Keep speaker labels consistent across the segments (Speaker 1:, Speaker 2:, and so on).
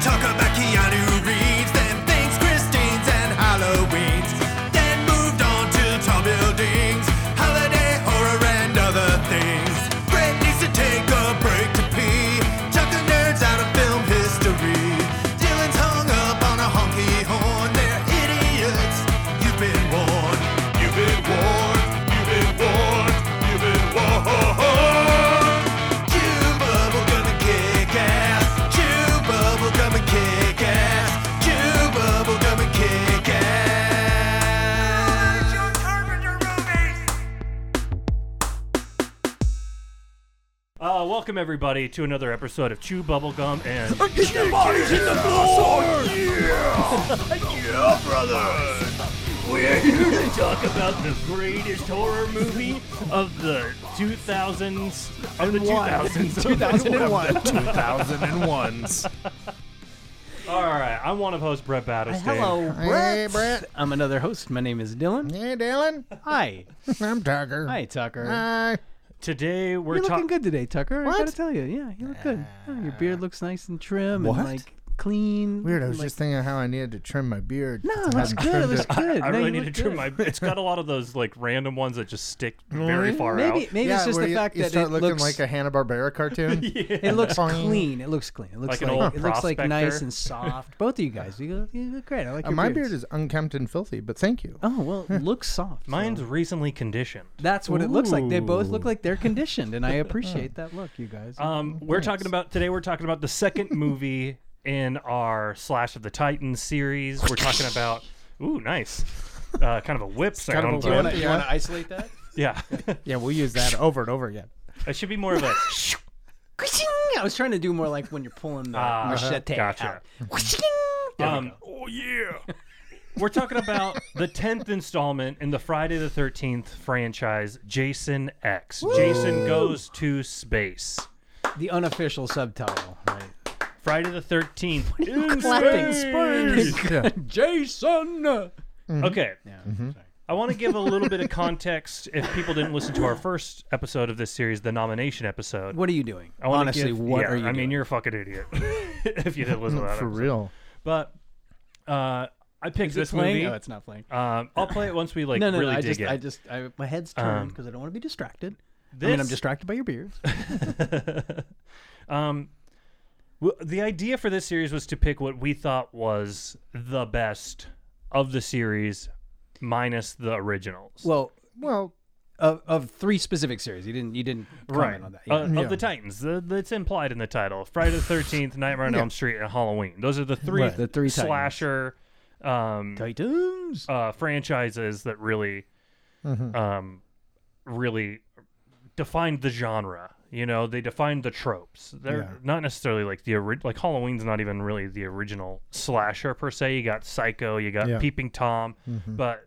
Speaker 1: talk about Keanu Reeves, then things, Christine's and Halloween's, then moved on to tall buildings, holiday horror and other things. Brett needs to take a break to pee, chuck the nerds out of film history. Dylan's hung up on a honky horn, they're idiots. You've been warned, you've been warned, you've been warned, you've been warned. Chew bubblegum and kick ass. Chew bubblegum and kick ass. Chew bubblegum and kick ass.
Speaker 2: Uh, welcome everybody to another episode of Chew Bubblegum and We're here to talk about the greatest horror movie of the 2000s of the 2000s.
Speaker 3: 2001.
Speaker 4: 2001s.
Speaker 2: All right, I'm one of host Brett Battistone.
Speaker 3: Hello, Brett.
Speaker 4: Hey, Brett.
Speaker 3: I'm another host. My name is Dylan.
Speaker 4: Hey, Dylan.
Speaker 3: Hi.
Speaker 4: I'm Tucker.
Speaker 3: Hi, Tucker.
Speaker 4: Hi.
Speaker 2: Today we're
Speaker 3: you're looking
Speaker 2: talking.
Speaker 3: good today, Tucker. I
Speaker 4: What?
Speaker 3: gotta tell you, yeah, you look good. Yeah, your beard looks nice and trim
Speaker 4: What?
Speaker 3: and like clean.
Speaker 4: Weird. I
Speaker 3: and,
Speaker 4: was
Speaker 3: like-
Speaker 4: just thinking how I needed to trim my beard.
Speaker 3: No,
Speaker 4: I
Speaker 3: it looks
Speaker 4: haven't
Speaker 3: good. It
Speaker 4: trimmed
Speaker 3: looks good.
Speaker 2: I
Speaker 3: No,
Speaker 2: really
Speaker 3: you
Speaker 2: need to
Speaker 3: look
Speaker 2: trim
Speaker 3: good. Mm-hmm.
Speaker 2: my. It's got a lot of those like random ones that just stick very far
Speaker 3: Maybe
Speaker 2: out.
Speaker 3: maybe
Speaker 4: yeah,
Speaker 3: it's just
Speaker 4: where
Speaker 3: the
Speaker 4: you,
Speaker 3: fact
Speaker 4: you
Speaker 3: that
Speaker 4: start
Speaker 3: it
Speaker 4: looking
Speaker 3: looks
Speaker 4: like a Hanna Barbera cartoon. yeah.
Speaker 3: it looks
Speaker 4: Boing.
Speaker 3: clean. It looks clean. It looks
Speaker 2: Like
Speaker 3: like,
Speaker 2: an old
Speaker 3: it looks like nice
Speaker 2: prospector.
Speaker 3: and soft. Both of you guys, you look, you look great. I like your
Speaker 4: Uh, my
Speaker 3: beards.
Speaker 4: beard is unkempt and filthy, but thank you.
Speaker 3: Oh well, it looks soft. so-
Speaker 2: Mine's recently conditioned.
Speaker 3: That's what it looks like. They both look like they're conditioned, and I appreciate that look, you guys.
Speaker 2: Um, we're talking about today. We're talking about the second movie in our Slash of the Titans series. We're talking about. Ooh, nice. Uh, kind of a whip sound.
Speaker 4: of a
Speaker 2: but-
Speaker 4: whip.
Speaker 3: you want to isolate that?
Speaker 2: Yeah,
Speaker 4: Yeah, we'll use that over and over again.
Speaker 2: it should be more of a.
Speaker 3: I was trying to do more like when you're pulling the
Speaker 2: Ah,
Speaker 3: machete
Speaker 2: gotcha.
Speaker 3: out.
Speaker 2: Um, oh yeah. We're talking about the tenth installment in the Friday the Thirteenth franchise, Jason X. Jason goes to space.
Speaker 3: the unofficial subtitle. Right?
Speaker 2: Friday the Thirteenth in
Speaker 3: clapping?
Speaker 2: space.
Speaker 4: Yeah.
Speaker 3: Jason.
Speaker 2: Okay.
Speaker 3: Mm-hmm.
Speaker 2: I want to give a little bit of context if people didn't listen to our first episode of this series, the nomination episode.
Speaker 3: What are you doing?
Speaker 2: I wanna
Speaker 3: Honestly,
Speaker 2: give-
Speaker 3: what
Speaker 2: yeah,
Speaker 3: are you?
Speaker 2: I mean,
Speaker 3: doing?
Speaker 2: you're a fucking idiot if you didn't listen to that.
Speaker 4: For
Speaker 2: episode.
Speaker 4: real.
Speaker 2: But uh, I picked this
Speaker 3: playing? Oh,
Speaker 2: movie.
Speaker 3: No, it's not playing.
Speaker 2: Um, I'll play it once we like
Speaker 3: no, no,
Speaker 2: really
Speaker 3: no. I
Speaker 2: dig
Speaker 3: just,
Speaker 2: it. Um,
Speaker 3: I just, I, my head's turned because I don't want to be distracted. I mean, I'm
Speaker 2: this-
Speaker 3: distracted by your beards.
Speaker 2: Well, the idea for this series was to pick what we thought was the best of the series, minus the originals.
Speaker 3: well,
Speaker 4: Well,
Speaker 3: of, of three specific series, you didn't, you didn't comment on that. Yeah.
Speaker 2: Uh, Of the Titans, the, that's implied in the title: Friday the Thirteenth, Nightmare on Elm Street, and Halloween. Those are the three,
Speaker 3: Right, the three Titans.
Speaker 2: slasher um,
Speaker 3: Titans.
Speaker 2: uh, franchises that really,
Speaker 4: Mm-hmm.
Speaker 2: um, really defined the genre. You know, they defined the tropes. They're not necessarily like the ori- like Halloween's not even really the original slasher per se. You got Psycho, you got
Speaker 4: Yeah. Mm-hmm.
Speaker 2: Peeping Tom, but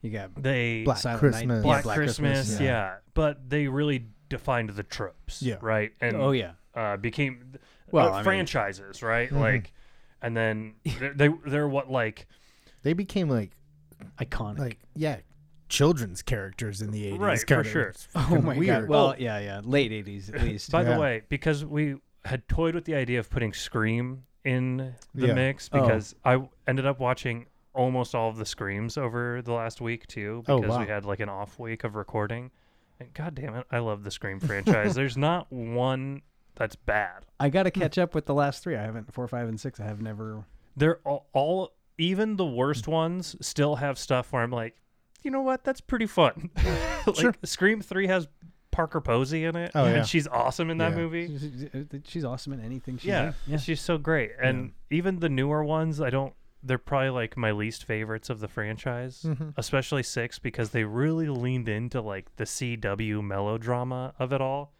Speaker 3: You got
Speaker 2: they
Speaker 4: Black
Speaker 3: Silent
Speaker 4: Christmas.
Speaker 3: Night.
Speaker 2: Black
Speaker 3: Black
Speaker 2: Christmas,
Speaker 3: Christmas,
Speaker 2: yeah.
Speaker 4: yeah.
Speaker 2: But they really defined the tropes,
Speaker 4: Yeah.
Speaker 2: right? And
Speaker 3: Oh, yeah.
Speaker 2: uh, became
Speaker 3: Well,
Speaker 2: uh,
Speaker 3: I mean-
Speaker 2: franchises, right?
Speaker 4: Mm-hmm.
Speaker 2: Like, and then they're, they they're what like
Speaker 4: they became like,
Speaker 3: iconic.
Speaker 4: like yeah, children's characters in the 80s.
Speaker 2: Right, for
Speaker 4: kinda.
Speaker 2: sure.
Speaker 4: It's
Speaker 3: Oh
Speaker 4: fucking weird.
Speaker 3: Well, yeah, yeah. Late '80s at least.
Speaker 2: By
Speaker 4: Yeah.
Speaker 2: the way, because we had toyed with the idea of putting Scream in the
Speaker 4: Yeah.
Speaker 2: mix,
Speaker 3: Oh.
Speaker 2: because I w- ended up watching almost all of the Screams over the last week too,
Speaker 4: Oh,
Speaker 2: because
Speaker 4: wow.
Speaker 2: we had like an off week of recording. And god damn it, I love the Scream franchise. There's not one that's bad.
Speaker 3: I got to catch up with the last three. I haven't four, five, and six. I have never.
Speaker 2: They're all, all even the worst
Speaker 4: Mm.
Speaker 2: ones still have stuff where I'm like, you know what, that's pretty fun. like Scream Three has Parker Posey in it,
Speaker 4: Oh, yeah.
Speaker 2: and she's awesome in that
Speaker 4: Yeah.
Speaker 2: movie.
Speaker 3: She's awesome in anything. She's
Speaker 2: yeah,
Speaker 3: in. yeah.
Speaker 2: she's so great. And even the newer ones, I don't. They're probably like my least favorites of the franchise,
Speaker 3: Mm-hmm.
Speaker 2: especially six, because they really leaned into like the CW melodrama of it all.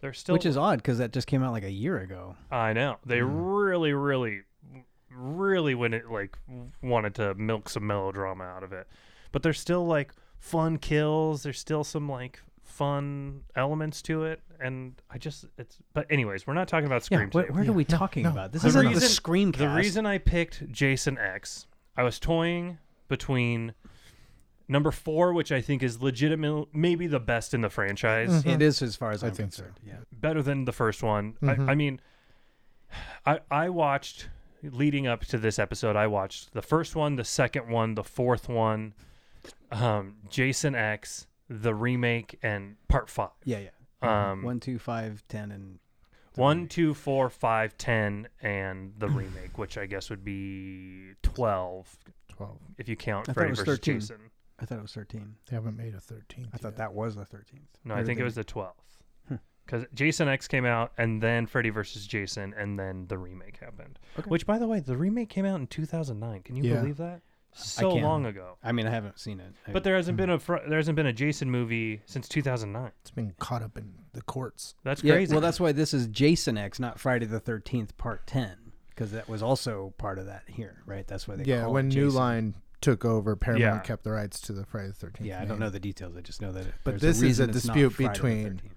Speaker 2: They're still,
Speaker 3: Which is Mm-hmm. odd because that just came out like a year ago.
Speaker 2: I know they really, really, really when it like wanted to milk some melodrama out of it, but there's still like fun kills. There's still some like fun elements to it, and I just it's. But anyways, we're not talking about
Speaker 3: Yeah.
Speaker 2: Scream.
Speaker 3: What,
Speaker 2: today.
Speaker 3: what are we talking about? This
Speaker 2: The
Speaker 3: isn't the
Speaker 2: reason-
Speaker 3: screen.
Speaker 2: The reason I picked Jason X, I was toying between number four, which I think is legitimate, maybe the best in the franchise,
Speaker 3: it is, as far as I'm
Speaker 4: think so.
Speaker 3: concerned. Yeah.
Speaker 2: better than the first one. I, I mean, I I watched leading up to this episode, I watched the first one, the second one, the fourth one, um, Jason X, the remake, and part five.
Speaker 3: Yeah, yeah.
Speaker 2: Um,
Speaker 3: One, two, five, ten, and
Speaker 2: one, two, four, five, ten, and the remake, which I guess would be twelve
Speaker 4: Twelve.
Speaker 2: if you count
Speaker 3: I thought it
Speaker 2: Freddy
Speaker 3: was
Speaker 2: versus
Speaker 3: 13.
Speaker 2: Jason.
Speaker 3: I thought it was thirteen.
Speaker 4: They haven't made a thirteenth.
Speaker 3: I thought that was the thirteenth.
Speaker 2: No, I think it was the twelfth.
Speaker 3: Hmm.
Speaker 2: Because Jason X came out, and then Freddy versus Jason, and then the remake happened.
Speaker 3: Okay.
Speaker 2: Which, by the way, the remake came out in 2009. Can you
Speaker 4: Yeah.
Speaker 2: believe that? So
Speaker 3: can.
Speaker 2: long ago.
Speaker 3: I mean, I haven't seen it. I-
Speaker 2: But there hasn't been a fr- there hasn't been a Jason movie since 2009.
Speaker 4: It's been caught up in the courts.
Speaker 2: That's
Speaker 3: yeah,
Speaker 2: crazy.
Speaker 3: well, that's why this is Jason X, not Friday the Thirteenth Part Ten, because that was also part of that here, right? That's why they
Speaker 4: yeah,
Speaker 3: call
Speaker 4: when
Speaker 3: it
Speaker 4: New
Speaker 3: Jason.
Speaker 4: Line took over, Paramount
Speaker 2: Yeah.
Speaker 4: kept the rights to the Friday the Thirteenth.
Speaker 3: Yeah, I don't know the details. I just know that. It, there's
Speaker 4: But this is a
Speaker 3: reason it's not
Speaker 4: dispute
Speaker 3: Friday the
Speaker 4: between-
Speaker 3: 13th.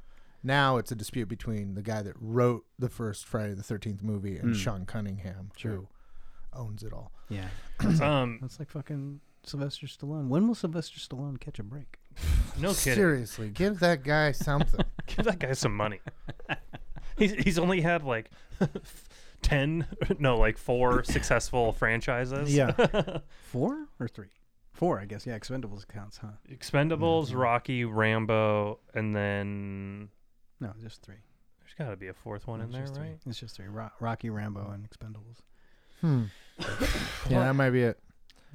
Speaker 4: Now it's a dispute between the guy that wrote the first Friday the Thirteenth movie and
Speaker 3: Mm.
Speaker 4: Sean Cunningham,
Speaker 3: Sure.
Speaker 4: who owns it all.
Speaker 3: Yeah,
Speaker 2: um,
Speaker 3: that's like fucking Sylvester Stallone. When will Sylvester Stallone catch a break?
Speaker 2: no kidding.
Speaker 4: Seriously, give that guy something.
Speaker 2: Give that guy some money. he's he's only had like ten, no, like four successful franchises.
Speaker 4: yeah,
Speaker 3: Four or three? Four, I guess. Yeah, Expendables counts, huh?
Speaker 2: Expendables, Rocky, Rambo, and then
Speaker 3: No, just three.
Speaker 2: there's got to be a fourth one in
Speaker 3: It's
Speaker 2: there,
Speaker 3: just three.
Speaker 2: right?
Speaker 3: It's just three. Ro- Rocky, Rambo, and Expendables.
Speaker 4: hmm. yeah, that might be it.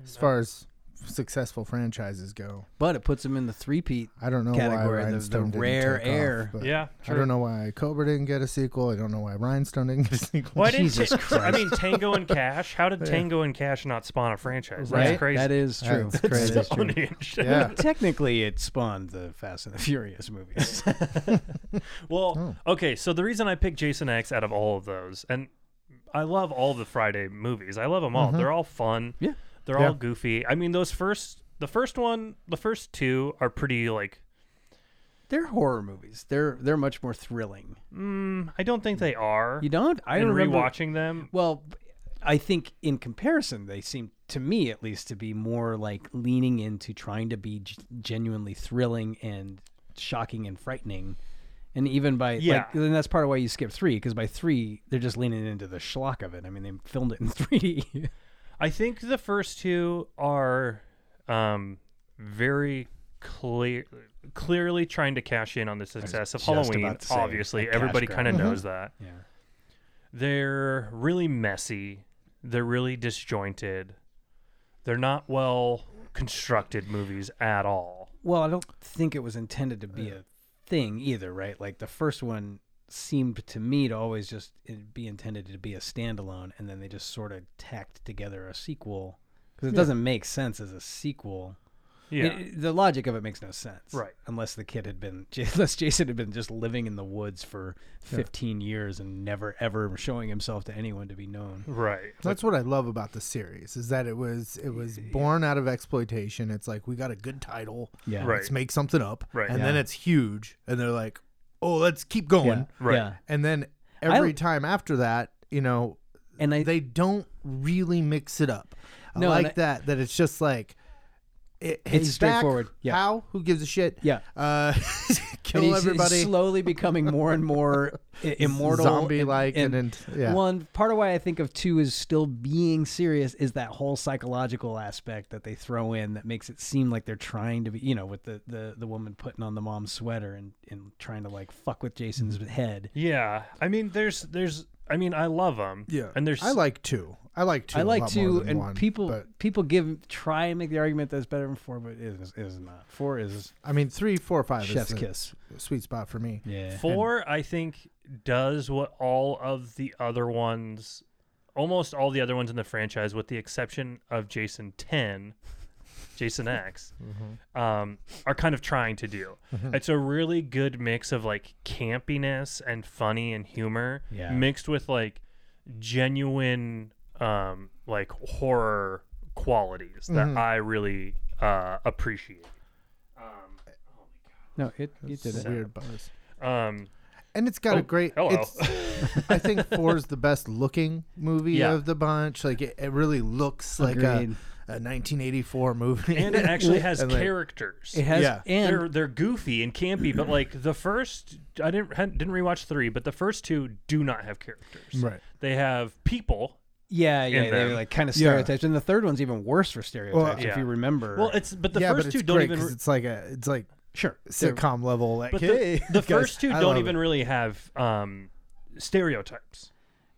Speaker 4: As far as successful franchises go,
Speaker 3: But it puts him in the three-peat.
Speaker 4: I don't know
Speaker 3: Category,
Speaker 4: why
Speaker 3: the- the
Speaker 4: Rhinestone didn't
Speaker 3: rare
Speaker 4: take off,
Speaker 3: air.
Speaker 4: but
Speaker 2: yeah,
Speaker 4: I don't know why Cobra didn't get a sequel. I don't know why Rhinestone didn't get a sequel.
Speaker 2: Why didn't
Speaker 3: Jesus
Speaker 2: Ta- I
Speaker 3: Christ.
Speaker 2: mean Tango and Cash? How did
Speaker 4: Yeah.
Speaker 2: Tango and Cash not spawn a franchise? That's
Speaker 3: right?
Speaker 2: crazy.
Speaker 3: That is true.
Speaker 4: That's
Speaker 3: That is
Speaker 4: crazy.
Speaker 3: true.
Speaker 2: Unhinged.
Speaker 4: Yeah.
Speaker 3: Technically, it spawned the Fast and the Furious movies.
Speaker 2: Well, okay, so the reason I picked Jason X out of all of those, and I love all the Friday movies. I love them all. They're all fun.
Speaker 3: Yeah.
Speaker 2: They're
Speaker 4: Yeah.
Speaker 2: all goofy. I mean, those first, the first one, the first two are pretty like.
Speaker 3: they're horror movies. They're they're much more thrilling.
Speaker 2: Mm, I don't think they are.
Speaker 3: You don't? I
Speaker 2: and
Speaker 3: remember
Speaker 2: rewatching them.
Speaker 3: Well, I think in comparison, they seem to me at least to be more like leaning into trying to be g- genuinely thrilling and shocking and frightening. And even by
Speaker 2: Yeah.
Speaker 3: like, and that's part of why you skip three because by three they're just leaning into the schlock of it. I mean, they filmed it in three D.
Speaker 2: I think the first two are um, very clear, clearly trying to cash in on the success of
Speaker 3: just about
Speaker 2: Halloween.
Speaker 3: to say,
Speaker 2: Obviously,
Speaker 3: a cash
Speaker 2: everybody
Speaker 3: grab. Mm-hmm.
Speaker 2: kind of knows that.
Speaker 3: yeah,
Speaker 2: They're really messy. They're really disjointed. They're not well constructed movies at all.
Speaker 3: Well, I don't think it was intended to be a thing either, right? Like the first one seemed to me to always just uh, be intended to be a standalone, and then they just sort of tacked together a sequel because it doesn't make sense as a sequel.
Speaker 2: Yeah.
Speaker 3: It- it- the logic of it makes no sense,
Speaker 2: Right.
Speaker 3: Unless the kid had been, unless Jason had been just living in the woods for fifteen years and never ever showing himself to anyone to be known.
Speaker 2: right.
Speaker 4: That's what I love about the series is that it was it was born out of exploitation. It's like we got a good title,
Speaker 3: Yeah,
Speaker 2: Right.
Speaker 4: let's make something up,
Speaker 2: Right.
Speaker 4: and then
Speaker 3: Yeah.
Speaker 4: it's huge, and they're like, oh, let's keep
Speaker 3: Yeah,
Speaker 4: going,
Speaker 2: Right.
Speaker 3: yeah.
Speaker 4: and then every
Speaker 3: I-
Speaker 4: time after that, you know,
Speaker 3: And I
Speaker 4: they don't really mix it up. I
Speaker 3: No, and
Speaker 4: like
Speaker 3: I-
Speaker 4: that that it's just like. It,
Speaker 3: It's
Speaker 4: he's back.
Speaker 3: straightforward. Yeah.
Speaker 4: How? Who gives a shit?
Speaker 3: Yeah.
Speaker 4: Uh,
Speaker 3: And
Speaker 4: kill
Speaker 3: he's- he's
Speaker 4: everybody.
Speaker 3: slowly becoming more and more i- immortal,
Speaker 4: Zombie-like and- and- yeah.
Speaker 3: one part of why I think of two is still being serious is that whole psychological aspect that they throw in that makes it seem like they're trying to be, you know, with the the, the woman putting on the mom's sweater and and trying to like fuck with Jason's
Speaker 4: Mm-hmm.
Speaker 3: head.
Speaker 2: Yeah. I mean, there's, there's, I mean, I love them.
Speaker 4: yeah.
Speaker 2: And there's,
Speaker 4: I like two. I like two.
Speaker 3: I
Speaker 4: a
Speaker 3: like
Speaker 4: lot more
Speaker 3: two,
Speaker 4: than
Speaker 3: and
Speaker 4: one,
Speaker 3: people
Speaker 4: but-
Speaker 3: people give try and make the argument that it's better than four, but it is it is not. Four is
Speaker 4: I mean, three, four, five
Speaker 3: chef's
Speaker 4: is the
Speaker 3: kiss.
Speaker 4: sweet spot for me.
Speaker 3: Yeah,
Speaker 2: Four, I think, does what all of the other ones, almost all the other ones in the franchise, with the exception of Jason 10, Jason X,
Speaker 4: Mm-hmm.
Speaker 2: um, are kind of trying to do. It's a really good mix of like campiness and funny and humor,
Speaker 3: Yeah.
Speaker 2: mixed with like genuine, um, like horror qualities that
Speaker 4: Mm-hmm.
Speaker 2: I really uh, appreciate.
Speaker 3: no, it you did
Speaker 4: It's
Speaker 3: it.
Speaker 4: a weird buzz.
Speaker 2: Um,
Speaker 4: And it's got
Speaker 2: Oh,
Speaker 4: a great.
Speaker 2: hello.
Speaker 4: It's, I think four is the best looking movie
Speaker 2: Yeah.
Speaker 4: of the bunch. Like it, it really looks like a,
Speaker 3: Agreed.
Speaker 4: a 1984 movie.
Speaker 2: and it actually has
Speaker 4: And, like,
Speaker 2: characters.
Speaker 3: It has
Speaker 4: Yeah.
Speaker 3: and
Speaker 2: they're they're goofy and campy, but like the first, I didn't hadn't- didn't rewatch three, but the first two do not have characters.
Speaker 4: Right.
Speaker 2: They have people
Speaker 3: Yeah, yeah,
Speaker 2: in
Speaker 3: they were
Speaker 2: them.
Speaker 3: like kind of
Speaker 4: Yeah.
Speaker 3: stereotypes, and the third one's even worse for stereotypes if
Speaker 2: yeah.
Speaker 3: you remember.
Speaker 2: Well, it's but the
Speaker 4: yeah,
Speaker 2: first
Speaker 4: but
Speaker 2: two
Speaker 4: it's
Speaker 2: don't
Speaker 4: great
Speaker 2: even
Speaker 4: 'cause it's like a it's like
Speaker 3: sure, they're-
Speaker 4: sitcom level. Like,
Speaker 2: but the,
Speaker 4: hey,
Speaker 2: the
Speaker 4: guys,
Speaker 2: first two
Speaker 4: I
Speaker 2: don't
Speaker 4: love
Speaker 2: even
Speaker 4: it.
Speaker 2: really have um stereotypes.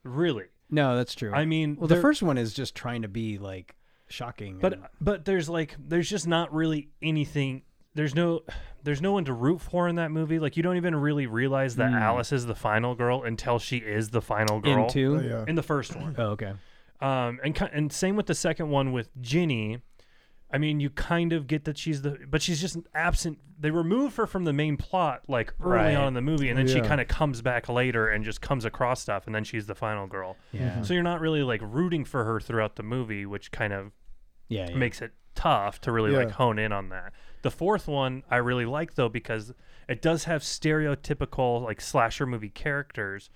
Speaker 2: Really.
Speaker 3: no, that's true.
Speaker 2: I mean,
Speaker 3: well, the
Speaker 2: they're-
Speaker 3: first one is just trying to be like shocking,
Speaker 2: but uh,
Speaker 3: and-
Speaker 2: but there's like there's just not really anything there's no there's no one to root for in that movie. Like you don't even really realize that Alice is the final girl until she is the final girl
Speaker 3: in two.
Speaker 4: Oh, yeah.
Speaker 2: in the first one.
Speaker 3: Oh, okay.
Speaker 2: Um, and ki- and same with the second one with Ginny. I mean, you kind of get that she's the, but she's just absent. They remove her from the main plot like early
Speaker 3: Right.
Speaker 2: on in the movie, and then she
Speaker 4: Yeah.
Speaker 2: kind of comes back later and just comes across stuff, and then she's the final girl.
Speaker 3: Yeah.
Speaker 2: So you're not really like rooting for her throughout the movie, which kind of
Speaker 3: Yeah. yeah.
Speaker 2: makes it tough to really like
Speaker 4: Yeah.
Speaker 2: hone in on that. The fourth one I really like though because it does have stereotypical like slasher movie characters,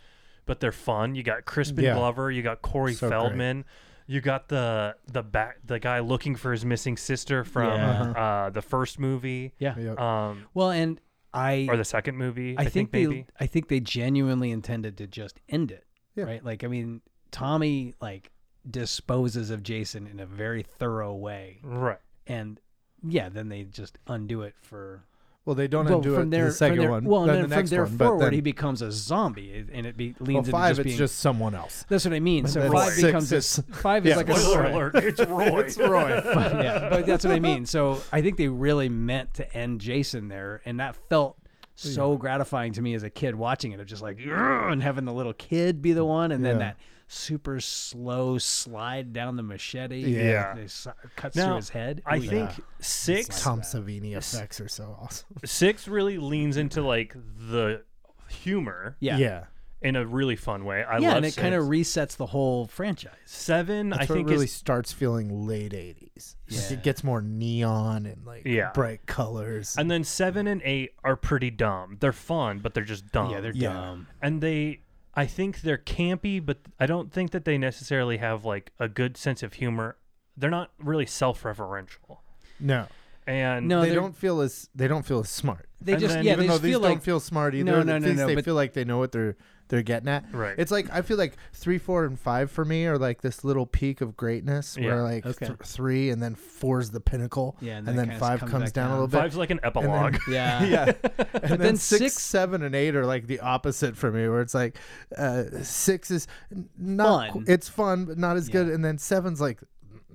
Speaker 2: but they're fun. You got Crispin
Speaker 4: Yeah.
Speaker 2: Glover, you got Corey
Speaker 4: So great.
Speaker 2: Feldman, you got the the back the guy looking for his missing sister from
Speaker 4: Uh-huh.
Speaker 3: Yeah.
Speaker 2: uh, the first movie,
Speaker 3: yeah.
Speaker 4: Yep.
Speaker 2: um,
Speaker 3: Well, and I
Speaker 2: or the second movie.
Speaker 3: I, think, they
Speaker 2: maybe.
Speaker 3: I think they genuinely intended to just end it.
Speaker 4: Yeah.
Speaker 3: Right? Like I mean, Tommy like disposes of Jason in a very thorough way.
Speaker 2: Right.
Speaker 3: And yeah, then they just undo it for
Speaker 4: well, they don't
Speaker 3: well,
Speaker 4: undo
Speaker 3: from
Speaker 4: it
Speaker 3: there
Speaker 4: to the second
Speaker 3: from there,
Speaker 4: one.
Speaker 3: Well, and
Speaker 4: then
Speaker 3: then,
Speaker 4: the
Speaker 3: from
Speaker 4: next
Speaker 3: there
Speaker 4: one, but
Speaker 3: forward
Speaker 4: then-
Speaker 3: he becomes a zombie and it be,
Speaker 4: well,
Speaker 3: leans
Speaker 4: five.
Speaker 3: into just
Speaker 4: it's
Speaker 3: being
Speaker 4: just someone else.
Speaker 3: That's what I mean.
Speaker 4: But
Speaker 3: So
Speaker 4: then
Speaker 3: five
Speaker 4: six
Speaker 3: becomes a,
Speaker 4: is-
Speaker 3: five is
Speaker 4: Yeah.
Speaker 3: like a
Speaker 2: Spoiler
Speaker 3: story.
Speaker 2: alert! It's Roy.
Speaker 4: It's Roy.
Speaker 3: yeah, but that's what I mean. So I think they really meant to end Jason there, and that felt so gratifying to me as a kid watching it. Of just like "Grr," and having the little kid be the one, and then
Speaker 4: Yeah.
Speaker 3: that super slow slide down the machete.
Speaker 4: Yeah.
Speaker 3: that s- cuts
Speaker 2: Now,
Speaker 3: through his head.
Speaker 2: I
Speaker 3: Ooh, yeah.
Speaker 2: think six
Speaker 4: Tom Savini effects are so awesome.
Speaker 2: six really leans into like the humor
Speaker 3: yeah, yeah,
Speaker 4: yeah.
Speaker 2: in a really fun way. I love
Speaker 3: and it
Speaker 2: six.
Speaker 3: kind of resets the whole franchise.
Speaker 2: seven. I
Speaker 4: That's
Speaker 2: think
Speaker 4: where it really
Speaker 2: is
Speaker 4: starts feeling late '80s. Like,
Speaker 3: Yeah.
Speaker 4: it gets more neon and like
Speaker 2: Yeah.
Speaker 4: bright colors.
Speaker 2: and then seven and eight are pretty dumb. They're fun, but they're just dumb.
Speaker 3: Yeah, they're
Speaker 4: Yeah.
Speaker 3: dumb.
Speaker 2: and they. I think they're campy, but I don't think that they necessarily have like a good sense of humor. They're not really self-referential,
Speaker 4: no,
Speaker 2: and
Speaker 3: No,
Speaker 4: they
Speaker 3: they're-
Speaker 4: don't feel as they don't feel as smart.
Speaker 3: They
Speaker 2: And
Speaker 3: just
Speaker 2: then
Speaker 3: yeah,
Speaker 2: even
Speaker 3: they
Speaker 4: Even though
Speaker 3: just
Speaker 4: these
Speaker 3: feel
Speaker 4: don't
Speaker 3: like
Speaker 4: feel smart either.
Speaker 3: No,
Speaker 4: at
Speaker 3: no, no,
Speaker 4: least
Speaker 3: no,
Speaker 4: They
Speaker 3: but-
Speaker 4: feel like they know what they're they're getting at.
Speaker 2: Right.
Speaker 4: It's like I feel like three, four, and five for me are like this little peak of greatness
Speaker 2: Yeah.
Speaker 4: where like
Speaker 3: Okay.
Speaker 4: th- three and then four's the pinnacle.
Speaker 3: Yeah, and
Speaker 4: and
Speaker 3: then
Speaker 4: then,
Speaker 3: it kinda
Speaker 4: five
Speaker 3: comes
Speaker 4: comes,
Speaker 3: back
Speaker 4: down,
Speaker 3: down.
Speaker 4: a little bit.
Speaker 2: five's like an epilogue.
Speaker 3: yeah,
Speaker 4: yeah. And then,
Speaker 3: then
Speaker 4: six,
Speaker 3: six-
Speaker 4: seven, and eight are like the opposite for me, where it's like uh, six is n- not
Speaker 3: Fun.
Speaker 4: qu- it's fun, but not as
Speaker 3: Yeah.
Speaker 4: good. And then seven's like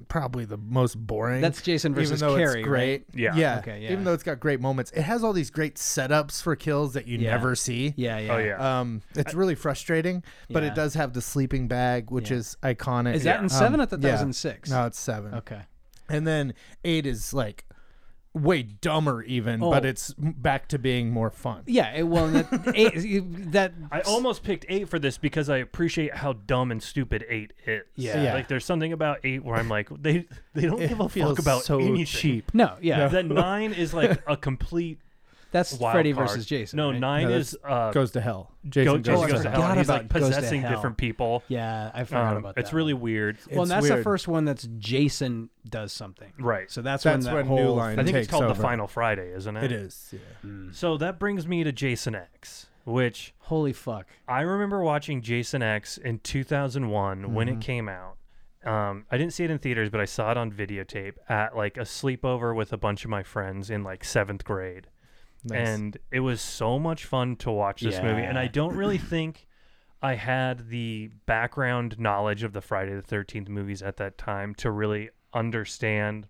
Speaker 4: probably the most boring.
Speaker 3: That's Jason versus
Speaker 4: even though
Speaker 3: Carrie,
Speaker 4: it's great.
Speaker 3: right?
Speaker 2: Yeah.
Speaker 4: yeah.
Speaker 3: Okay, yeah.
Speaker 4: Even though it's got great moments, it has all these great setups for kills that you
Speaker 3: Yeah.
Speaker 4: never see.
Speaker 3: yeah, yeah. uh,
Speaker 2: Oh yeah,
Speaker 4: Um, it's really frustrating, but
Speaker 3: Yeah.
Speaker 4: it does have the sleeping bag, which
Speaker 3: Yeah.
Speaker 4: is iconic.
Speaker 3: Is that in
Speaker 4: Um,
Speaker 3: seven? I thought that was
Speaker 4: yeah.
Speaker 3: in six.
Speaker 4: No, it's seven.
Speaker 3: Okay.
Speaker 4: And then eight is like way dumber, even, but
Speaker 3: Oh.
Speaker 4: it's m- back to being more fun.
Speaker 3: Yeah, it, well, that, eight, you- that
Speaker 2: I almost picked eight for this because I appreciate how dumb and stupid eight is.
Speaker 3: Yeah.
Speaker 4: Yeah.
Speaker 2: like there's something about eight where I'm like, they they don't
Speaker 4: It
Speaker 2: give a fuck
Speaker 4: feels
Speaker 2: about
Speaker 4: so
Speaker 2: anything.
Speaker 4: cheap.
Speaker 3: no, yeah,
Speaker 2: That nine is like a complete
Speaker 3: that's
Speaker 2: wild
Speaker 3: Freddy
Speaker 2: card.
Speaker 3: versus Jason.
Speaker 2: No,
Speaker 3: right?
Speaker 2: nine
Speaker 4: No,
Speaker 2: is uh,
Speaker 4: Goes to hell.
Speaker 2: Go-
Speaker 4: Jason
Speaker 2: Jason
Speaker 3: Oh, I
Speaker 4: goes,
Speaker 2: goes to hell.
Speaker 3: forgot
Speaker 2: and He's
Speaker 3: about
Speaker 2: like
Speaker 3: Goes to
Speaker 2: possessing
Speaker 3: Hell.
Speaker 2: different people.
Speaker 3: Yeah, I forgot
Speaker 2: Um,
Speaker 3: about that.
Speaker 2: it's really weird.
Speaker 3: well, and
Speaker 4: It's
Speaker 3: that's the
Speaker 4: weird.
Speaker 3: first one that's Jason does something.
Speaker 2: Right.
Speaker 3: So that's, when
Speaker 4: That's
Speaker 3: that
Speaker 4: when
Speaker 3: whole
Speaker 4: New Line-
Speaker 2: I think it's
Speaker 4: takes
Speaker 2: called the
Speaker 4: over.
Speaker 2: Final Friday, isn't it?
Speaker 4: It is. Yeah.
Speaker 2: So that brings me to Jason X, which
Speaker 3: Holy fuck!
Speaker 2: I remember watching Jason X in 2001 when
Speaker 3: Mm-hmm.
Speaker 2: it came out. Um, I didn't see it in theaters, but I saw it on videotape at like a sleepover with a bunch of my friends in like seventh grade.
Speaker 4: Nice.
Speaker 2: And it was so much fun to watch this movie. And I
Speaker 3: Yeah.
Speaker 2: don't really think I had the background knowledge of the Friday the 13th movies at that time to really understand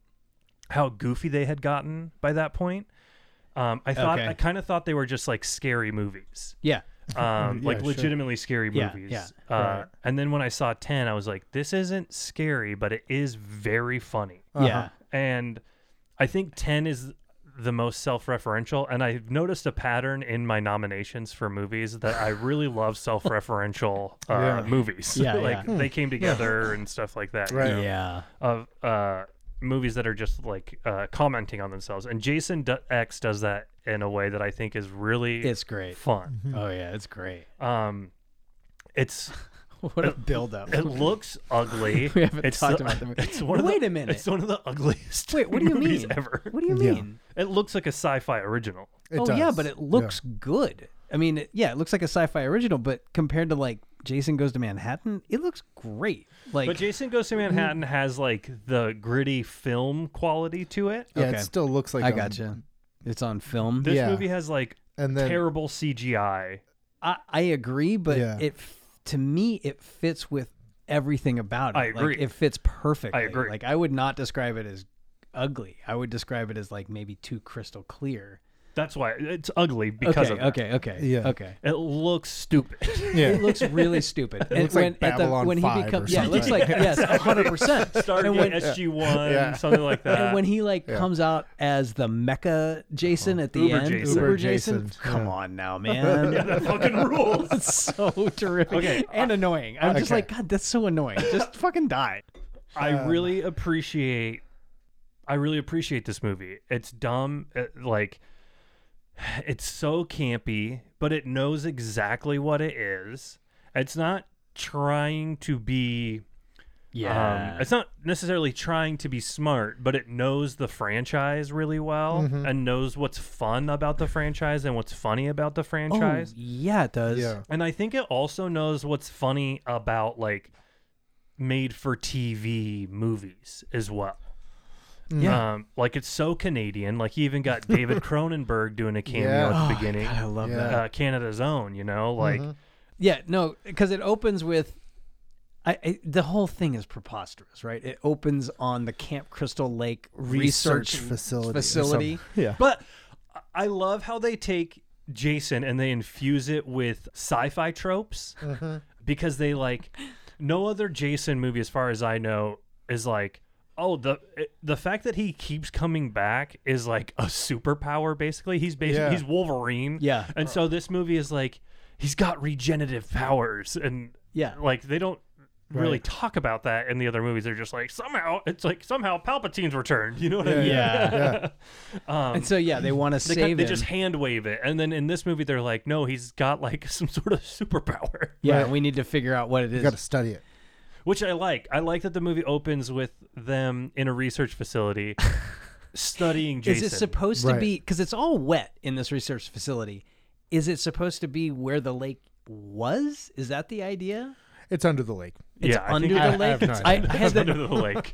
Speaker 2: how goofy they had gotten by that point. Um, I thought
Speaker 3: Okay.
Speaker 2: I kind of thought they were just like scary movies
Speaker 3: Yeah,
Speaker 2: um,
Speaker 4: Yeah,
Speaker 2: like
Speaker 4: sure.
Speaker 2: legitimately scary
Speaker 3: Yeah,
Speaker 2: movies.
Speaker 3: yeah,
Speaker 2: uh,
Speaker 4: right.
Speaker 2: And then when I saw 10, I was like, this isn't scary, but it is very funny.
Speaker 4: Uh-huh.
Speaker 3: yeah,
Speaker 2: And I think 10 is the most self referential. And I've noticed a pattern in my nominations for movies that I really love self referential uh,
Speaker 4: Yeah.
Speaker 2: movies.
Speaker 3: Yeah, Hmm.
Speaker 2: like
Speaker 3: yeah.
Speaker 2: they came together and stuff like that.
Speaker 4: Right.
Speaker 3: yeah.
Speaker 2: Of, uh, movies that are just like uh, commenting on themselves. And Jason D- X does that in a way that I think is really
Speaker 3: It's great.
Speaker 2: fun.
Speaker 3: Oh yeah, it's great.
Speaker 2: Um, it's
Speaker 3: What a build up.
Speaker 2: it looks ugly.
Speaker 3: We haven't
Speaker 2: it's
Speaker 3: talked
Speaker 2: the-
Speaker 3: about the movie.
Speaker 2: It's one of the-
Speaker 3: Wait a minute.
Speaker 2: It's one of the ugliest.
Speaker 3: Wait, what do you
Speaker 2: movies
Speaker 3: mean?
Speaker 2: Ever.
Speaker 3: What do you
Speaker 4: Yeah.
Speaker 3: mean?
Speaker 2: It looks like a sci-fi original.
Speaker 4: It
Speaker 3: oh yeah,
Speaker 4: does.
Speaker 3: but it looks good. I mean, it, yeah, it looks like a sci-fi original, but compared to like Jason Goes to Manhattan, it looks great. Like
Speaker 2: but Jason Goes to Manhattan
Speaker 3: Mm-hmm.
Speaker 2: has like the gritty film quality to it.
Speaker 4: Yeah,
Speaker 3: Okay.
Speaker 4: it still looks like
Speaker 3: I
Speaker 4: um,
Speaker 3: gotcha. It's on film.
Speaker 2: This
Speaker 4: Yeah.
Speaker 2: movie has like
Speaker 4: And then
Speaker 2: terrible CGI.
Speaker 3: I, I agree, but
Speaker 4: Yeah.
Speaker 3: it f- to me it fits with everything about it.
Speaker 2: I agree.
Speaker 3: Like, it fits perfectly.
Speaker 2: I agree.
Speaker 3: Like I would not describe it as ugly. I would describe it as like maybe too crystal clear.
Speaker 2: That's why it's ugly because
Speaker 3: okay,
Speaker 2: of that.
Speaker 3: okay, okay,
Speaker 4: Yeah.
Speaker 3: okay.
Speaker 2: It looks stupid.
Speaker 4: yeah,
Speaker 3: It looks really stupid. It
Speaker 4: looks like Babylon
Speaker 3: when
Speaker 4: 5
Speaker 3: he
Speaker 4: or
Speaker 3: becomes yeah, it looks like
Speaker 4: something.
Speaker 3: yes, hundred percent.
Speaker 2: Started
Speaker 3: And
Speaker 2: with
Speaker 3: when,
Speaker 2: SG One,
Speaker 4: Yeah.
Speaker 2: something like
Speaker 4: Uh,
Speaker 2: that.
Speaker 3: and when he like comes out as the mecha Jason at the
Speaker 2: Uber
Speaker 3: end,
Speaker 2: Jason.
Speaker 4: Uber
Speaker 3: Uber Jason.
Speaker 4: Jason,
Speaker 3: Come
Speaker 4: yeah.
Speaker 3: on now, man.
Speaker 2: yeah, that fucking rules.
Speaker 3: It's so terrific
Speaker 2: Okay,
Speaker 3: and annoying. I'm just
Speaker 4: okay.
Speaker 3: like, God, that's so annoying. Just fucking die.
Speaker 2: I really appreciate I really appreciate this movie. It's dumb, it- like it's so campy, but it knows exactly what it is. It's not trying to be um, it's not necessarily trying to be smart, but it knows the franchise really well and knows what's fun about the franchise and what's funny about the
Speaker 3: Oh,
Speaker 2: franchise.
Speaker 3: yeah, it does.
Speaker 4: yeah,
Speaker 2: And I think it also knows what's funny about like made for TV movies as well.
Speaker 3: Yeah.
Speaker 2: Um, like it's so Canadian. Like he even got David Cronenberg doing a cameo at
Speaker 3: Oh,
Speaker 2: the
Speaker 3: my
Speaker 2: beginning.
Speaker 3: God, I love
Speaker 4: Yeah.
Speaker 3: that. Mm-hmm.
Speaker 2: Uh, Canada's own, you know, like
Speaker 3: Yeah, no, because it opens with. I, I, the whole thing is preposterous, right? It opens on the Camp Crystal Lake research,
Speaker 4: Research facility or
Speaker 3: facility.
Speaker 4: something. Yeah.
Speaker 2: but I love how they take Jason and they infuse it with sci-fi tropes
Speaker 4: Mm-hmm.
Speaker 2: because they like no other Jason movie, as far as I know, is like oh the the fact that he keeps coming back is like a superpower. Basically, he's basically
Speaker 4: Yeah.
Speaker 2: he's Wolverine.
Speaker 3: Yeah.
Speaker 2: and so this movie is like he's got regenerative powers and
Speaker 3: Yeah.
Speaker 2: like they don't. Really talk about that in the other movies. They're just like somehow it's like somehow Palpatine's returned. You know what I mean?
Speaker 4: yeah.
Speaker 3: and so yeah, Um, they want to
Speaker 2: They,
Speaker 3: save
Speaker 2: cut, they
Speaker 3: him.
Speaker 2: just hand wave it, and then in this movie they're like, "No, he's got like some sort of superpower,"
Speaker 3: yeah,
Speaker 4: Right.
Speaker 3: we need to figure out what it
Speaker 4: You
Speaker 3: is.
Speaker 4: got to study it.
Speaker 2: which I like. I like that the movie opens with them in a research facility studying
Speaker 3: is
Speaker 2: Jason.
Speaker 3: it supposed to
Speaker 4: Right.
Speaker 3: be because it's all wet in this research facility? Is it supposed to be where the lake was? Is that the idea?
Speaker 4: It's under the lake.
Speaker 2: yeah, I
Speaker 3: under
Speaker 2: think
Speaker 3: the
Speaker 2: it's
Speaker 3: lake.
Speaker 4: have no
Speaker 3: I,
Speaker 4: idea.
Speaker 3: I had that
Speaker 2: under the lake.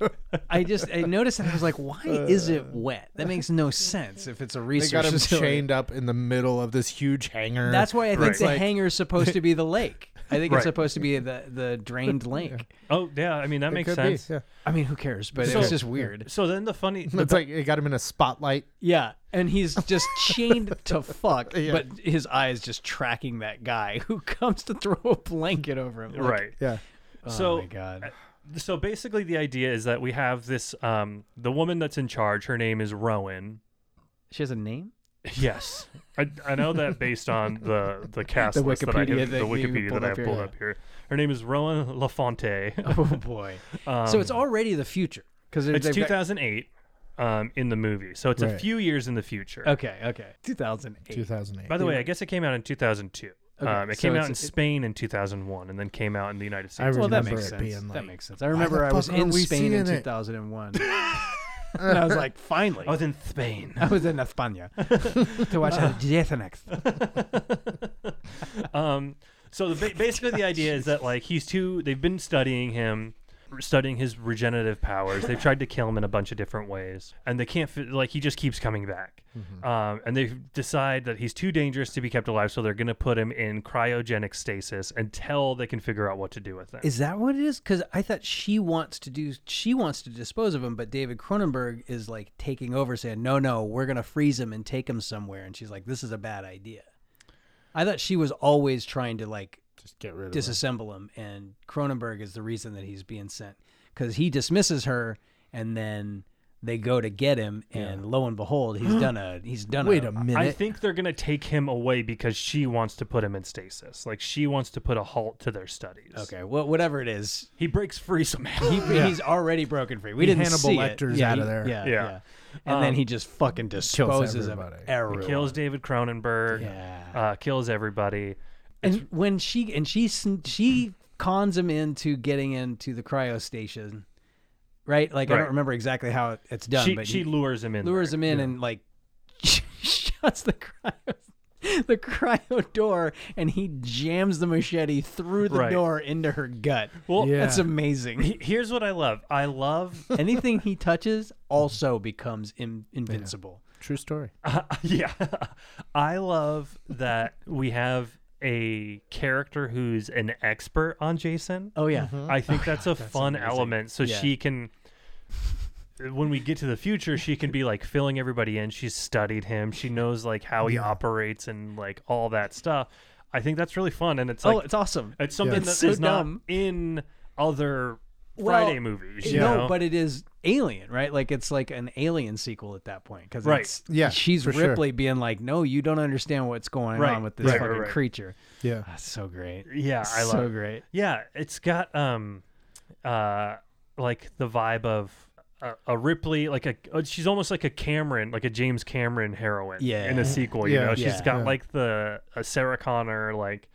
Speaker 3: I just I noticed that I was like, why is it wet? That makes no sense if it's a
Speaker 4: Uh, They
Speaker 3: research
Speaker 4: got him
Speaker 3: facility.
Speaker 4: chained up in the middle of this huge hangar.
Speaker 3: That's why I think
Speaker 2: Right.
Speaker 3: the
Speaker 4: Like-
Speaker 3: hangar is supposed to be the lake. I think
Speaker 2: Right.
Speaker 3: it's supposed to be the the drained lake.
Speaker 2: oh yeah, I mean that
Speaker 4: It
Speaker 2: makes
Speaker 4: could be,
Speaker 2: sense.
Speaker 4: yeah.
Speaker 3: I mean, who cares? But it
Speaker 2: So-
Speaker 3: was just weird.
Speaker 2: So then the funny, the
Speaker 4: It's like it got him in a spotlight.
Speaker 3: Yeah, and he's just chained to fuck,
Speaker 4: Yeah.
Speaker 3: but his eyes just tracking that guy who comes to throw a blanket over him. Like,
Speaker 2: right.
Speaker 4: Yeah.
Speaker 3: Oh
Speaker 2: So uh,
Speaker 3: my god.
Speaker 2: so basically the idea is that we have this um the woman that's in charge. Her name is Rowan.
Speaker 3: She has a name.
Speaker 2: Yes, I, I know that based on the the cast
Speaker 3: The
Speaker 2: list that I
Speaker 3: Wikipedia
Speaker 2: have, the
Speaker 3: that you
Speaker 2: Wikipedia
Speaker 3: pulled
Speaker 2: that I have
Speaker 3: up here,
Speaker 2: pulled
Speaker 3: yeah.
Speaker 2: up here. Her name is Rowan Lafonte.
Speaker 3: Oh boy. so it's already the future because
Speaker 2: Um, It's 2008 um, in the movie, so it's a
Speaker 4: Right.
Speaker 2: few years in the future.
Speaker 3: Okay, okay. 2008.
Speaker 4: 2008.
Speaker 2: By the way, I guess it came out in 2002.
Speaker 3: Okay,
Speaker 2: um, it
Speaker 3: so
Speaker 2: came out
Speaker 3: it's-
Speaker 2: in
Speaker 3: it-
Speaker 2: Spain in 2001, and then came out in the United
Speaker 4: I
Speaker 2: States.
Speaker 4: re-
Speaker 3: Well, that
Speaker 4: remember
Speaker 3: makes
Speaker 4: it
Speaker 3: sense.
Speaker 4: being
Speaker 3: that
Speaker 4: like,
Speaker 3: makes sense. I
Speaker 4: the
Speaker 3: remember I was
Speaker 4: fuck aren't
Speaker 3: in
Speaker 4: we
Speaker 3: Spain in
Speaker 4: seeing it?
Speaker 3: 2001. and I was like, finally.
Speaker 2: I was in Oh, Spain.
Speaker 3: I was in España to watch uh, Death Next.
Speaker 2: um, so the, ba- basically the idea is that like he's too. They've been studying him, studying his regenerative powers. They've tried to kill him in a bunch of different ways, and they can't. Fi- like he just keeps coming back,
Speaker 3: Mm-hmm.
Speaker 2: um, and they decide that he's too dangerous to be kept alive. So they're going to put him in cryogenic stasis until they can figure out what to do with him.
Speaker 3: Is that what it is? Because I thought she wants to do, she wants to dispose of him, but David Cronenberg is like taking over, saying, "No, no, we're gonna freeze him and take him somewhere." And she's like, "This is a bad idea." I thought she was always trying to like
Speaker 4: just get rid of it.
Speaker 3: disassemble him, and Cronenberg is the reason that he's being sent because he dismisses her, and then they go to get him, and lo and behold, he's done a he's done.
Speaker 4: Wait a minute.
Speaker 2: I think they're going to take him away because she wants to put him in stasis. Like she wants to put a halt to their studies.
Speaker 3: Okay, well, whatever it is,
Speaker 2: He breaks free somehow.
Speaker 3: He, He's already broken free. We didn't
Speaker 4: Hannibal
Speaker 3: see
Speaker 4: Lecter's
Speaker 3: it. Yeah,
Speaker 4: outta
Speaker 3: he-
Speaker 4: there. Um,
Speaker 3: Yeah,
Speaker 2: Yeah.
Speaker 3: yeah. And then he just fucking disposes of
Speaker 4: everybody. He
Speaker 3: everyone.
Speaker 2: kills David Cronenberg.
Speaker 3: Yeah.
Speaker 2: Uh, kills everybody.
Speaker 3: and when she and she sn- she cons him into getting into the cryo station, right? Like I
Speaker 2: Right.
Speaker 3: don't remember exactly how it- it's done,
Speaker 2: she
Speaker 3: but
Speaker 2: she
Speaker 3: he
Speaker 2: lures him in.
Speaker 3: lures
Speaker 2: there.
Speaker 3: him in and like shuts the cryo. the cryo door and he jams the machete through the
Speaker 2: Right.
Speaker 3: door into her gut.
Speaker 2: Well,
Speaker 4: Yeah.
Speaker 3: that's amazing.
Speaker 2: he- here's what I love. I love
Speaker 3: Anything he touches also becomes in- invincible.
Speaker 4: True story.
Speaker 2: yeah. I love that we have a character who's an expert on Jason.
Speaker 3: Oh yeah.
Speaker 2: I think that's a fun element. So
Speaker 3: Yeah.
Speaker 2: she can, when we get to the future, she can be like filling everybody in. She's studied him. She knows like how he operates and like all that stuff. I think that's really fun, and it's like
Speaker 3: oh, it's awesome.
Speaker 2: it's something
Speaker 3: It's
Speaker 2: that is
Speaker 3: so
Speaker 2: not
Speaker 3: dumb.
Speaker 2: in other
Speaker 3: Well,
Speaker 2: Friday movies. You
Speaker 3: no,
Speaker 2: know?
Speaker 3: but it is Alien, right? Like it's like an Alien sequel at that point because
Speaker 2: Right.
Speaker 3: it's
Speaker 4: Yeah,
Speaker 3: she's
Speaker 4: for sure.
Speaker 3: Ripley being like, "No, you don't understand what's going
Speaker 2: Right,
Speaker 3: on with this
Speaker 2: right,
Speaker 3: fucking
Speaker 2: right, right.
Speaker 3: creature."
Speaker 4: Yeah.
Speaker 3: That's so great.
Speaker 2: yeah, I love.
Speaker 3: so
Speaker 2: it.
Speaker 3: great.
Speaker 2: Yeah, it's got um, uh, like the vibe of a, a Ripley, like a uh, she's almost like a Cameron, like a James Cameron heroine.
Speaker 3: Yeah.
Speaker 2: in a sequel, you
Speaker 4: Yeah,
Speaker 2: know, she's
Speaker 3: yeah,
Speaker 2: got
Speaker 4: yeah.
Speaker 2: like the a Sarah Connor like.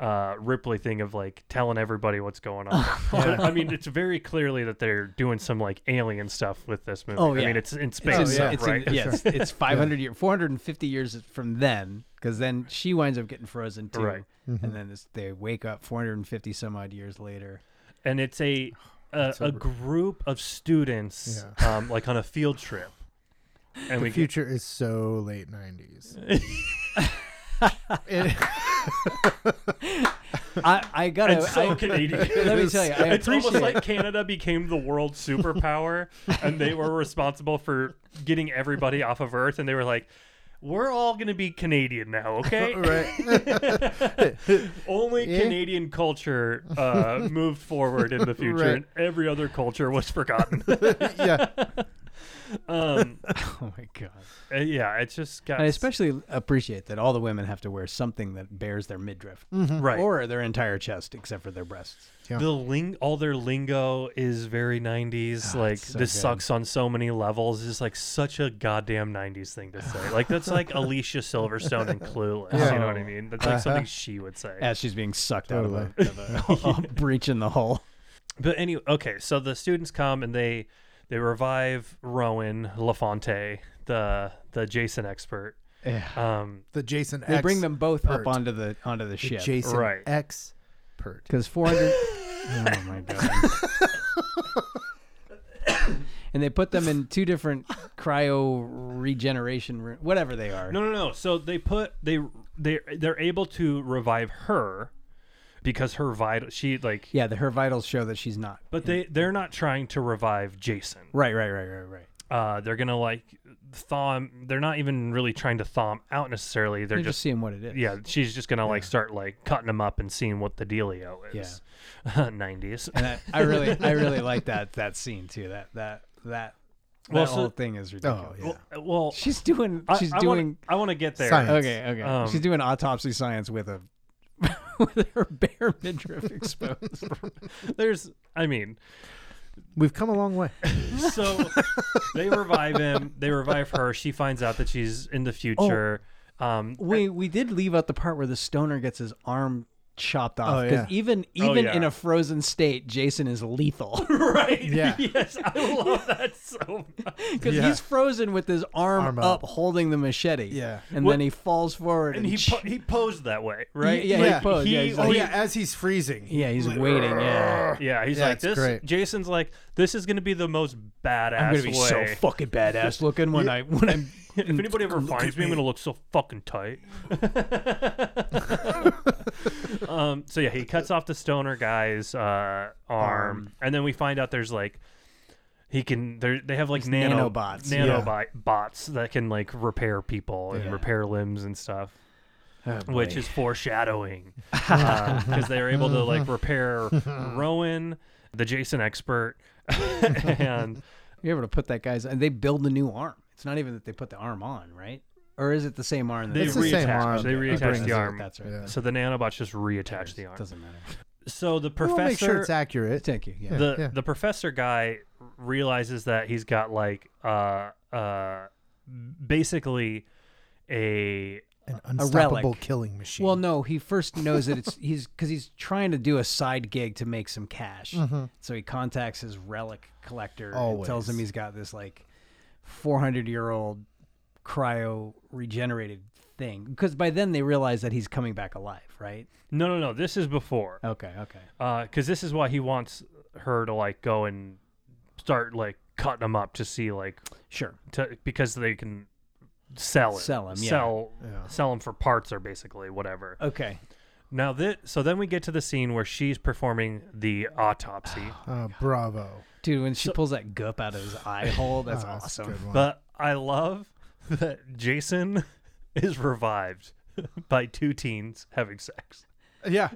Speaker 2: Uh, Ripley thing of like telling everybody what's going on. But, I mean, it's very clearly that they're doing some like alien stuff with this movie.
Speaker 3: Oh,
Speaker 2: I
Speaker 3: yeah.
Speaker 2: mean, it's in space,
Speaker 3: It's, in,
Speaker 4: yeah.
Speaker 2: right?
Speaker 3: it's, in- yeah, it's, it's 500 year, 450 years from then, because then she winds up getting frozen too,
Speaker 2: Right.
Speaker 4: Mm-hmm.
Speaker 3: and then this, they wake up 450 some odd years later.
Speaker 2: and it's a a, a group of students, um, like on a field trip, and we
Speaker 4: The future is so late 90s. It-
Speaker 3: I, I gotta,
Speaker 2: It's so
Speaker 3: I-
Speaker 2: Canadian.
Speaker 3: let me tell you, I
Speaker 2: it's almost
Speaker 3: appreciate-
Speaker 2: like Canada became the world superpower, and they were responsible for getting everybody off of Earth, and they were like, "We're all gonna be Canadian now, okay?
Speaker 4: right.
Speaker 2: Only
Speaker 4: Yeah.
Speaker 2: Canadian culture uh, moved forward in the future,
Speaker 4: Right.
Speaker 2: and every other culture was forgotten."
Speaker 4: yeah.
Speaker 2: um,
Speaker 3: oh my god!
Speaker 2: uh, yeah, it's just got
Speaker 3: I especially appreciate that all the women have to wear something that bears their midriff
Speaker 2: right.
Speaker 3: or their entire chest, except for their breasts.
Speaker 2: the ling all their lingo is very 90s like
Speaker 3: Ah, so
Speaker 2: this
Speaker 3: good.
Speaker 2: sucks on so many levels it's like such a goddamn 90s thing to say like that's like alicia silverstone and clueless you know what i mean that's like something she would say
Speaker 3: Uh-huh. As she's being sucked out of a, of a breach in the hull.
Speaker 2: but anyway okay so the students come and they they revive rowan lafonte the the jason expert
Speaker 3: Yeah.
Speaker 2: um
Speaker 4: The Jason
Speaker 3: They
Speaker 4: X.
Speaker 3: bring them both
Speaker 4: Pert.
Speaker 3: up onto the onto the ship.
Speaker 4: Jason
Speaker 2: Right.
Speaker 4: X. Pert.
Speaker 3: Because 400. oh my God. and they put them in two different cryo regeneration, ro- whatever they are.
Speaker 2: No, no, no. So they put they they they're able to revive her because her vital she like
Speaker 3: Yeah, the, her vitals show that she's not.
Speaker 2: but they they're not trying to revive Jason.
Speaker 3: Right, right, right, right, right.
Speaker 2: Uh, they're gonna like thaw him. They're not even really trying to thaw him out necessarily. They're
Speaker 3: They're just
Speaker 2: just,
Speaker 3: seeing what it is.
Speaker 2: yeah. She's just gonna like start like cutting him up and seeing what the dealio is. Yeah, nineties.
Speaker 3: And I, I really, I really like that that scene too. That that that
Speaker 2: Well,
Speaker 3: that
Speaker 2: so-
Speaker 3: whole thing
Speaker 4: Oh,
Speaker 3: is ridiculous.
Speaker 2: well, well,
Speaker 3: She's doing.
Speaker 2: I,
Speaker 3: She's
Speaker 2: I wanna-
Speaker 3: doing.
Speaker 2: I want to get there.
Speaker 4: Science.
Speaker 3: okay, okay.
Speaker 2: um,
Speaker 3: she's doing autopsy science with a with her bare midriff exposed.
Speaker 2: There's, I mean,
Speaker 4: We've come a long way.
Speaker 2: so they revive him. They revive her. She finds out that she's in
Speaker 3: Oh.
Speaker 2: the future. Um,
Speaker 3: Wait, we did leave out the part where the stoner gets his arm chopped off
Speaker 4: Oh,
Speaker 3: because
Speaker 4: yeah.
Speaker 3: even even
Speaker 2: yeah.
Speaker 3: in a frozen state, Jason is lethal
Speaker 2: right.
Speaker 4: Yeah.
Speaker 2: yes, I love that so much.
Speaker 3: because
Speaker 4: Yeah.
Speaker 3: he's frozen with his arm,
Speaker 4: Arm
Speaker 3: up.
Speaker 4: up.
Speaker 3: holding the machete.
Speaker 4: Yeah.
Speaker 3: and
Speaker 2: Well,
Speaker 3: then he falls forward and,
Speaker 2: And he
Speaker 3: ch-
Speaker 2: po- he posed that way, right?
Speaker 3: Yeah, he posed, yeah, he's
Speaker 4: Oh,
Speaker 3: like-
Speaker 4: yeah. As he's freezing.
Speaker 3: yeah, he's waiting. Yeah,
Speaker 2: Yeah, he's
Speaker 4: Yeah,
Speaker 2: like
Speaker 4: it's
Speaker 2: this.
Speaker 4: great.
Speaker 2: Jason's like this is gonna be the most badass
Speaker 3: I'm gonna be so
Speaker 2: way.
Speaker 3: fucking badass looking when I when I'm.
Speaker 2: if anybody ever finds me, I'm gonna look so fucking tight. um, so yeah, he cuts off the stoner guy's uh, arm, and then we find out there's like he can there they have like nano,
Speaker 3: nanobots,
Speaker 2: nanobot bots that can like repair people and
Speaker 3: Yeah.
Speaker 2: repair limbs and stuff.
Speaker 3: Oh, boy.
Speaker 2: which is foreshadowing uh, because they're able to like repair Rowan, the Jason expert, and
Speaker 3: you're able to put that guy's and they build a new arm. It's not even that they put the arm on, right? Or is it the same arm? That
Speaker 2: they
Speaker 4: It's the
Speaker 2: reattach.
Speaker 4: same arm.
Speaker 2: They
Speaker 4: Yeah.
Speaker 2: reattach
Speaker 4: Brings
Speaker 2: the
Speaker 4: it,
Speaker 2: arm.
Speaker 3: That's right.
Speaker 4: Yeah.
Speaker 2: So the nanobots just reattach the arm.
Speaker 3: Doesn't matter.
Speaker 2: So the
Speaker 4: We'll
Speaker 2: professor,
Speaker 4: make sure it's accurate.
Speaker 3: Thank you. Yeah.
Speaker 2: the
Speaker 4: yeah.
Speaker 2: the professor guy realizes that he's got like uh uh basically a
Speaker 4: An unstoppable
Speaker 3: relic.
Speaker 4: killing machine.
Speaker 3: Well, no, he first knows that it's he's because he's trying to do a side gig to make some cash. So he contacts his relic collector and tells
Speaker 4: Always.
Speaker 3: him he's got this like 400 year old cryo regenerated thing because by then they realize that he's coming back alive, right?
Speaker 2: No, no, no. This is before.
Speaker 3: Okay, okay.
Speaker 2: because this is why he wants her to like go and start like cutting them up to see like
Speaker 3: Sure.
Speaker 2: to, because they can sell it,
Speaker 3: Sell 'em, yeah.
Speaker 2: sell,
Speaker 4: Yeah.
Speaker 2: sell them for parts or basically whatever.
Speaker 3: Okay.
Speaker 2: Now that so then we get to the scene where she's performing the autopsy,
Speaker 4: Uh, bravo.
Speaker 3: Dude, when she pulls that gup out of his eye hole, that's
Speaker 4: Oh, a
Speaker 3: awesome.
Speaker 4: good one.
Speaker 2: but I love that Jason is revived by two teens having sex.
Speaker 4: yeah,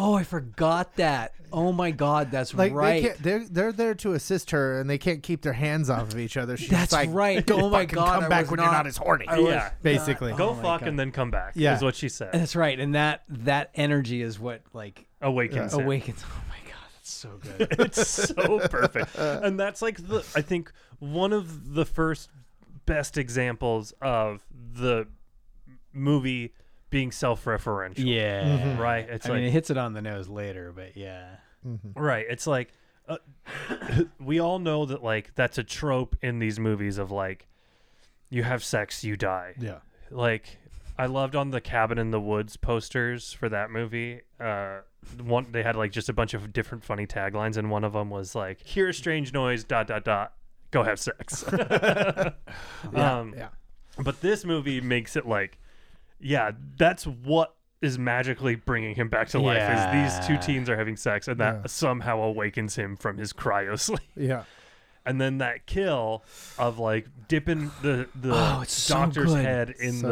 Speaker 3: Oh, I forgot that. Oh my god, that's
Speaker 4: like
Speaker 3: right.
Speaker 4: they can't, they're they're there to assist her, and they can't keep their hands off of each other. She's
Speaker 3: That's
Speaker 4: like,
Speaker 3: right.
Speaker 4: Go
Speaker 3: Oh my
Speaker 4: fucking
Speaker 3: God,
Speaker 4: Come
Speaker 3: I
Speaker 4: back
Speaker 3: was
Speaker 4: when you're
Speaker 3: not-
Speaker 4: not as horny.
Speaker 3: I was
Speaker 2: Yeah.
Speaker 4: Basically.
Speaker 2: Go
Speaker 3: Oh my
Speaker 2: fuck
Speaker 3: God.
Speaker 2: and then come back.
Speaker 4: Yeah.
Speaker 2: is what she said.
Speaker 3: That's right, and that that energy is what like
Speaker 2: Awakens. him.
Speaker 3: awakens. Oh my god, that's so good.
Speaker 2: it's so perfect and that's like the i think one of the first best examples of the movie being self-referential
Speaker 3: yeah.
Speaker 2: right it's
Speaker 3: I
Speaker 2: like
Speaker 3: mean, it hits it on the nose later, but yeah.
Speaker 2: right it's like uh, we all know that like that's a trope in these movies of like you have sex you die
Speaker 4: Yeah.
Speaker 2: like I loved on the cabin in the woods posters for that movie. Uh, one they had like just a bunch of different funny taglines, and one of them was like, "Hear a strange noise, dot dot dot, go have sex." um,
Speaker 4: Yeah.
Speaker 2: But this movie makes it like, yeah, that's what is magically bringing him back to life is these two
Speaker 3: Yeah.
Speaker 2: teens are having sex, and that
Speaker 4: Yeah.
Speaker 2: somehow awakens him from his cryo sleep
Speaker 4: Yeah.
Speaker 2: and then that kill of like dipping the the
Speaker 3: Oh, it's so
Speaker 2: doctor's
Speaker 3: good.
Speaker 2: head in
Speaker 4: So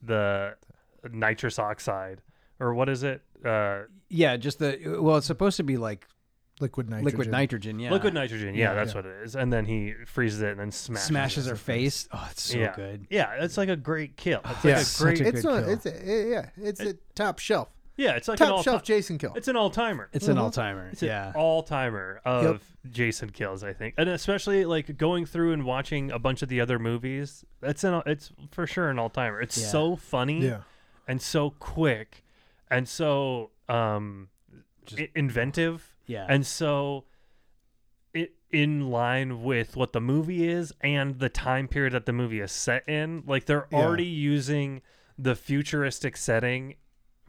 Speaker 2: the the nitrous oxide or what is it uh
Speaker 3: Yeah, just the well, it's supposed to be like
Speaker 4: Liquid nitrogen.
Speaker 3: liquid nitrogen, yeah.
Speaker 2: liquid nitrogen yeah,
Speaker 4: Yeah,
Speaker 2: that's
Speaker 4: yeah.
Speaker 2: what it is and then he freezes it and then smashes
Speaker 3: smashes
Speaker 2: it.
Speaker 3: her face. Oh, it's so
Speaker 2: yeah
Speaker 3: good.
Speaker 2: yeah it's like a great kill it's
Speaker 4: Yeah.
Speaker 2: like a
Speaker 4: Such
Speaker 2: great
Speaker 3: a
Speaker 4: It's
Speaker 3: good
Speaker 4: a,
Speaker 3: kill.
Speaker 4: it's a, yeah, it's a top shelf,
Speaker 2: yeah it's like an
Speaker 4: top
Speaker 2: all
Speaker 4: shelf Jason kill.
Speaker 2: it's an all timer
Speaker 3: It's
Speaker 4: Mm-hmm.
Speaker 3: an all timer.
Speaker 2: It's
Speaker 3: Yeah.
Speaker 2: an all timer of Jason kills, I think, and especially like going through and watching a bunch of the other movies. That's an it's for sure an all timer. It's
Speaker 3: Yeah.
Speaker 2: so funny,
Speaker 4: Yeah.
Speaker 2: and so quick, and so um, i- inventive,
Speaker 3: Yeah.
Speaker 2: and so it in line with what the movie is and the time period that the movie is set in. Like they're
Speaker 4: Yeah.
Speaker 2: already using the futuristic setting.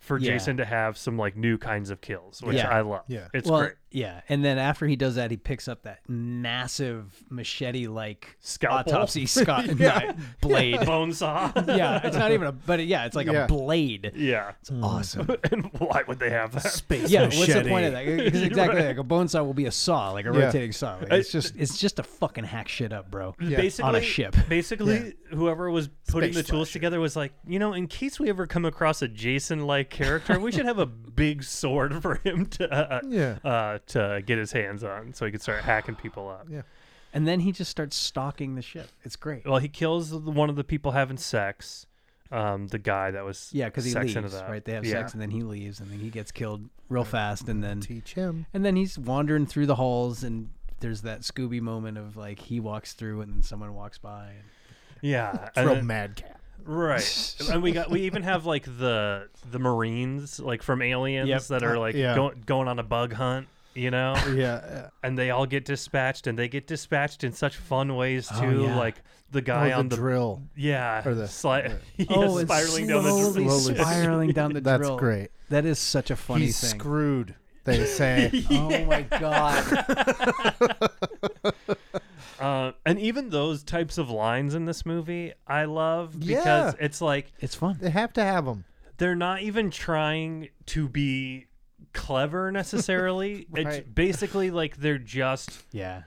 Speaker 2: For
Speaker 3: Yeah.
Speaker 2: Jason to have some like new kinds of kills, which
Speaker 3: Yeah.
Speaker 2: I love.
Speaker 4: Yeah.
Speaker 2: it's
Speaker 3: well,
Speaker 2: great.
Speaker 3: yeah, and then after he does that, he picks up that massive machete-like
Speaker 2: Scalpel.
Speaker 3: autopsy sco-
Speaker 4: Yeah.
Speaker 3: blade. Yeah.
Speaker 2: bone saw.
Speaker 3: it's not even a, but yeah, it's like
Speaker 4: Yeah.
Speaker 3: a blade.
Speaker 2: yeah.
Speaker 3: It's
Speaker 4: Mm.
Speaker 3: awesome.
Speaker 2: And why would they have that?
Speaker 4: Space
Speaker 3: Yeah, what's the point of that? It's exactly like a bone saw will be a saw, like a
Speaker 4: Yeah.
Speaker 3: rotating saw. Like, it's just, it's just to fucking hack shit up, bro.
Speaker 2: Basically,
Speaker 3: On a ship.
Speaker 2: Basically, whoever was putting
Speaker 4: Space
Speaker 2: the tools
Speaker 4: slasher.
Speaker 2: together was like, you know, in case we ever come across a Jason-like character, we should have a big sword for him to, uh,
Speaker 4: Yeah.
Speaker 2: uh, to get his hands on, so he could start hacking people up.
Speaker 4: Yeah.
Speaker 3: And then he just starts stalking the ship. It's great.
Speaker 2: Well, he kills the- one of the people having sex. Um, the guy that was
Speaker 3: Yeah, because he
Speaker 2: sexing
Speaker 3: leaves,
Speaker 2: it up.
Speaker 3: right? They have
Speaker 2: Yeah.
Speaker 3: sex, and then he leaves, and then he gets killed real fast, and then
Speaker 4: Teach him.
Speaker 3: and then he's wandering through the halls, and there's that Scooby moment of like he walks through, and then someone walks by.
Speaker 2: Yeah, and
Speaker 4: Throw
Speaker 2: then-
Speaker 4: madcap.
Speaker 2: Right. and we got we even have like the the Marines like from Aliens
Speaker 3: Yep.
Speaker 2: that are like
Speaker 4: Yeah.
Speaker 2: go, going on a bug hunt, you know?
Speaker 4: Yeah.
Speaker 2: and they all get dispatched and they get dispatched in such fun ways too,
Speaker 3: Oh, yeah.
Speaker 2: like the
Speaker 4: Uh,
Speaker 2: guy
Speaker 4: oh,
Speaker 2: on
Speaker 4: the,
Speaker 2: the,
Speaker 4: drill.
Speaker 2: yeah,
Speaker 4: or the-
Speaker 2: sli-
Speaker 4: or-
Speaker 2: yeah,
Speaker 3: oh, and
Speaker 2: spiraling down the
Speaker 3: slowly
Speaker 4: Slowly.
Speaker 3: spiraling down the
Speaker 4: That's
Speaker 3: drill.
Speaker 4: great.
Speaker 3: That is such a funny
Speaker 4: He's
Speaker 3: thing.
Speaker 4: screwed. They say.
Speaker 3: Oh my god!
Speaker 2: Uh, and even those types of lines in this movie, I love because
Speaker 4: Yeah.
Speaker 2: it's like
Speaker 3: It's fun.
Speaker 4: they have to have them.
Speaker 2: they're not even trying to be clever necessarily. It's
Speaker 4: Right.
Speaker 2: basically like they're just
Speaker 3: Yeah.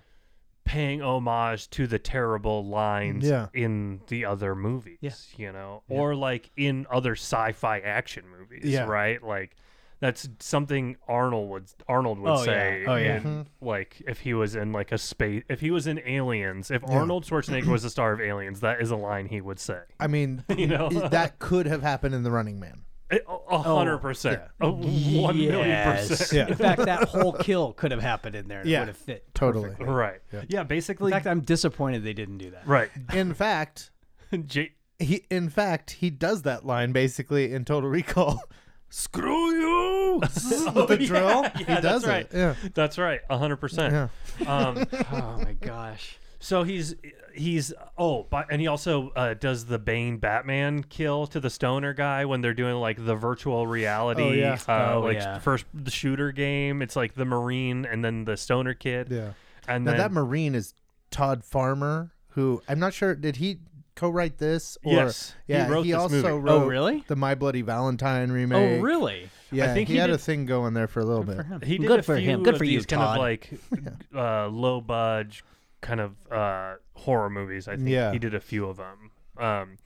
Speaker 2: paying homage to the terrible lines
Speaker 4: Yeah.
Speaker 2: in the other movies, you know, or like in other sci-fi action movies,
Speaker 4: Yeah.
Speaker 2: right? Like that's something Arnold would Arnold would
Speaker 3: Oh, yeah.
Speaker 2: say,
Speaker 3: Oh, yeah.
Speaker 2: in, like if he was in like a space, if he was in Aliens, if Arnold Schwarzenegger was the star of Aliens, that is a line he would say,
Speaker 4: I mean,
Speaker 2: you know,
Speaker 4: it- that could have happened in The Running Man.
Speaker 2: A- a hundred percent, A one million percent,
Speaker 4: Yeah.
Speaker 3: In fact, that whole kill could have happened in there. and It
Speaker 4: Yeah.
Speaker 3: would have fit.
Speaker 4: Totally.
Speaker 2: right? Yeah,
Speaker 3: In
Speaker 2: basically,
Speaker 3: fact, I'm disappointed they didn't do that.
Speaker 2: right.
Speaker 4: In fact,
Speaker 2: J-
Speaker 4: he in fact he does that line basically in Total Recall. Screw you with the
Speaker 2: yeah,
Speaker 4: drill.
Speaker 2: Oh, yeah,
Speaker 4: he
Speaker 2: that's
Speaker 4: does
Speaker 2: right.
Speaker 4: it. Yeah.
Speaker 2: That's right, a hundred percent. Um,
Speaker 3: Oh my gosh.
Speaker 2: So he's he's oh, but, and he also uh, does the Bane Batman kill to the stoner guy when they're doing like the virtual reality,
Speaker 4: Oh, yeah.
Speaker 2: uh,
Speaker 3: Oh,
Speaker 2: like
Speaker 3: yeah.
Speaker 2: first the shooter game. It's like the Marine and then the stoner kid.
Speaker 4: Yeah.
Speaker 2: And
Speaker 4: Now
Speaker 2: then,
Speaker 4: that Marine is Todd Farmer, who I'm not sure did he co-write this? Or,
Speaker 2: Yes, he
Speaker 4: yeah,
Speaker 2: wrote this
Speaker 4: also
Speaker 2: movie. Oh,
Speaker 4: wrote
Speaker 3: really?
Speaker 4: the My Bloody Valentine remake.
Speaker 3: Oh, really?
Speaker 4: Yeah,
Speaker 2: I think
Speaker 4: he,
Speaker 2: he
Speaker 4: had a
Speaker 2: did-
Speaker 4: thing going there for a little bit.
Speaker 2: he did
Speaker 5: Good
Speaker 2: a
Speaker 5: for
Speaker 2: few
Speaker 5: him. Good
Speaker 2: of
Speaker 5: for you,
Speaker 2: these kind
Speaker 5: Todd.
Speaker 2: of like uh, low budge kind of uh, horror movies. I think
Speaker 4: Yeah.
Speaker 2: he did a few of them. Um,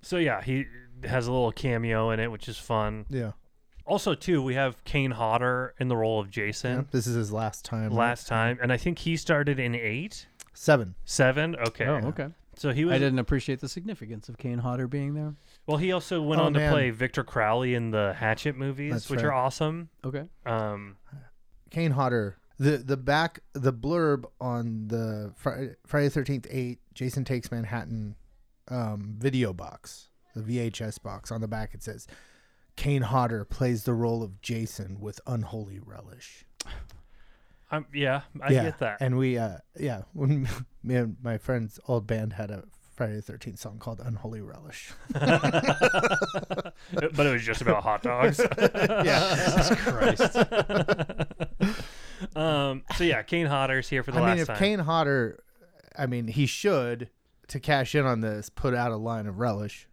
Speaker 2: so yeah, he has a little cameo in it, which is fun.
Speaker 4: Yeah.
Speaker 2: Also, too, we have Kane Hodder in the role of Jason
Speaker 4: This is his last time. right?
Speaker 2: last time, and I think he started in eight,
Speaker 4: seven.
Speaker 2: seven. Okay,
Speaker 3: Oh, okay.
Speaker 2: So he was.
Speaker 3: I didn't appreciate the significance of Kane Hodder being there.
Speaker 2: Well, he also went
Speaker 4: Oh,
Speaker 2: on
Speaker 4: man.
Speaker 2: to play Victor Crowley in the Hatchet movies,
Speaker 4: That's
Speaker 2: which
Speaker 4: right.
Speaker 2: are awesome.
Speaker 3: Okay.
Speaker 2: Um,
Speaker 4: Kane Hodder. The the back the blurb on the Friday, Friday 13th 8 Jason Takes Manhattan um, video box, the VHS box on the back it says Kane Hodder plays the role of Jason with unholy relish.
Speaker 2: I'm, yeah, I
Speaker 4: yeah.
Speaker 2: get that.
Speaker 4: And we uh yeah, when me and my friend's old band had a Friday the 13th song called Unholy Relish.
Speaker 2: but it was just about hot dogs.
Speaker 3: Christ.
Speaker 2: um, so yeah, Kane Hodder's here for the
Speaker 4: I
Speaker 2: last
Speaker 4: mean if
Speaker 2: time.
Speaker 4: Kane Hodder I mean he should to cash in on this put out a line of relish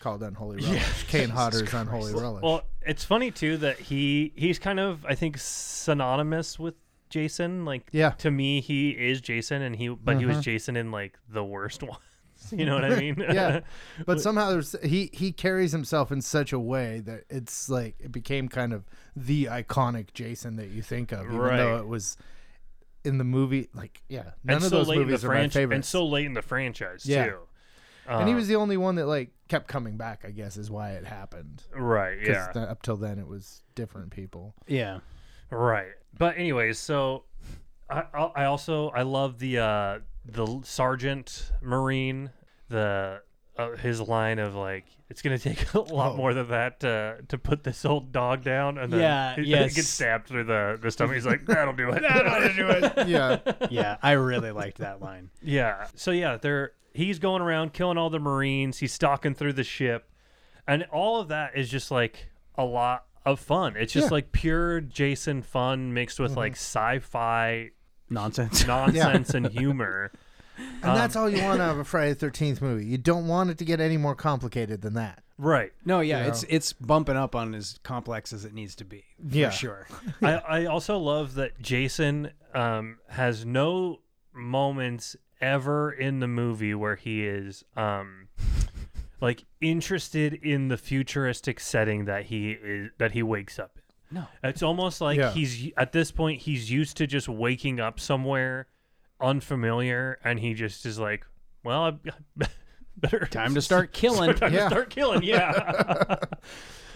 Speaker 4: called Unholy Relish. Kane Hodder's Unholy Relish.
Speaker 2: well, it's funny too that he he's kind of I think synonymous with Jason. Like
Speaker 4: Yeah. Mm-hmm.
Speaker 2: to me he is Jason, and he but he was Jason in like the worst ones. You know what I mean?
Speaker 4: yeah, but somehow there's, he he carries himself in such a way that it's like it became kind of the iconic Jason that you think of, even though
Speaker 2: Right.
Speaker 4: it was in the movie. Like, yeah,
Speaker 2: and
Speaker 4: none of
Speaker 2: so
Speaker 4: those
Speaker 2: late in the
Speaker 4: movies are my
Speaker 2: franchise,
Speaker 4: favorites.
Speaker 2: and so late in the franchise
Speaker 4: Yeah.
Speaker 2: too.
Speaker 4: And
Speaker 3: Uh-huh.
Speaker 4: he was the only one that like kept coming back. I guess is why it happened.
Speaker 2: Right.
Speaker 4: 'Cause
Speaker 2: Yeah.
Speaker 4: th- up till then it was different people.
Speaker 3: Yeah.
Speaker 2: Right. But anyways, so I I I also I love the uh the sergeant marine the uh, his line of like it's gonna take a lot
Speaker 4: Oh.
Speaker 2: more than that to to put this old dog down and then
Speaker 3: Yeah,
Speaker 2: he,
Speaker 3: yes.
Speaker 2: he gets stabbed through the the stomach. He's like that'll do it. that'll do it.
Speaker 4: Yeah,
Speaker 3: Yeah. I really liked that line.
Speaker 2: Yeah. So yeah, they're he's going around killing all the Marines. He's stalking through the ship, and all of that is just like a lot of fun. It's just
Speaker 4: Yeah.
Speaker 2: like pure Jason fun mixed with like sci-fi
Speaker 3: Nonsense.
Speaker 2: nonsense and humor.
Speaker 4: and
Speaker 3: Um,
Speaker 4: that's all you want out of a Friday Thirteenth movie. You don't want it to get any more complicated than that.
Speaker 2: Right.
Speaker 3: No, yeah, it's it's bumping up on as complex as it needs to be. For
Speaker 4: Yeah.
Speaker 3: sure.
Speaker 2: I, I also love that Jason um, has no moments ever in the movie where he is um, like interested in the futuristic setting that he is that he wakes up in.
Speaker 3: No.
Speaker 2: It's almost like
Speaker 4: Yeah.
Speaker 2: he's at this point he's used to just waking up somewhere unfamiliar and he just is like, well, I better
Speaker 3: Time to start killing.
Speaker 2: time to
Speaker 4: Yeah.
Speaker 2: start killing, yeah.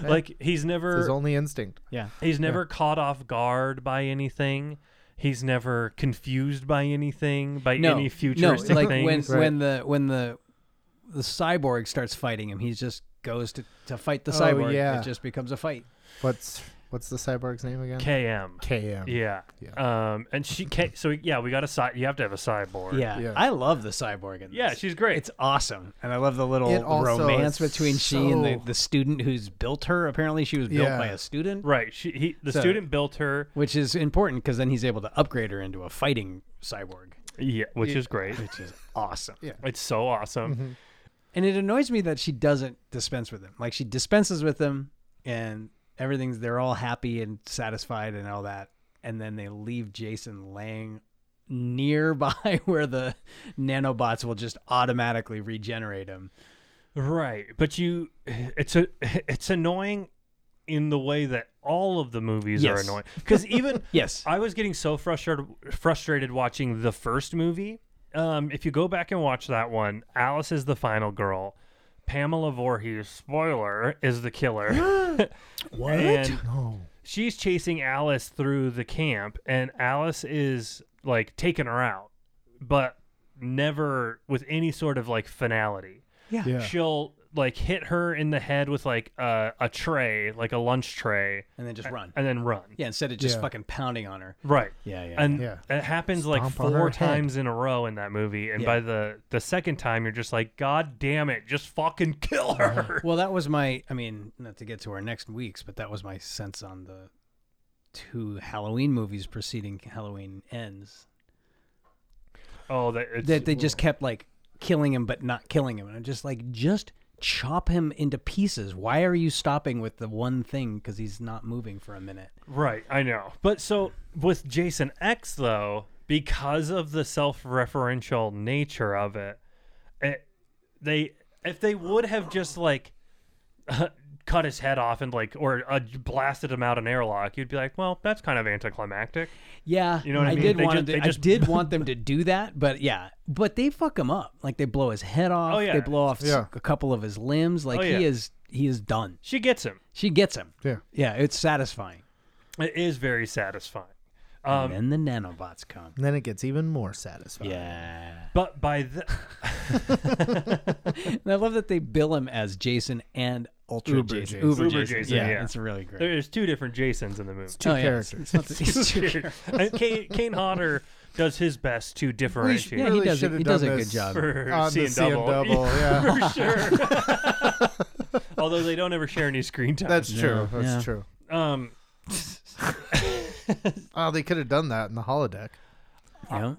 Speaker 2: like he's never
Speaker 4: His only instinct.
Speaker 3: yeah.
Speaker 2: He's never caught off guard by anything. He's never confused by anything, by
Speaker 3: No.
Speaker 2: any futuristic
Speaker 3: no, like when
Speaker 2: things.
Speaker 3: when the when the the cyborg starts fighting him, he just goes to to fight the
Speaker 4: Oh,
Speaker 3: cyborg.
Speaker 4: yeah.
Speaker 3: It just becomes a fight. What's
Speaker 4: What's the cyborg's name again?
Speaker 2: KM.
Speaker 4: KM.
Speaker 2: yeah. Um, and she can so yeah, we got a side. You have to have a cyborg.
Speaker 3: yeah,
Speaker 4: Yeah.
Speaker 3: I love the cyborg in this.
Speaker 2: Yeah, she's great.
Speaker 3: It's awesome, and I love the little
Speaker 4: It also
Speaker 3: romance
Speaker 4: is
Speaker 3: between she and the,
Speaker 4: so-
Speaker 3: the student who's built her. Apparently, she was built
Speaker 4: Yeah.
Speaker 3: by a student,
Speaker 2: right. She he the
Speaker 3: So-
Speaker 2: student built her.
Speaker 3: which is important because then he's able to upgrade her into a fighting cyborg,
Speaker 2: Yeah, which is great.
Speaker 3: which is awesome. yeah.
Speaker 2: It's so awesome.
Speaker 3: And it annoys me that she doesn't dispense with them. Like she dispenses with them and everything's they're all happy and satisfied and all that. And then they leave Jason laying nearby where the nanobots will just automatically regenerate him.
Speaker 2: Right, but you, it's a, it's annoying, in the way that all of the movies are
Speaker 3: Yes.
Speaker 2: annoying. Because even
Speaker 3: Yes.
Speaker 2: I was getting so frustrated frustrated watching the first movie. Um, if you go back and watch that one, Alice is the final girl. Pamela Voorhees, spoiler, is the killer. what? And She's chasing Alice through the camp, and Alice is like taking her out, but never with any sort of like finality.
Speaker 4: Yeah.
Speaker 2: She'll like hit her in the head with like a, a tray, like a lunch tray,
Speaker 3: and then just run.
Speaker 2: and then run.
Speaker 3: Yeah, instead of just
Speaker 4: Yeah.
Speaker 3: fucking pounding on her.
Speaker 2: Right.
Speaker 3: Yeah, yeah.
Speaker 2: And
Speaker 4: Yeah.
Speaker 2: it happens like
Speaker 4: Stomp on her
Speaker 2: four
Speaker 4: head.
Speaker 2: times in a row in that movie, and
Speaker 3: Yeah.
Speaker 2: by the the second time, you're just like, God damn it, just fucking kill
Speaker 4: Uh-huh.
Speaker 2: her.
Speaker 3: well, that was my. I mean, not to get to our next weeks, but that was my sense on the two Halloween movies preceding Halloween ends.
Speaker 2: Oh, that it's,
Speaker 3: That they just kept like killing him, but not killing him, and I'm just like, just chop him into pieces. Why are you stopping with the one thing? Because he's not moving for a minute.
Speaker 2: Right, I know. But so with Jason X though, because of the self-referential nature of it, it they if they would have just like cut his head off and like or uh, blasted him out an airlock, you'd be like, well, that's kind of anticlimactic.
Speaker 3: Yeah,
Speaker 2: You know what I mean?
Speaker 3: did
Speaker 2: They
Speaker 3: want
Speaker 2: just-
Speaker 3: to,
Speaker 2: they just-
Speaker 3: I did want them to do that, but yeah, but they fuck him up. Like they blow his head off.
Speaker 2: Oh, yeah.
Speaker 3: they blow off s-
Speaker 4: Yeah.
Speaker 3: a couple of his limbs. Like
Speaker 2: Oh,
Speaker 3: he
Speaker 2: yeah.
Speaker 3: is, he is done.
Speaker 2: She gets him.
Speaker 3: She gets him.
Speaker 4: Yeah.
Speaker 3: Yeah, it's satisfying.
Speaker 2: It is very satisfying. Um,
Speaker 3: and then the nanobots come.
Speaker 4: And then it gets even more satisfying.
Speaker 3: Yeah,
Speaker 2: but by the
Speaker 3: and I love that they bill him as Jason and Ultra
Speaker 4: Uber
Speaker 3: Jason.
Speaker 4: Jason.
Speaker 2: Uber Jason, yeah.
Speaker 3: it's really great.
Speaker 2: there's two different Jasons in the movie.
Speaker 4: Two
Speaker 3: Oh, yeah, it's- it's
Speaker 4: characters.
Speaker 3: not the- it's two characters.
Speaker 2: and Kane, Kane Hodder does his best to differentiate.
Speaker 3: Yeah, he does a-
Speaker 4: should've
Speaker 3: he does
Speaker 4: done
Speaker 3: a good
Speaker 4: this
Speaker 3: job.
Speaker 2: for
Speaker 4: on the
Speaker 2: seeing double.
Speaker 4: double. Yeah,
Speaker 2: for sure. Although they don't ever share any screen time.
Speaker 4: that's true.
Speaker 3: Yeah.
Speaker 4: That's
Speaker 3: Yeah.
Speaker 4: true.
Speaker 2: um,
Speaker 4: Oh, they could have done that in the holodeck.
Speaker 3: You know?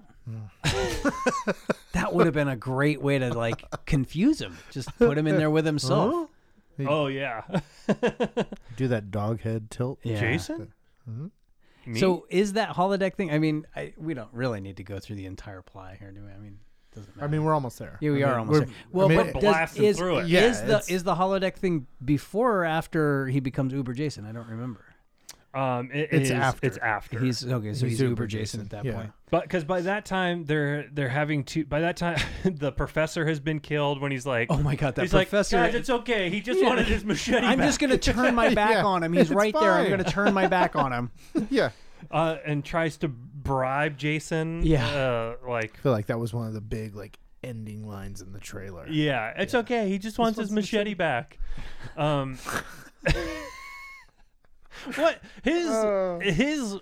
Speaker 3: that would have been a great way to like confuse him. Just put him in there with himself.
Speaker 2: oh yeah,
Speaker 4: Do that dog head tilt.
Speaker 3: Yeah.
Speaker 2: Jason. Me?
Speaker 3: Mm-hmm. So is that holodeck thing? I mean, I, we don't really need to go through the entire plot here, do we? I mean, doesn't matter.
Speaker 4: I mean, we're almost there.
Speaker 3: yeah, we are
Speaker 4: I mean,
Speaker 3: almost.
Speaker 4: we're-
Speaker 3: There. Well,
Speaker 4: I mean,
Speaker 3: but
Speaker 4: it-
Speaker 3: does,
Speaker 2: blasting
Speaker 3: is,
Speaker 2: through it.
Speaker 4: Yeah,
Speaker 3: is the
Speaker 4: it's-
Speaker 3: is the holodeck thing before or after he becomes Uber Jason? I don't remember.
Speaker 2: um, it
Speaker 4: It's
Speaker 2: is-
Speaker 4: after.
Speaker 2: It's after.
Speaker 3: He's okay, so he's,
Speaker 4: He's
Speaker 3: Uber,
Speaker 4: Uber
Speaker 3: Jason,
Speaker 4: Jason,
Speaker 3: at that
Speaker 4: yeah.
Speaker 3: point.
Speaker 2: But because by that time they're they're having to by that time the professor has been killed when he's like
Speaker 3: Oh my God, that
Speaker 2: he's
Speaker 3: professor-
Speaker 2: like, guys it's okay he just
Speaker 3: Yeah.
Speaker 2: wanted his machete
Speaker 3: I'm
Speaker 2: back."
Speaker 3: just gonna turn my back
Speaker 4: Yeah,
Speaker 3: on him. He's
Speaker 4: it's
Speaker 3: right there. I'm
Speaker 4: fine.
Speaker 3: gonna turn my back on him.
Speaker 4: yeah. I
Speaker 2: uh, and tries to bribe Jason
Speaker 3: Yeah.
Speaker 2: uh, like
Speaker 4: feel like that was one of the big like ending lines in the trailer.
Speaker 2: yeah it's okay he just wants his machete back um what his his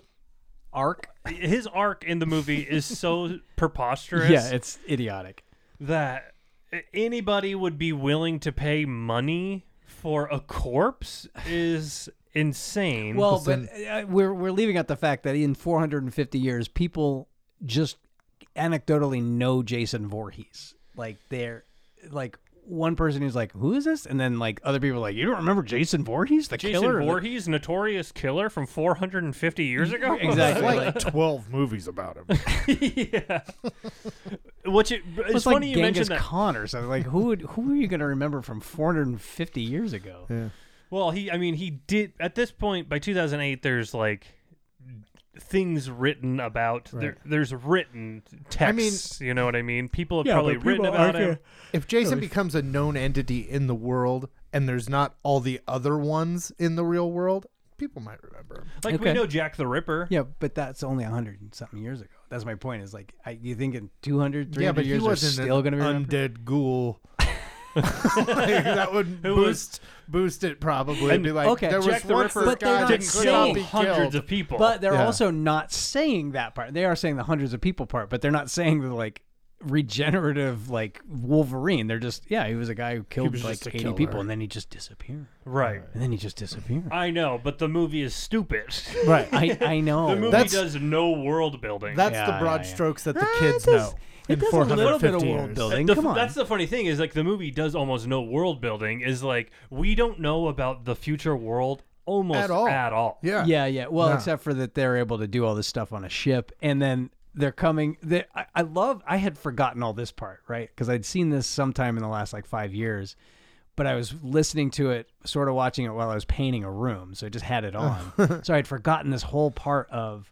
Speaker 3: Arc.
Speaker 2: his arc in the movie is so preposterous
Speaker 3: Yeah, it's idiotic.
Speaker 2: that anybody would be willing to pay money for a corpse is insane.
Speaker 3: Well, but uh, we're we're leaving out the fact that in 450 years, people just anecdotally know Jason Voorhees. Like they're like one person who's like, "Who is this?" and then like other people are like, "You don't remember Jason Voorhees, the
Speaker 2: Jason
Speaker 3: killer?"
Speaker 2: Voorhees, notorious killer from 450 years ago.
Speaker 3: Exactly.
Speaker 4: like twelve movies about him.
Speaker 2: yeah. Which it, it's,
Speaker 3: It's like
Speaker 2: funny you
Speaker 3: Genghis
Speaker 2: mentioned that.
Speaker 3: Khan or something. Like who would, who are you going to remember from 450 years ago?
Speaker 2: Well, he I mean he did at this point by 2008 there's like things written about there, there's written texts, you know what I mean? People have probably written about him.
Speaker 4: If Jason becomes a known entity in the world, and there's not all the other ones in the real world, people might remember him.
Speaker 2: Like
Speaker 3: Okay.
Speaker 2: we know Jack the Ripper.
Speaker 3: Yeah, but that's only 100 and something years ago. That's my point. Is like, I, you think in 200, 300
Speaker 4: Yeah, but he
Speaker 3: years, they're
Speaker 4: wasn't
Speaker 3: still going
Speaker 4: an
Speaker 3: to be remembered?
Speaker 4: undead ghoul. Like, that would boost boost it probably.
Speaker 2: And-
Speaker 4: be like,
Speaker 3: okay,
Speaker 4: there
Speaker 2: Jack
Speaker 4: was
Speaker 2: the
Speaker 4: one
Speaker 2: Ripper
Speaker 4: first
Speaker 3: But they're
Speaker 4: guy
Speaker 3: not
Speaker 4: that
Speaker 2: did
Speaker 4: could
Speaker 2: kill
Speaker 4: not
Speaker 3: saying-
Speaker 4: be
Speaker 2: hundreds
Speaker 4: killed.
Speaker 2: of people.
Speaker 3: But they're
Speaker 4: Yeah.
Speaker 3: also not saying that part. They are saying the hundreds of people part, but they're not saying the like regenerative like Wolverine. They're just yeah, he was a guy who killed
Speaker 4: was
Speaker 3: like
Speaker 4: just a
Speaker 3: eighty
Speaker 4: killer.
Speaker 3: people and then he just disappeared.
Speaker 2: right.
Speaker 3: And then he just disappeared.
Speaker 2: I know, but the movie is stupid.
Speaker 3: Right. I, I know.
Speaker 2: the movie
Speaker 4: That's-
Speaker 2: does no world building.
Speaker 4: That's
Speaker 3: Yeah,
Speaker 4: the broad
Speaker 3: yeah, yeah.
Speaker 4: strokes that the
Speaker 3: Ah,
Speaker 4: kids
Speaker 3: it does-
Speaker 4: know.
Speaker 3: it
Speaker 4: in
Speaker 3: does a little bit of
Speaker 4: 450
Speaker 3: world
Speaker 4: years.
Speaker 3: building.
Speaker 2: The-
Speaker 3: Come on.
Speaker 2: That's the funny thing is like the movie does almost no world building is like we don't know about the future world almost
Speaker 4: At all.
Speaker 2: At all.
Speaker 4: Yeah.
Speaker 3: yeah, yeah. Well,
Speaker 4: Nah.
Speaker 3: except for that they're able to do all this stuff on a ship and then they're coming they, I, I love i had forgotten all this part right because i'd seen this sometime in the last like five years but i was listening to it sort of watching it while i was painting a room so i just had it on so i'd forgotten this whole part of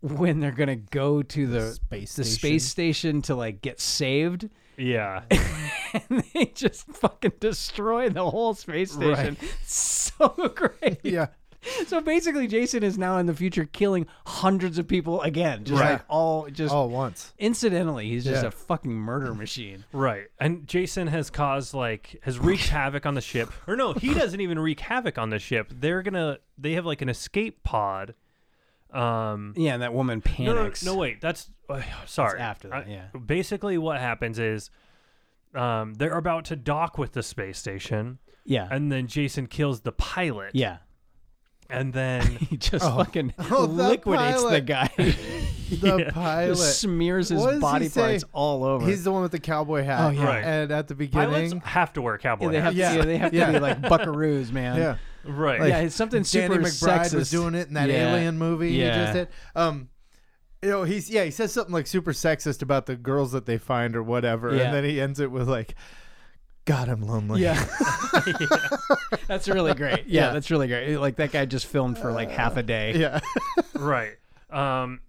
Speaker 3: when they're gonna go to the,
Speaker 4: space
Speaker 3: the space station to like get saved
Speaker 2: Yeah.
Speaker 3: and they just fucking destroy the whole space station so great
Speaker 4: Yeah.
Speaker 3: So basically, Jason is now in the future killing hundreds of people again, just
Speaker 2: Right.
Speaker 3: like all just
Speaker 4: all at once.
Speaker 3: incidentally. He's just
Speaker 4: Oh. Yeah.
Speaker 3: a fucking murder machine.
Speaker 2: Right. And Jason has caused like has wreaked havoc on the ship. Or no, he doesn't even wreak havoc on the ship. They're gonna they have like an escape pod. Um
Speaker 4: Mm-hmm.
Speaker 3: Yeah, and that woman
Speaker 2: no, no,
Speaker 3: panics.
Speaker 2: no, wait. That's uh, sorry.
Speaker 3: after that,
Speaker 2: I-
Speaker 3: yeah.
Speaker 2: Basically, what happens is um, they're about to dock with the space station,
Speaker 3: Yeah,
Speaker 2: and then Jason kills the pilot.
Speaker 3: yeah.
Speaker 2: and then
Speaker 3: He just fucking
Speaker 4: Oh, the
Speaker 3: liquidates the
Speaker 4: pilot.
Speaker 3: guy.
Speaker 4: The pilot
Speaker 3: just smears his
Speaker 4: What does he
Speaker 3: body
Speaker 4: say?
Speaker 3: parts all over.
Speaker 4: He's the one with the cowboy hat.
Speaker 3: Oh, yeah.
Speaker 2: Right.
Speaker 4: And at the
Speaker 2: pilots
Speaker 4: beginning,
Speaker 2: have to wear cowboy
Speaker 3: yeah, they have
Speaker 2: hats.
Speaker 4: Yeah.
Speaker 3: to, yeah, they have to
Speaker 4: Yeah.
Speaker 3: be like buckaroos, man.
Speaker 4: yeah,
Speaker 2: Right.
Speaker 3: yeah, it's something super
Speaker 4: Danny McBride was
Speaker 3: sexist.
Speaker 4: doing it in that
Speaker 3: Yeah.
Speaker 4: Alien movie
Speaker 3: Yeah.
Speaker 4: he just did. Um, you know, he's yeah, he says something like super sexist about the girls that they find or whatever,
Speaker 3: Yeah.
Speaker 4: and then he ends it with like, "God, I'm lonely."
Speaker 3: Yeah. that's really great. Yeah,
Speaker 4: Yeah.
Speaker 3: that's really great. Like that guy just filmed for like half a day.
Speaker 4: yeah,
Speaker 2: right um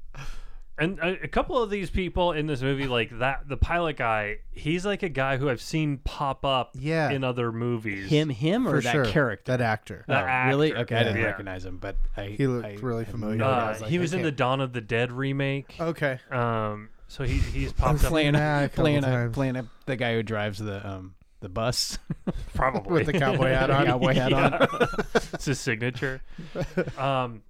Speaker 2: and a, a couple of these people in this movie like that the pilot guy he's like a guy who i've seen pop up
Speaker 4: Yeah.
Speaker 2: in other movies
Speaker 3: Him, him, or
Speaker 4: for
Speaker 3: that
Speaker 4: sure.
Speaker 3: character?
Speaker 4: that actor.
Speaker 2: That
Speaker 3: oh, really?
Speaker 2: actor.
Speaker 3: Okay, I didn't
Speaker 2: Yeah.
Speaker 3: recognize him, but I,
Speaker 4: He looked
Speaker 3: I
Speaker 4: really
Speaker 3: had
Speaker 4: familiar.
Speaker 2: uh,
Speaker 3: No doubt.
Speaker 4: was like,
Speaker 2: he
Speaker 4: I
Speaker 2: was in the
Speaker 4: can't-
Speaker 2: dawn of the dead remake
Speaker 4: okay,
Speaker 2: um so he he's popped up
Speaker 3: playing
Speaker 4: that a
Speaker 3: a,
Speaker 4: couple
Speaker 3: playing a,
Speaker 4: times.
Speaker 3: playing a, the guy who drives the um the bus.
Speaker 2: probably
Speaker 4: with the cowboy hat on.
Speaker 3: Cowboy hat on.
Speaker 2: it's his signature um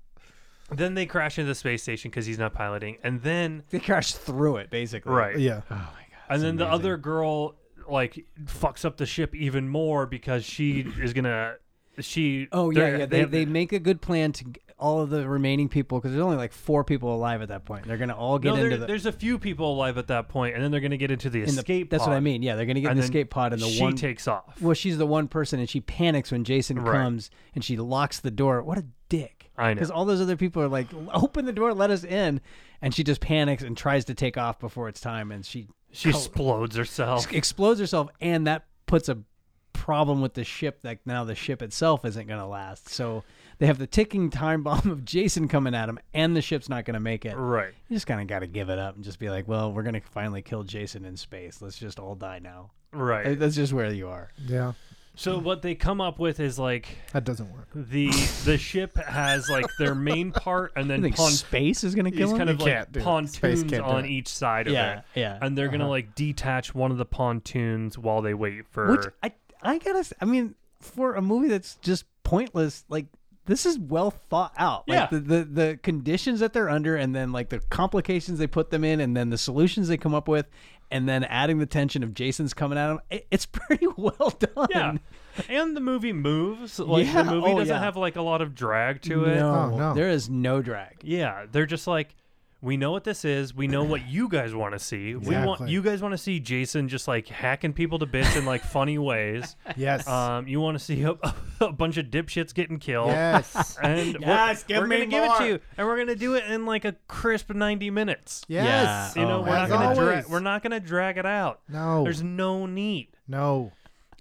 Speaker 2: then they crash into the space station because he's not piloting and then
Speaker 3: they crash through it basically.
Speaker 2: right
Speaker 4: Yeah,
Speaker 3: Oh my god.
Speaker 2: and
Speaker 3: that's
Speaker 2: then the
Speaker 3: amazing.
Speaker 2: other girl like fucks up the ship even more because she is gonna she
Speaker 3: Oh
Speaker 2: they're-
Speaker 3: yeah, yeah. They,
Speaker 2: have-
Speaker 3: they make a good plan to g- all of the remaining people because there's only like four people alive at that point. They're gonna all get
Speaker 2: no, there-
Speaker 3: into the
Speaker 2: there's a few people alive at that point and then they're gonna get into the
Speaker 3: in the-
Speaker 2: escape
Speaker 3: That's what I
Speaker 2: pod,
Speaker 3: mean. Yeah, they're gonna get in
Speaker 2: and
Speaker 3: the
Speaker 2: then
Speaker 3: escape pod and the
Speaker 2: she
Speaker 3: one
Speaker 2: takes off
Speaker 3: Well, she's the one person, and she panics when Jason
Speaker 2: Right.
Speaker 3: comes, and she locks the door. What a dick!
Speaker 2: I know.
Speaker 3: because all those other people are like, "Open the door, let us in," and she just panics and tries to take off before it's time, and she
Speaker 2: she explodes herself
Speaker 3: explodes herself, and that puts a problem with the ship. Like now, the ship itself isn't going to last, so they have the ticking time bomb of Jason coming at him, and the ship's not going to make it.
Speaker 2: right
Speaker 3: You just kind of got to give it up and just be like, "Well, we're going to finally kill Jason in space. Let's just all die now."
Speaker 2: right
Speaker 3: That's just where you are.
Speaker 4: yeah,
Speaker 2: so what they come up with is like
Speaker 4: that doesn't work.
Speaker 3: Uh,
Speaker 2: the the ship has like their main part and
Speaker 3: You
Speaker 2: then
Speaker 3: think
Speaker 2: pon-
Speaker 3: space is going to kill
Speaker 2: these
Speaker 3: him?
Speaker 2: kind of like
Speaker 4: can't do it. Space
Speaker 2: pontoons
Speaker 4: can't do
Speaker 2: on
Speaker 4: it.
Speaker 2: each side of
Speaker 3: Yeah,
Speaker 2: it
Speaker 3: yeah. Uh-huh.
Speaker 2: and they're gonna like detach one of the pontoons while they wait for
Speaker 3: Which I I gotta s- I mean for a movie that's just pointless like this is well thought out.
Speaker 2: Yeah.
Speaker 3: Like the, the the conditions that they're under and then like the complications they put them in and then the solutions they come up with and then adding the tension of Jason's coming at him. It, it's pretty well done.
Speaker 2: Yeah. And the movie moves. Like
Speaker 3: Yeah,
Speaker 2: the movie
Speaker 3: oh,
Speaker 2: doesn't
Speaker 3: yeah.
Speaker 2: have like a lot of drag to it.
Speaker 3: No,
Speaker 4: Oh, no.
Speaker 3: There is no drag.
Speaker 2: Yeah. They're just like, we know what this is. We know what you guys want to see. We want
Speaker 4: Exactly.
Speaker 2: you guys want to see Jason just like hacking people to bits in like funny ways.
Speaker 4: Yes,
Speaker 3: oh.
Speaker 2: Um, you want to see a, a bunch of dipshits getting killed.
Speaker 4: yes,
Speaker 2: And
Speaker 3: Yes,
Speaker 2: we're,
Speaker 3: give
Speaker 2: we're
Speaker 3: me
Speaker 2: gonna give it to
Speaker 3: more.
Speaker 2: you, and we're gonna do it in like a crisp ninety minutes.
Speaker 4: yes.
Speaker 3: Yeah.
Speaker 2: you know
Speaker 3: Oh,
Speaker 2: we're not
Speaker 4: as
Speaker 2: gonna dra-
Speaker 4: always.
Speaker 2: we're not gonna drag it out.
Speaker 4: No.
Speaker 2: there's no need.
Speaker 4: No.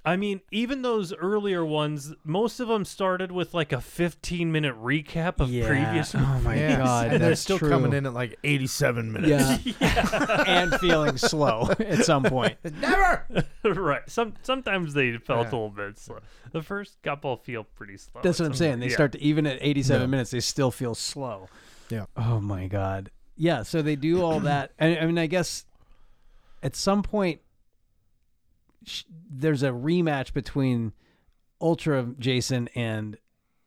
Speaker 2: I mean, even those earlier ones, most of them started with like a 15 minute recap of previous.
Speaker 3: Oh my
Speaker 4: Yeah.
Speaker 3: god.
Speaker 4: and they're
Speaker 3: that's
Speaker 4: still
Speaker 3: true.
Speaker 4: coming in at like 87 minutes.
Speaker 3: Yeah. and feeling slow at some point.
Speaker 4: Never.
Speaker 2: right. Some sometimes they felt
Speaker 4: Yeah.
Speaker 2: a little bit slow. The first couple feel pretty slow.
Speaker 3: That's
Speaker 2: at
Speaker 3: what I'm
Speaker 2: some
Speaker 3: saying.
Speaker 2: point.
Speaker 3: They
Speaker 2: Yeah.
Speaker 3: start to even at 87
Speaker 4: Yeah.
Speaker 3: minutes, they still feel slow.
Speaker 4: Yeah.
Speaker 3: Oh my god. Yeah. So they do all that. I, I mean, I guess at some point sh- there's a rematch between Ultra Jason and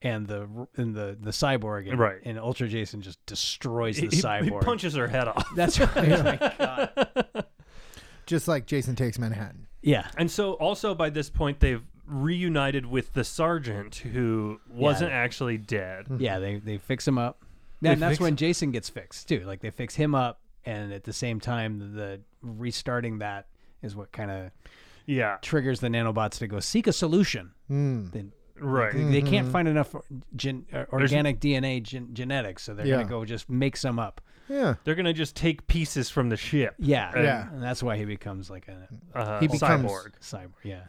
Speaker 3: and the and the the cyborg, and,
Speaker 2: Right.
Speaker 3: And Ultra Jason just destroys
Speaker 2: He, he-
Speaker 3: the
Speaker 2: he
Speaker 3: cyborg.
Speaker 2: punches her head off.
Speaker 3: That's right. Oh my god.
Speaker 4: Just like Jason Takes Manhattan.
Speaker 3: Yeah.
Speaker 2: And so, also by this point, they've reunited with the sergeant who wasn't actually dead.
Speaker 3: Yeah, they they fix him up. Yeah, and that's when Jason gets fixed too. Like they fix him up, and at the same time, the restarting that is what kind of
Speaker 2: Yeah.
Speaker 3: triggers the nanobots to go seek a solution. They,
Speaker 2: Right.
Speaker 3: they can't find enough gen, uh, organic DNA gen, genetics, so they're
Speaker 4: Yeah.
Speaker 3: gonna go just make some up.
Speaker 4: Yeah.
Speaker 2: They're gonna just take pieces from the ship.
Speaker 3: Yeah,
Speaker 2: And,
Speaker 4: Yeah.
Speaker 3: and that's why he becomes like a
Speaker 2: uh,
Speaker 4: He becomes-
Speaker 2: cyborg.
Speaker 3: cyborg. Yeah,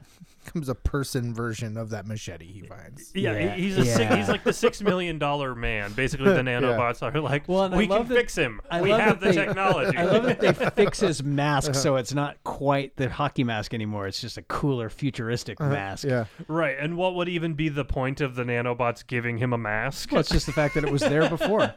Speaker 4: Comes a person version of that machete he finds.
Speaker 2: Yeah,
Speaker 3: Yeah.
Speaker 2: he- he's a si-
Speaker 3: Yeah.
Speaker 2: he's like the six million dollar man. Basically, the nanobots are like,
Speaker 3: Well, and I
Speaker 2: we can
Speaker 3: love that-
Speaker 2: fix him.
Speaker 3: I
Speaker 2: we
Speaker 3: love
Speaker 2: have
Speaker 3: that
Speaker 2: the
Speaker 3: they-
Speaker 2: technology.
Speaker 3: I love that they fix his mask so it's not quite the hockey mask anymore. It's just a cooler, futuristic Uh-huh. mask.
Speaker 4: Yeah.
Speaker 2: right, and what would even be the point of the nanobots giving him a mask?
Speaker 3: Well, it's just the fact that it was there before.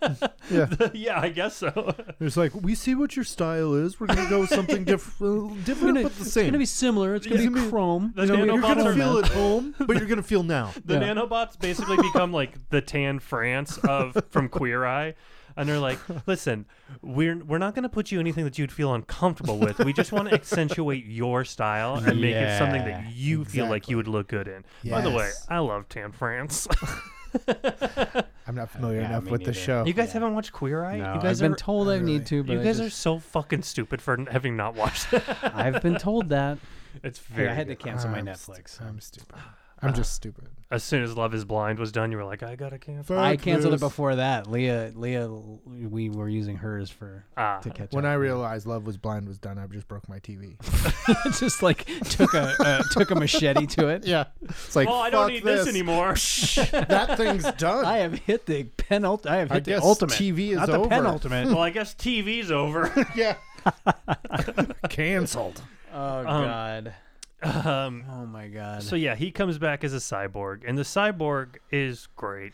Speaker 2: yeah, I guess so.
Speaker 4: It's like we see what your style is. We're gonna go with something different, different
Speaker 3: gonna-
Speaker 4: but the same.
Speaker 3: It's gonna be similar. It's gonna
Speaker 4: Yeah.
Speaker 3: be chrome.
Speaker 2: The
Speaker 3: It's gonna be
Speaker 2: nanobots
Speaker 4: you're gonna
Speaker 2: are-
Speaker 3: chrome.
Speaker 4: feel at home, but you're gonna feel now.
Speaker 2: The
Speaker 3: Yeah.
Speaker 2: nanobots basically become like the tan France of from Queer Eye. And they're like, listen, we're we're not gonna put you anything that you'd feel uncomfortable with. We just want to accentuate your style and make it something
Speaker 3: Yeah,
Speaker 2: that you feel like you would look good in. By the way,
Speaker 4: Yes.
Speaker 2: I love tan France.
Speaker 4: I'm not familiar
Speaker 3: Uh, Yeah,
Speaker 4: enough
Speaker 3: me
Speaker 4: with the
Speaker 3: neither.
Speaker 4: show.
Speaker 2: you guys haven't watched Queer Eye?
Speaker 3: No,
Speaker 2: you guys
Speaker 3: I've been
Speaker 2: are,
Speaker 3: told I need to, but
Speaker 2: you
Speaker 3: I
Speaker 2: guys are
Speaker 3: just,
Speaker 2: so fucking stupid for n- having not watched it.
Speaker 3: I've been told that.
Speaker 2: It's
Speaker 3: Hey,
Speaker 2: very
Speaker 3: I had to
Speaker 2: good.
Speaker 3: cancel my
Speaker 4: I'm
Speaker 3: Netflix.
Speaker 4: stu- I'm stupid. I'm just stupid.
Speaker 2: as soon as Love is Blind was done, you were like, I gotta cancel.
Speaker 3: I
Speaker 4: Fuck
Speaker 3: canceled it
Speaker 4: this.
Speaker 3: before that. Leah, Leah, we were using hers for
Speaker 2: Ah,
Speaker 3: to catch
Speaker 4: When
Speaker 3: up.
Speaker 4: I realized Love Was Blind was done, I just broke my TV.
Speaker 3: just like took a uh, took a machete to it.
Speaker 4: yeah, it's like
Speaker 2: well, I don't
Speaker 4: fuck
Speaker 2: need this, anymore.
Speaker 4: that thing's done.
Speaker 3: I have hit the penult. I have
Speaker 4: I
Speaker 3: hit the
Speaker 4: guess
Speaker 3: ultimate.
Speaker 4: TV is
Speaker 3: not the
Speaker 4: over.
Speaker 3: penultimate.
Speaker 2: well, I guess TV's over.
Speaker 4: yeah, canceled.
Speaker 3: oh god.
Speaker 2: Um,
Speaker 3: Oh my god.
Speaker 2: so yeah, he comes back as a cyborg, and the cyborg is great.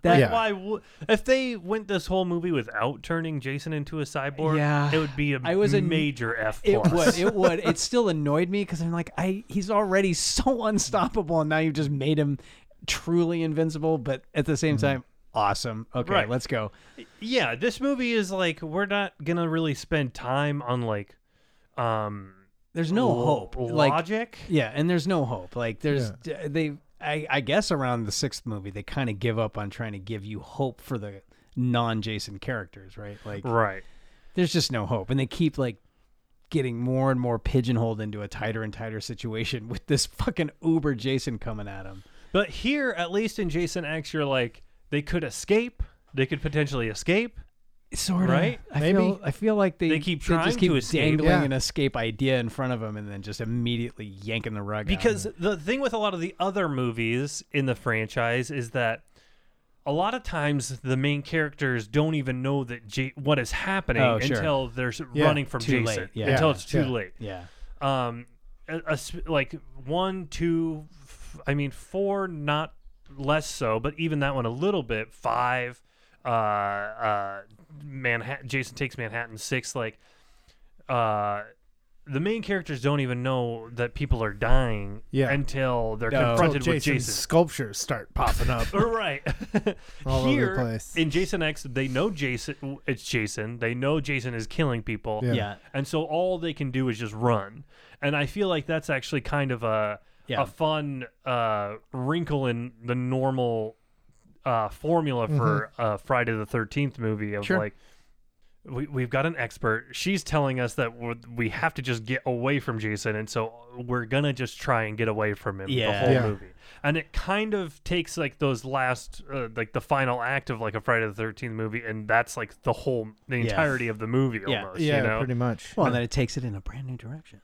Speaker 3: That-
Speaker 2: Like,
Speaker 4: Yeah.
Speaker 2: why wo- if they went this whole movie without turning Jason into a cyborg?
Speaker 3: Yeah.
Speaker 2: it would be a
Speaker 3: I was a-
Speaker 2: major F
Speaker 3: it
Speaker 2: plus.
Speaker 3: would. It would. It still annoyed me because I'm like, I he's already so unstoppable, and now you just made him truly invincible. But at the same time, awesome. Okay,
Speaker 2: Mm-hmm. Right.
Speaker 3: let's go.
Speaker 2: yeah, this movie is like we're not gonna really spend time on like, um,
Speaker 3: There's no
Speaker 2: lo-
Speaker 3: hope. Like,
Speaker 2: Logic.
Speaker 3: yeah, and there's no hope. Like, there's d- they. I, I guess around the sixth movie, they kind of give up on trying to give you hope for the non-Jason characters, right? Like,
Speaker 2: right.
Speaker 3: there's just no hope, and they keep like getting more and more pigeonholed into a tighter and tighter situation with this fucking uber Jason coming at him.
Speaker 2: But here, at least in Jason X, you're like they could escape. They could potentially escape.
Speaker 3: Sort of.
Speaker 2: Right?
Speaker 3: I
Speaker 4: Maybe.
Speaker 3: feel I feel like they,
Speaker 2: They keep trying
Speaker 3: just keep
Speaker 2: to escape.
Speaker 3: dangling
Speaker 4: Yeah.
Speaker 3: an escape idea in front of him and then just immediately yanking the rug.
Speaker 2: Because
Speaker 3: out
Speaker 2: the thing with a lot of the other movies in the franchise is that a lot of times the main characters don't even know that J- what is happening
Speaker 3: Oh, sure.
Speaker 2: until they're s
Speaker 4: Yeah,
Speaker 2: running from
Speaker 3: too
Speaker 2: Jason
Speaker 3: late, yeah.
Speaker 2: until
Speaker 3: Yeah,
Speaker 2: it's too
Speaker 4: yeah.
Speaker 2: late.
Speaker 3: of him. yeah,
Speaker 2: Um, a- a sp- like one, two, f- I mean four, not less so, but even that one a little bit. Five, uh, uh, Manhattan. Jason takes Manhattan. Six, like, uh. The main characters don't even know that people are dying
Speaker 4: Yeah.
Speaker 2: until they're
Speaker 3: No.
Speaker 2: confronted
Speaker 4: Until
Speaker 2: with
Speaker 4: Jason's
Speaker 2: Jason.
Speaker 4: sculptures start popping up.
Speaker 2: Right.
Speaker 4: All over the
Speaker 2: Here
Speaker 4: place.
Speaker 2: in Jason X, they know Jason. It's Jason. They know Jason is killing people.
Speaker 4: Yeah.
Speaker 3: yeah,
Speaker 2: And so all they can do is just run. And I feel like that's actually kind of a
Speaker 3: Yeah.
Speaker 2: a fun uh, wrinkle in the normal uh, formula for uh, Friday the Thirteenth movie of
Speaker 4: Mm-hmm. Sure.
Speaker 2: like. We, we've got an expert. She's telling us that we're, we have to just get away from Jason, and so we're gonna just try and get away from him the
Speaker 3: Yeah.
Speaker 2: whole
Speaker 4: Yeah.
Speaker 2: movie. And it kind of takes like those last, uh, like the final act of like a Friday the Thirteenth movie, and that's like the whole, the
Speaker 3: Yeah.
Speaker 2: entirety of the movie
Speaker 3: Yeah.
Speaker 2: almost.
Speaker 4: yeah,
Speaker 2: you know?
Speaker 4: pretty much.
Speaker 3: Well, and then it takes it in a brand new direction.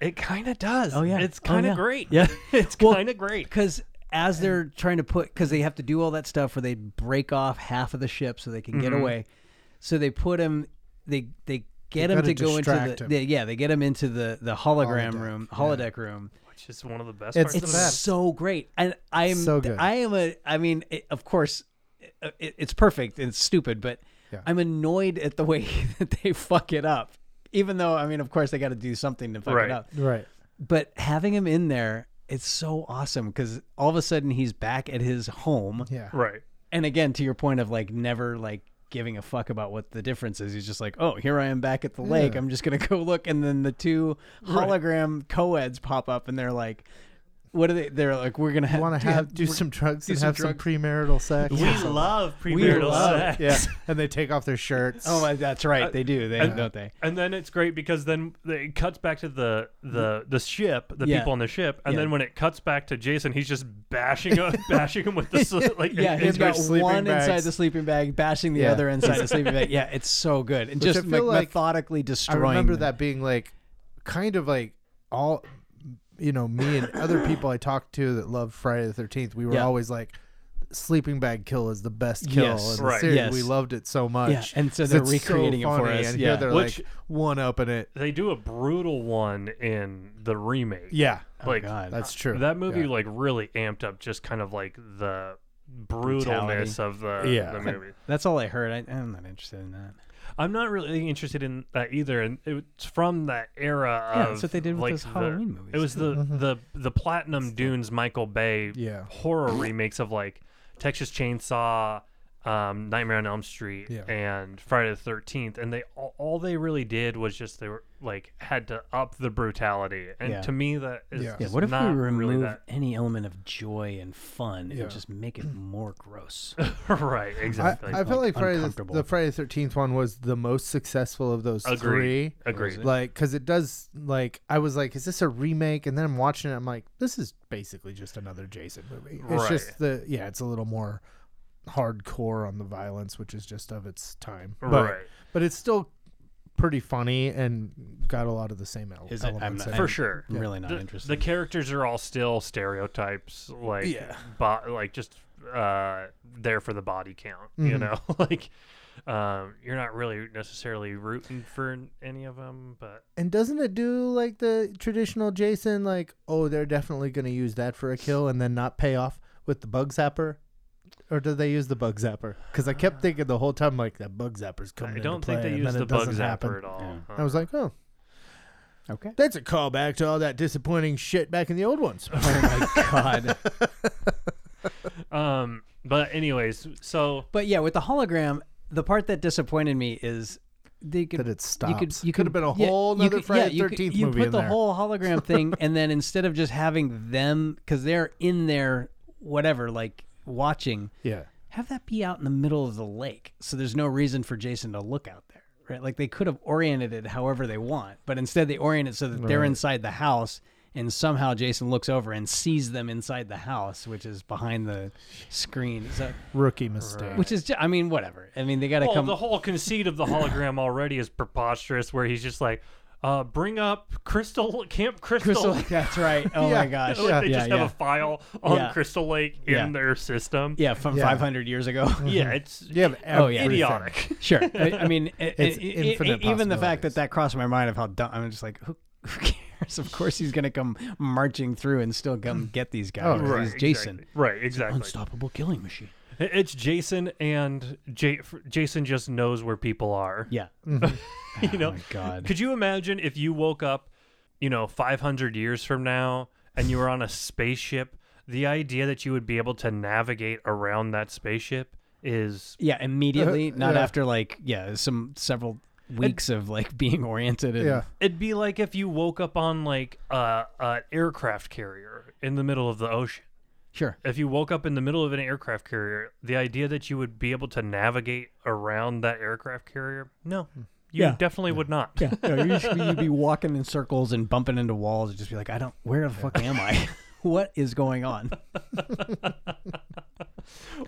Speaker 2: It kind of does.
Speaker 3: Oh, yeah.
Speaker 2: it's
Speaker 3: Oh,
Speaker 2: kind of
Speaker 3: yeah.
Speaker 2: great.
Speaker 3: Yeah.
Speaker 2: it's
Speaker 3: Well,
Speaker 2: kind of great.
Speaker 3: Because as they're trying to put, because they have to do all that stuff where they break off half of the ship so they can get
Speaker 2: Mm-hmm.
Speaker 3: away. So they put him. They they get
Speaker 4: They
Speaker 3: him to
Speaker 4: gotta
Speaker 3: go into
Speaker 4: distract
Speaker 3: the
Speaker 4: him.
Speaker 3: they- yeah they get him into the the hologram
Speaker 4: Holodeck,
Speaker 3: room holodeck room.
Speaker 2: Which is one of the best. parts
Speaker 4: It's-
Speaker 2: of
Speaker 3: It's
Speaker 2: the movie.
Speaker 4: best.
Speaker 3: so great, and I'm
Speaker 4: So good.
Speaker 3: I am a. I mean, it, of course, it, it- it's perfect. It's stupid, but
Speaker 4: Yeah.
Speaker 3: I'm annoyed at the way that they fuck it up. Even though, I mean, of course, they got to do something to fuck
Speaker 2: Right.
Speaker 3: it up
Speaker 4: Right.
Speaker 3: but having him in there it's so awesome because all of a sudden he's back at his home
Speaker 4: Yeah.
Speaker 2: right.
Speaker 3: and again to your point of like never like giving a fuck about what the difference is he's just like oh here i am back at the lake i'm just gonna go look and then the two hologram co-eds pop up and they're like what are they? They're like, we're gonna have
Speaker 4: want to have do
Speaker 3: we're-
Speaker 4: some drugs
Speaker 3: do
Speaker 4: and
Speaker 3: some
Speaker 4: have
Speaker 3: drugs.
Speaker 4: some premarital sex.
Speaker 2: We love
Speaker 3: We
Speaker 2: premarital
Speaker 3: love-
Speaker 2: sex.
Speaker 4: yeah, and they take off their shirts.
Speaker 3: Oh, my- that's right. They do. They
Speaker 2: and-
Speaker 3: don't they?
Speaker 2: And then it's great because then it cuts back to the the the ship, the
Speaker 3: Yeah.
Speaker 2: people on the ship, and
Speaker 3: Yeah.
Speaker 2: then when it cuts back to Jason, he's just bashing up, bashing him with the s- like
Speaker 3: Yeah,
Speaker 2: in-
Speaker 3: he's
Speaker 2: in their-
Speaker 3: got
Speaker 4: sleeping
Speaker 3: one inside
Speaker 4: bags.
Speaker 3: the sleeping bag, bashing the
Speaker 4: Yeah.
Speaker 3: other inside the sleeping bag. Yeah, it's so good and
Speaker 4: Which
Speaker 3: just
Speaker 4: I feel
Speaker 3: like,
Speaker 4: like-
Speaker 3: methodically
Speaker 4: I
Speaker 3: destroying.
Speaker 4: remember
Speaker 3: them.
Speaker 4: that being like, kind of like all, you know, me and other people I talked to that love Friday the Thirteenth. We were
Speaker 3: Yeah.
Speaker 4: always like, "Sleeping Bag Kill is the best kill
Speaker 3: Yes.
Speaker 4: in the
Speaker 2: Right.
Speaker 4: series.
Speaker 3: Yes.
Speaker 4: We loved it so much."
Speaker 3: Yeah, and so
Speaker 4: 'Cause
Speaker 3: they're
Speaker 4: it's
Speaker 3: recreating it for
Speaker 4: funny,
Speaker 3: us,
Speaker 4: And
Speaker 3: yeah.
Speaker 4: here they're
Speaker 2: Which-
Speaker 4: like one up in it.
Speaker 2: They do a brutal one in the remake.
Speaker 4: Yeah,
Speaker 2: like
Speaker 3: Oh God.
Speaker 4: that's true.
Speaker 2: that movie
Speaker 4: Yeah.
Speaker 2: like really amped up just kind of like the
Speaker 3: Brutality.
Speaker 2: brutalness of the
Speaker 4: Yeah.
Speaker 2: the movie.
Speaker 3: That's all I heard. I, I'm not interested in that.
Speaker 2: I'm not really interested in that either, and it's from that era
Speaker 3: Yeah,
Speaker 2: of
Speaker 3: that's what they did with
Speaker 2: like,
Speaker 3: those
Speaker 2: the-
Speaker 3: Halloween movies, Mm-hmm.
Speaker 2: It was the the the Platinum Dunes Michael Bay
Speaker 4: Yeah.
Speaker 2: horror remakes of like Texas Chainsaw, um, Nightmare on Elm Street,
Speaker 4: Yeah.
Speaker 2: and Friday the Thirteenth, and they all, all they really did was just they were like had to up the brutality, and
Speaker 3: Yeah.
Speaker 2: to me that is
Speaker 4: Yeah.
Speaker 3: Yeah,
Speaker 2: just
Speaker 3: what if we
Speaker 2: not
Speaker 3: remove
Speaker 2: really that
Speaker 3: any element of joy and fun
Speaker 4: Yeah.
Speaker 3: and just make it more gross?
Speaker 2: right exactly
Speaker 4: I, I felt
Speaker 3: like,
Speaker 4: like, Friday the,
Speaker 3: uncomfortable.
Speaker 4: the Friday the Thirteenth one was the most successful of those
Speaker 2: agree
Speaker 4: three.
Speaker 2: agree
Speaker 4: Like, because it does like I was like, is this a remake? And then I'm watching it, I'm like, this is basically just another Jason movie. It's
Speaker 2: Right.
Speaker 4: just the yeah, it's a little more hardcore on the violence, which is just of its time. But,
Speaker 2: Right.
Speaker 4: but it's still pretty funny and got a lot of the same el-
Speaker 3: Is it? I'm
Speaker 4: elements.
Speaker 3: not-
Speaker 4: in
Speaker 2: for
Speaker 4: it.
Speaker 2: sure
Speaker 3: I'm really not
Speaker 2: the,
Speaker 3: interested.
Speaker 2: the characters are all still stereotypes, like
Speaker 4: Yeah.
Speaker 2: bo- like just uh, there for the body count. You know, like um, you're not really necessarily rooting for n- any of them, but
Speaker 4: And doesn't it do like the traditional Jason, like, oh, they're definitely going to use that for a kill and then not pay off with the bug zapper? Or do they use the bug zapper? Because I
Speaker 3: Uh,
Speaker 4: kept thinking the whole time, like, that bug zapper's coming
Speaker 2: I
Speaker 4: into
Speaker 2: don't think
Speaker 4: play,
Speaker 2: they
Speaker 4: and
Speaker 2: use
Speaker 4: then
Speaker 2: the
Speaker 4: it
Speaker 2: bug zapper
Speaker 4: doesn't happen.
Speaker 2: at all.
Speaker 3: Yeah.
Speaker 4: I was like, oh,
Speaker 3: okay.
Speaker 4: that's a callback to all that disappointing shit back in the old ones.
Speaker 3: Oh my god.
Speaker 2: um, but anyways, so
Speaker 3: But yeah, with the hologram, the part that disappointed me is they could
Speaker 4: That it
Speaker 3: You could,
Speaker 4: stops.
Speaker 3: you
Speaker 4: Could've been a whole
Speaker 3: you
Speaker 4: nother
Speaker 3: could-
Speaker 4: Friday
Speaker 3: you could-
Speaker 4: 13th
Speaker 3: you
Speaker 4: movie
Speaker 3: put
Speaker 4: in
Speaker 3: the
Speaker 4: there.
Speaker 3: whole hologram thing, and then instead of just having them, because they're in there, whatever, like watching,
Speaker 4: yeah.
Speaker 3: have that be out in the middle of the lake, so there's no reason for Jason to look out there, right? Like they could have oriented it however they want, but instead they orient it so that they're inside the house. And somehow Jason looks over and sees them inside the house, which is behind the screen. So
Speaker 4: Rookie mistake.
Speaker 3: which is, ju- I mean, whatever. I mean, they got to
Speaker 2: well,
Speaker 3: come.
Speaker 2: the whole conceit of the hologram already is preposterous, where he's just like, uh, bring up Crystal Camp
Speaker 3: Crystal,
Speaker 2: Crystal.
Speaker 3: that's right. Oh my
Speaker 4: Yeah.
Speaker 3: gosh.
Speaker 2: Like,
Speaker 3: Yeah,
Speaker 2: they
Speaker 3: yeah,
Speaker 2: just
Speaker 3: yeah.
Speaker 2: have a file on
Speaker 3: Yeah.
Speaker 2: Crystal Lake in
Speaker 3: Yeah.
Speaker 2: their system.
Speaker 3: Yeah, from
Speaker 4: Yeah.
Speaker 3: 500 years ago.
Speaker 2: yeah, it's
Speaker 4: You have
Speaker 3: Oh, yeah.
Speaker 4: everything.
Speaker 2: idiotic.
Speaker 3: sure. I, I mean, it,
Speaker 4: It's
Speaker 3: it- it-
Speaker 4: infinite
Speaker 3: even the fact that
Speaker 4: possibilities.
Speaker 3: that crossed my mind of how dumb. I'm just like, who, who cares? Of course, he's gonna come marching through and still come get these guys. 'cause he's Jason,
Speaker 2: exactly. Right, exactly.
Speaker 3: unstoppable killing machine.
Speaker 2: It- It's Jason, and J- f- Jason just knows where people are.
Speaker 3: Yeah.
Speaker 2: you know.
Speaker 3: Oh my god.
Speaker 2: Could you imagine if you woke up, you know, 500 years from now, and you were on a spaceship? The idea that you would be able to navigate around that spaceship is
Speaker 3: yeah, immediately, not
Speaker 4: yeah.
Speaker 3: after like yeah, some several weeks of like being oriented. And,
Speaker 4: Yeah.
Speaker 2: It'd be like if you woke up on like a, a aircraft carrier in the middle of the ocean.
Speaker 3: Sure.
Speaker 2: If you woke up in the middle of an aircraft carrier, the idea that you would be able to navigate around that aircraft carrier, no, you
Speaker 3: Yeah.
Speaker 2: definitely would not.
Speaker 3: Yeah, no, you should be, you'd be walking in circles and bumping into walls and just be like, I don't, where the fuck am I? what is going on?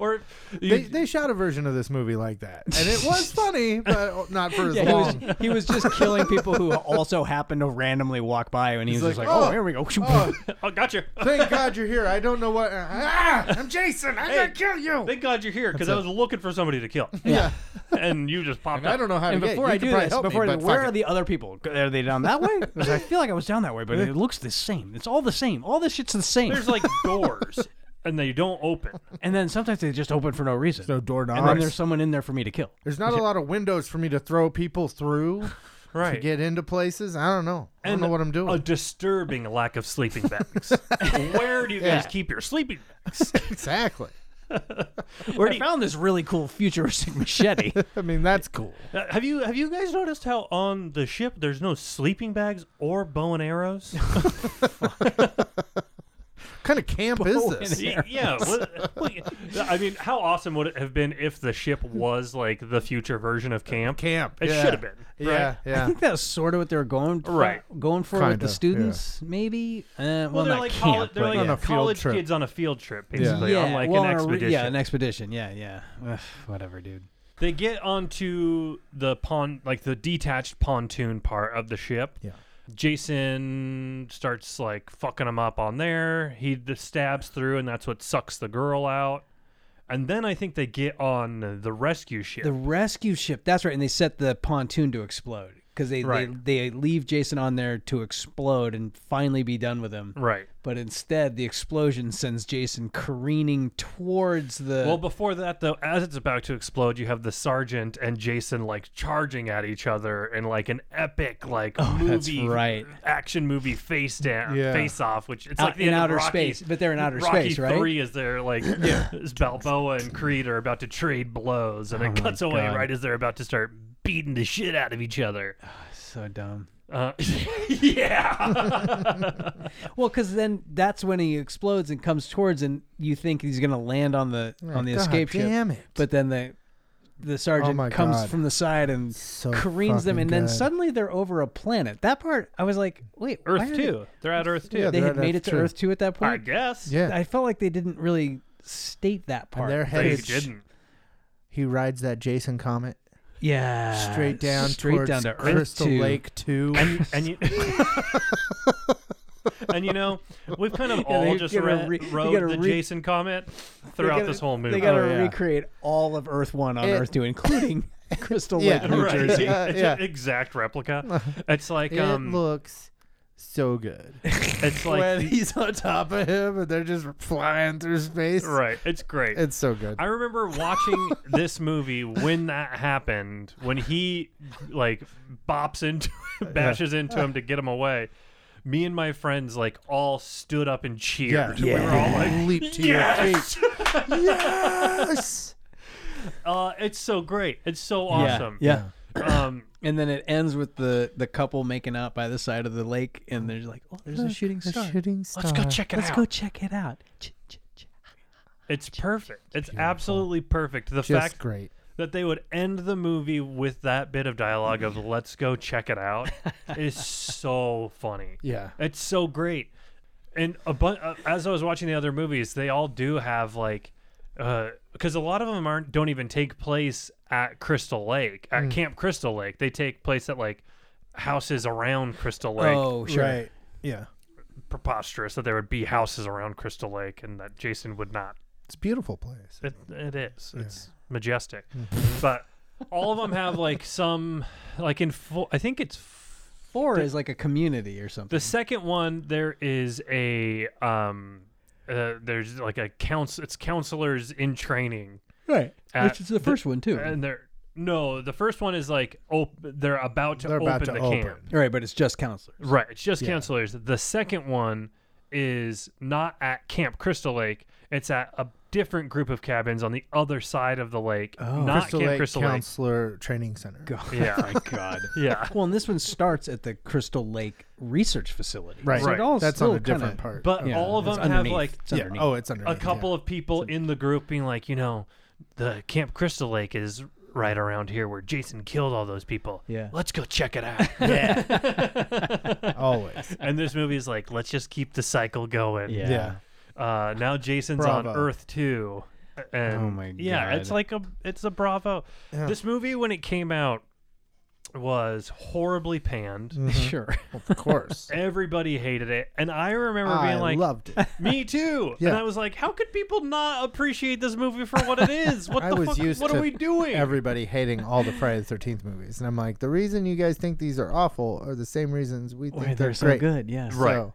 Speaker 2: Or you,
Speaker 4: They, they shot a version of this movie like that. And it was funny, but not for as
Speaker 3: Yeah, he
Speaker 4: long.
Speaker 3: was he was just killing people who also happened to randomly walk by, and he was
Speaker 4: like,
Speaker 3: just like, "Oh,
Speaker 4: "Oh,
Speaker 3: here we go."
Speaker 4: Oh,
Speaker 2: oh, gotcha.
Speaker 4: thank God you're here. I don't know what. Ah, I'm Jason. I'm
Speaker 2: Hey.
Speaker 4: gonna kill you.
Speaker 2: Thank God you're here because I was looking for somebody to kill,
Speaker 4: yeah.
Speaker 2: and you just popped
Speaker 4: And I
Speaker 2: up.
Speaker 4: don't know how
Speaker 3: and
Speaker 4: to
Speaker 3: before
Speaker 4: get.
Speaker 3: I do this, before I do, where are the other people? Are they down that way? I, was like, I feel like I was down that way, but it looks the same. It's all the same. All this shit's the same.
Speaker 2: There's like doors, and they don't open.
Speaker 3: and then sometimes they just open for no reason.
Speaker 4: no doorknobs?
Speaker 3: and then there's someone in there for me to kill.
Speaker 4: There's not a lot of windows for me to throw people through
Speaker 2: Right.
Speaker 4: to get into places. I don't know. I don't know what I'm doing.
Speaker 2: A disturbing lack of sleeping bags. Where do you guys
Speaker 4: Yeah.
Speaker 2: keep your sleeping bags?
Speaker 4: exactly.
Speaker 2: Where do
Speaker 3: I
Speaker 2: you,
Speaker 3: found this really cool futuristic machete.
Speaker 4: I mean, that's cool.
Speaker 2: Uh, Have you have you guys noticed how on the ship there's no sleeping bags or bow and arrows?
Speaker 4: kind of camp is this?
Speaker 2: Y- yeah. what- well, y- I mean, how awesome would it have been if the ship was like the future version of camp?
Speaker 4: Camp.
Speaker 2: It
Speaker 4: yeah.
Speaker 2: should have been.
Speaker 4: Yeah,
Speaker 2: right?
Speaker 3: I
Speaker 4: yeah.
Speaker 3: think that's sort of what they were going for,
Speaker 2: Right.
Speaker 3: going for with
Speaker 4: Kinda,
Speaker 3: the students, maybe. Uh, well,
Speaker 2: Well, they're
Speaker 3: not
Speaker 2: like
Speaker 3: camp,
Speaker 2: college, they're
Speaker 3: but
Speaker 2: like
Speaker 4: On a
Speaker 3: yeah.
Speaker 4: field
Speaker 2: college
Speaker 4: trip.
Speaker 2: kids on a field trip, basically,
Speaker 3: yeah,
Speaker 2: on like
Speaker 3: well,
Speaker 2: an
Speaker 3: on a re-
Speaker 2: expedition.
Speaker 3: yeah, an expedition. Yeah, yeah. Ugh, whatever, dude.
Speaker 2: They get onto the pond, like the detached pontoon part of the ship.
Speaker 4: Yeah.
Speaker 2: Jason starts like fucking him up on there. He d- stabs through, and that's what sucks the girl out. And then I think they get on the rescue ship.
Speaker 3: The rescue ship. That's right. And they set the pontoon to explode because they,
Speaker 2: Right.
Speaker 3: they they leave Jason on there to explode and finally be done with him.
Speaker 2: right.
Speaker 3: But instead, the explosion sends Jason careening towards the.
Speaker 2: Well, before that, though, as it's about to explode, you have the sergeant and Jason like charging at each other in like an epic like
Speaker 3: Oh, that's
Speaker 2: movie,
Speaker 3: right.
Speaker 2: action movie face down,
Speaker 4: Yeah.
Speaker 2: face off, which it's
Speaker 3: Out-
Speaker 2: like the
Speaker 3: in
Speaker 2: end of
Speaker 3: outer
Speaker 2: Rocky-
Speaker 3: space, but they're in outer
Speaker 2: Rocky
Speaker 3: space, right?
Speaker 2: Three is there like as Balboa and Creed are about to trade blows, and it
Speaker 3: Oh my
Speaker 2: cuts away
Speaker 3: God.
Speaker 2: right as they're about to start beating the shit out of each other.
Speaker 3: so dumb.
Speaker 2: Uh, yeah,
Speaker 3: Well, because then that's when he explodes and comes towards, and you think he's gonna land on the on the
Speaker 4: God
Speaker 3: escape ship.
Speaker 4: damn it.
Speaker 3: But then the the sergeant
Speaker 4: my
Speaker 3: comes
Speaker 4: God.
Speaker 3: from the side and
Speaker 4: So
Speaker 3: careens them,
Speaker 4: fucking
Speaker 3: and then
Speaker 4: good.
Speaker 3: suddenly they're over a planet. That part, I was like, wait, why
Speaker 2: Earth
Speaker 3: are
Speaker 2: Two. They're at Earth Two.
Speaker 4: Yeah,
Speaker 3: They, they
Speaker 4: they're
Speaker 3: had
Speaker 4: at
Speaker 3: made it
Speaker 4: Earth
Speaker 3: to
Speaker 4: two.
Speaker 3: Earth Two at that
Speaker 2: I
Speaker 3: point.
Speaker 2: guess.
Speaker 4: Yeah.
Speaker 3: I felt like they didn't really state that part.
Speaker 4: And their head
Speaker 2: they
Speaker 4: is-
Speaker 2: didn't.
Speaker 4: He rides that Jason Comet
Speaker 3: yeah,
Speaker 4: straight down,
Speaker 3: Uh, straight
Speaker 4: towards
Speaker 3: down to Earth
Speaker 4: Crystal
Speaker 3: Two.
Speaker 4: Lake Two.
Speaker 2: and and you and you know we've kind of
Speaker 3: Yeah,
Speaker 2: all
Speaker 3: they
Speaker 2: just
Speaker 3: gotta
Speaker 2: ro-
Speaker 3: re- they
Speaker 2: rode
Speaker 3: gotta
Speaker 2: the
Speaker 3: re-
Speaker 2: Jason comment
Speaker 3: They
Speaker 2: throughout
Speaker 3: gotta-
Speaker 2: this whole movie.
Speaker 3: They got to
Speaker 4: Oh, yeah.
Speaker 3: recreate all of Earth One on
Speaker 4: It-
Speaker 3: Earth Two, including Crystal
Speaker 4: Yeah,
Speaker 3: Lake, New
Speaker 2: right.
Speaker 3: Jersey.
Speaker 4: Yeah,
Speaker 2: It's
Speaker 4: yeah.
Speaker 2: an exact replica. It's like
Speaker 4: it
Speaker 2: um,
Speaker 4: looks so good.
Speaker 2: it's
Speaker 4: when
Speaker 2: like
Speaker 4: he's on top of him and they're just flying through space.
Speaker 2: right. It's great.
Speaker 4: It's so good.
Speaker 2: I remember watching this movie when that happened, when he like bops into bashes into him to get him away. Me and my friends like all stood up and cheered.
Speaker 4: Yeah.
Speaker 2: We were all
Speaker 4: Yeah.
Speaker 2: like
Speaker 4: Leap to your
Speaker 2: yes!
Speaker 4: yes.
Speaker 2: Uh, it's so great. It's so awesome.
Speaker 3: Yeah. yeah.
Speaker 2: Um,
Speaker 3: And then it ends with the the couple making out by the side of the lake, and they're like, "Oh, there's a shooting star.
Speaker 4: shooting star.
Speaker 2: let's go check it
Speaker 3: Let's
Speaker 2: out.
Speaker 3: go check it out." Ch- ch- ch-
Speaker 2: it's perfect. It's absolutely perfect. The
Speaker 4: Just
Speaker 2: fact
Speaker 4: great.
Speaker 2: that they would end the movie with that bit of dialogue of "Let's go check it out" is so funny.
Speaker 4: Yeah.
Speaker 2: It's so great. And a bu- uh, as I was watching the other movies, they all do have like, because a lot of them aren't don't even take place at Crystal Lake
Speaker 4: Mm.
Speaker 2: at Camp Crystal Lake. They take place at like houses around Crystal Lake.
Speaker 3: oh, sure.
Speaker 4: Right. Yeah.
Speaker 2: Preposterous that there would be houses around Crystal Lake and that Jason would not.
Speaker 4: It's a beautiful place.
Speaker 2: It, it is. It's majestic.
Speaker 3: Mm.
Speaker 2: but all of them have like some like in full. I think it's
Speaker 3: Four is like a community or something.
Speaker 2: The second one, there is a um, uh, there's like a council. It's counselors in training,
Speaker 3: right.
Speaker 2: at
Speaker 3: Which is the first one too.
Speaker 2: and they're no. The first one is like op- They're about to
Speaker 4: They're
Speaker 2: open
Speaker 4: about to
Speaker 2: the
Speaker 4: open.
Speaker 2: camp.
Speaker 3: right, but it's just counselors.
Speaker 2: Right. It's just counselors. The second one is not at Camp Crystal Lake. It's at a different group of cabins on the other side of the lake.
Speaker 3: Oh.
Speaker 2: not
Speaker 4: Crystal
Speaker 2: Camp
Speaker 4: Lake
Speaker 2: Oh. Crystal
Speaker 4: Counselor Training Center.
Speaker 2: Lake. Yeah.
Speaker 3: God.
Speaker 2: yeah.
Speaker 3: well, and this one starts at the Crystal Lake Research Facility.
Speaker 4: Right.
Speaker 3: So it
Speaker 2: Right.
Speaker 3: all
Speaker 4: That's
Speaker 3: still
Speaker 4: on a different
Speaker 3: kinda-
Speaker 4: part.
Speaker 2: But
Speaker 3: yeah,
Speaker 2: Uh, all of
Speaker 3: it's
Speaker 2: them have
Speaker 3: underneath.
Speaker 2: like
Speaker 3: It's
Speaker 4: yeah.
Speaker 3: underneath.
Speaker 4: Oh, it's under
Speaker 2: a couple of people in the group being like, you know, the Camp Crystal Lake is right around here where Jason killed all those people.
Speaker 3: Yeah.
Speaker 2: Let's go check it out. yeah.
Speaker 4: always.
Speaker 2: and this movie is like, let's just keep the cycle going.
Speaker 3: yeah.
Speaker 4: Yeah.
Speaker 2: Uh, now Jason's on
Speaker 4: Bravo.
Speaker 2: Earth too. And
Speaker 3: Oh my
Speaker 2: Yeah, it's
Speaker 3: God.
Speaker 2: like a it's a Bravo.
Speaker 4: Yeah.
Speaker 2: This movie when it came out was horribly panned.
Speaker 4: Mm.
Speaker 3: Sure.
Speaker 4: Of course.
Speaker 2: Everybody hated it, and I remember
Speaker 4: I
Speaker 2: being like,
Speaker 4: loved it.
Speaker 2: me too.
Speaker 4: Yeah.
Speaker 2: And I was like, how could people not appreciate this movie for what it is? What
Speaker 4: I
Speaker 2: the
Speaker 4: was
Speaker 2: fuck?
Speaker 4: used
Speaker 2: what
Speaker 4: to
Speaker 2: are we doing?
Speaker 4: Everybody hating all the Friday the Thirteenth movies, and I'm like, the reason you guys think these are awful are the same reasons we think
Speaker 3: Why
Speaker 4: they're,
Speaker 3: they're so
Speaker 4: great.
Speaker 3: good. Yeah.
Speaker 4: So
Speaker 2: Right.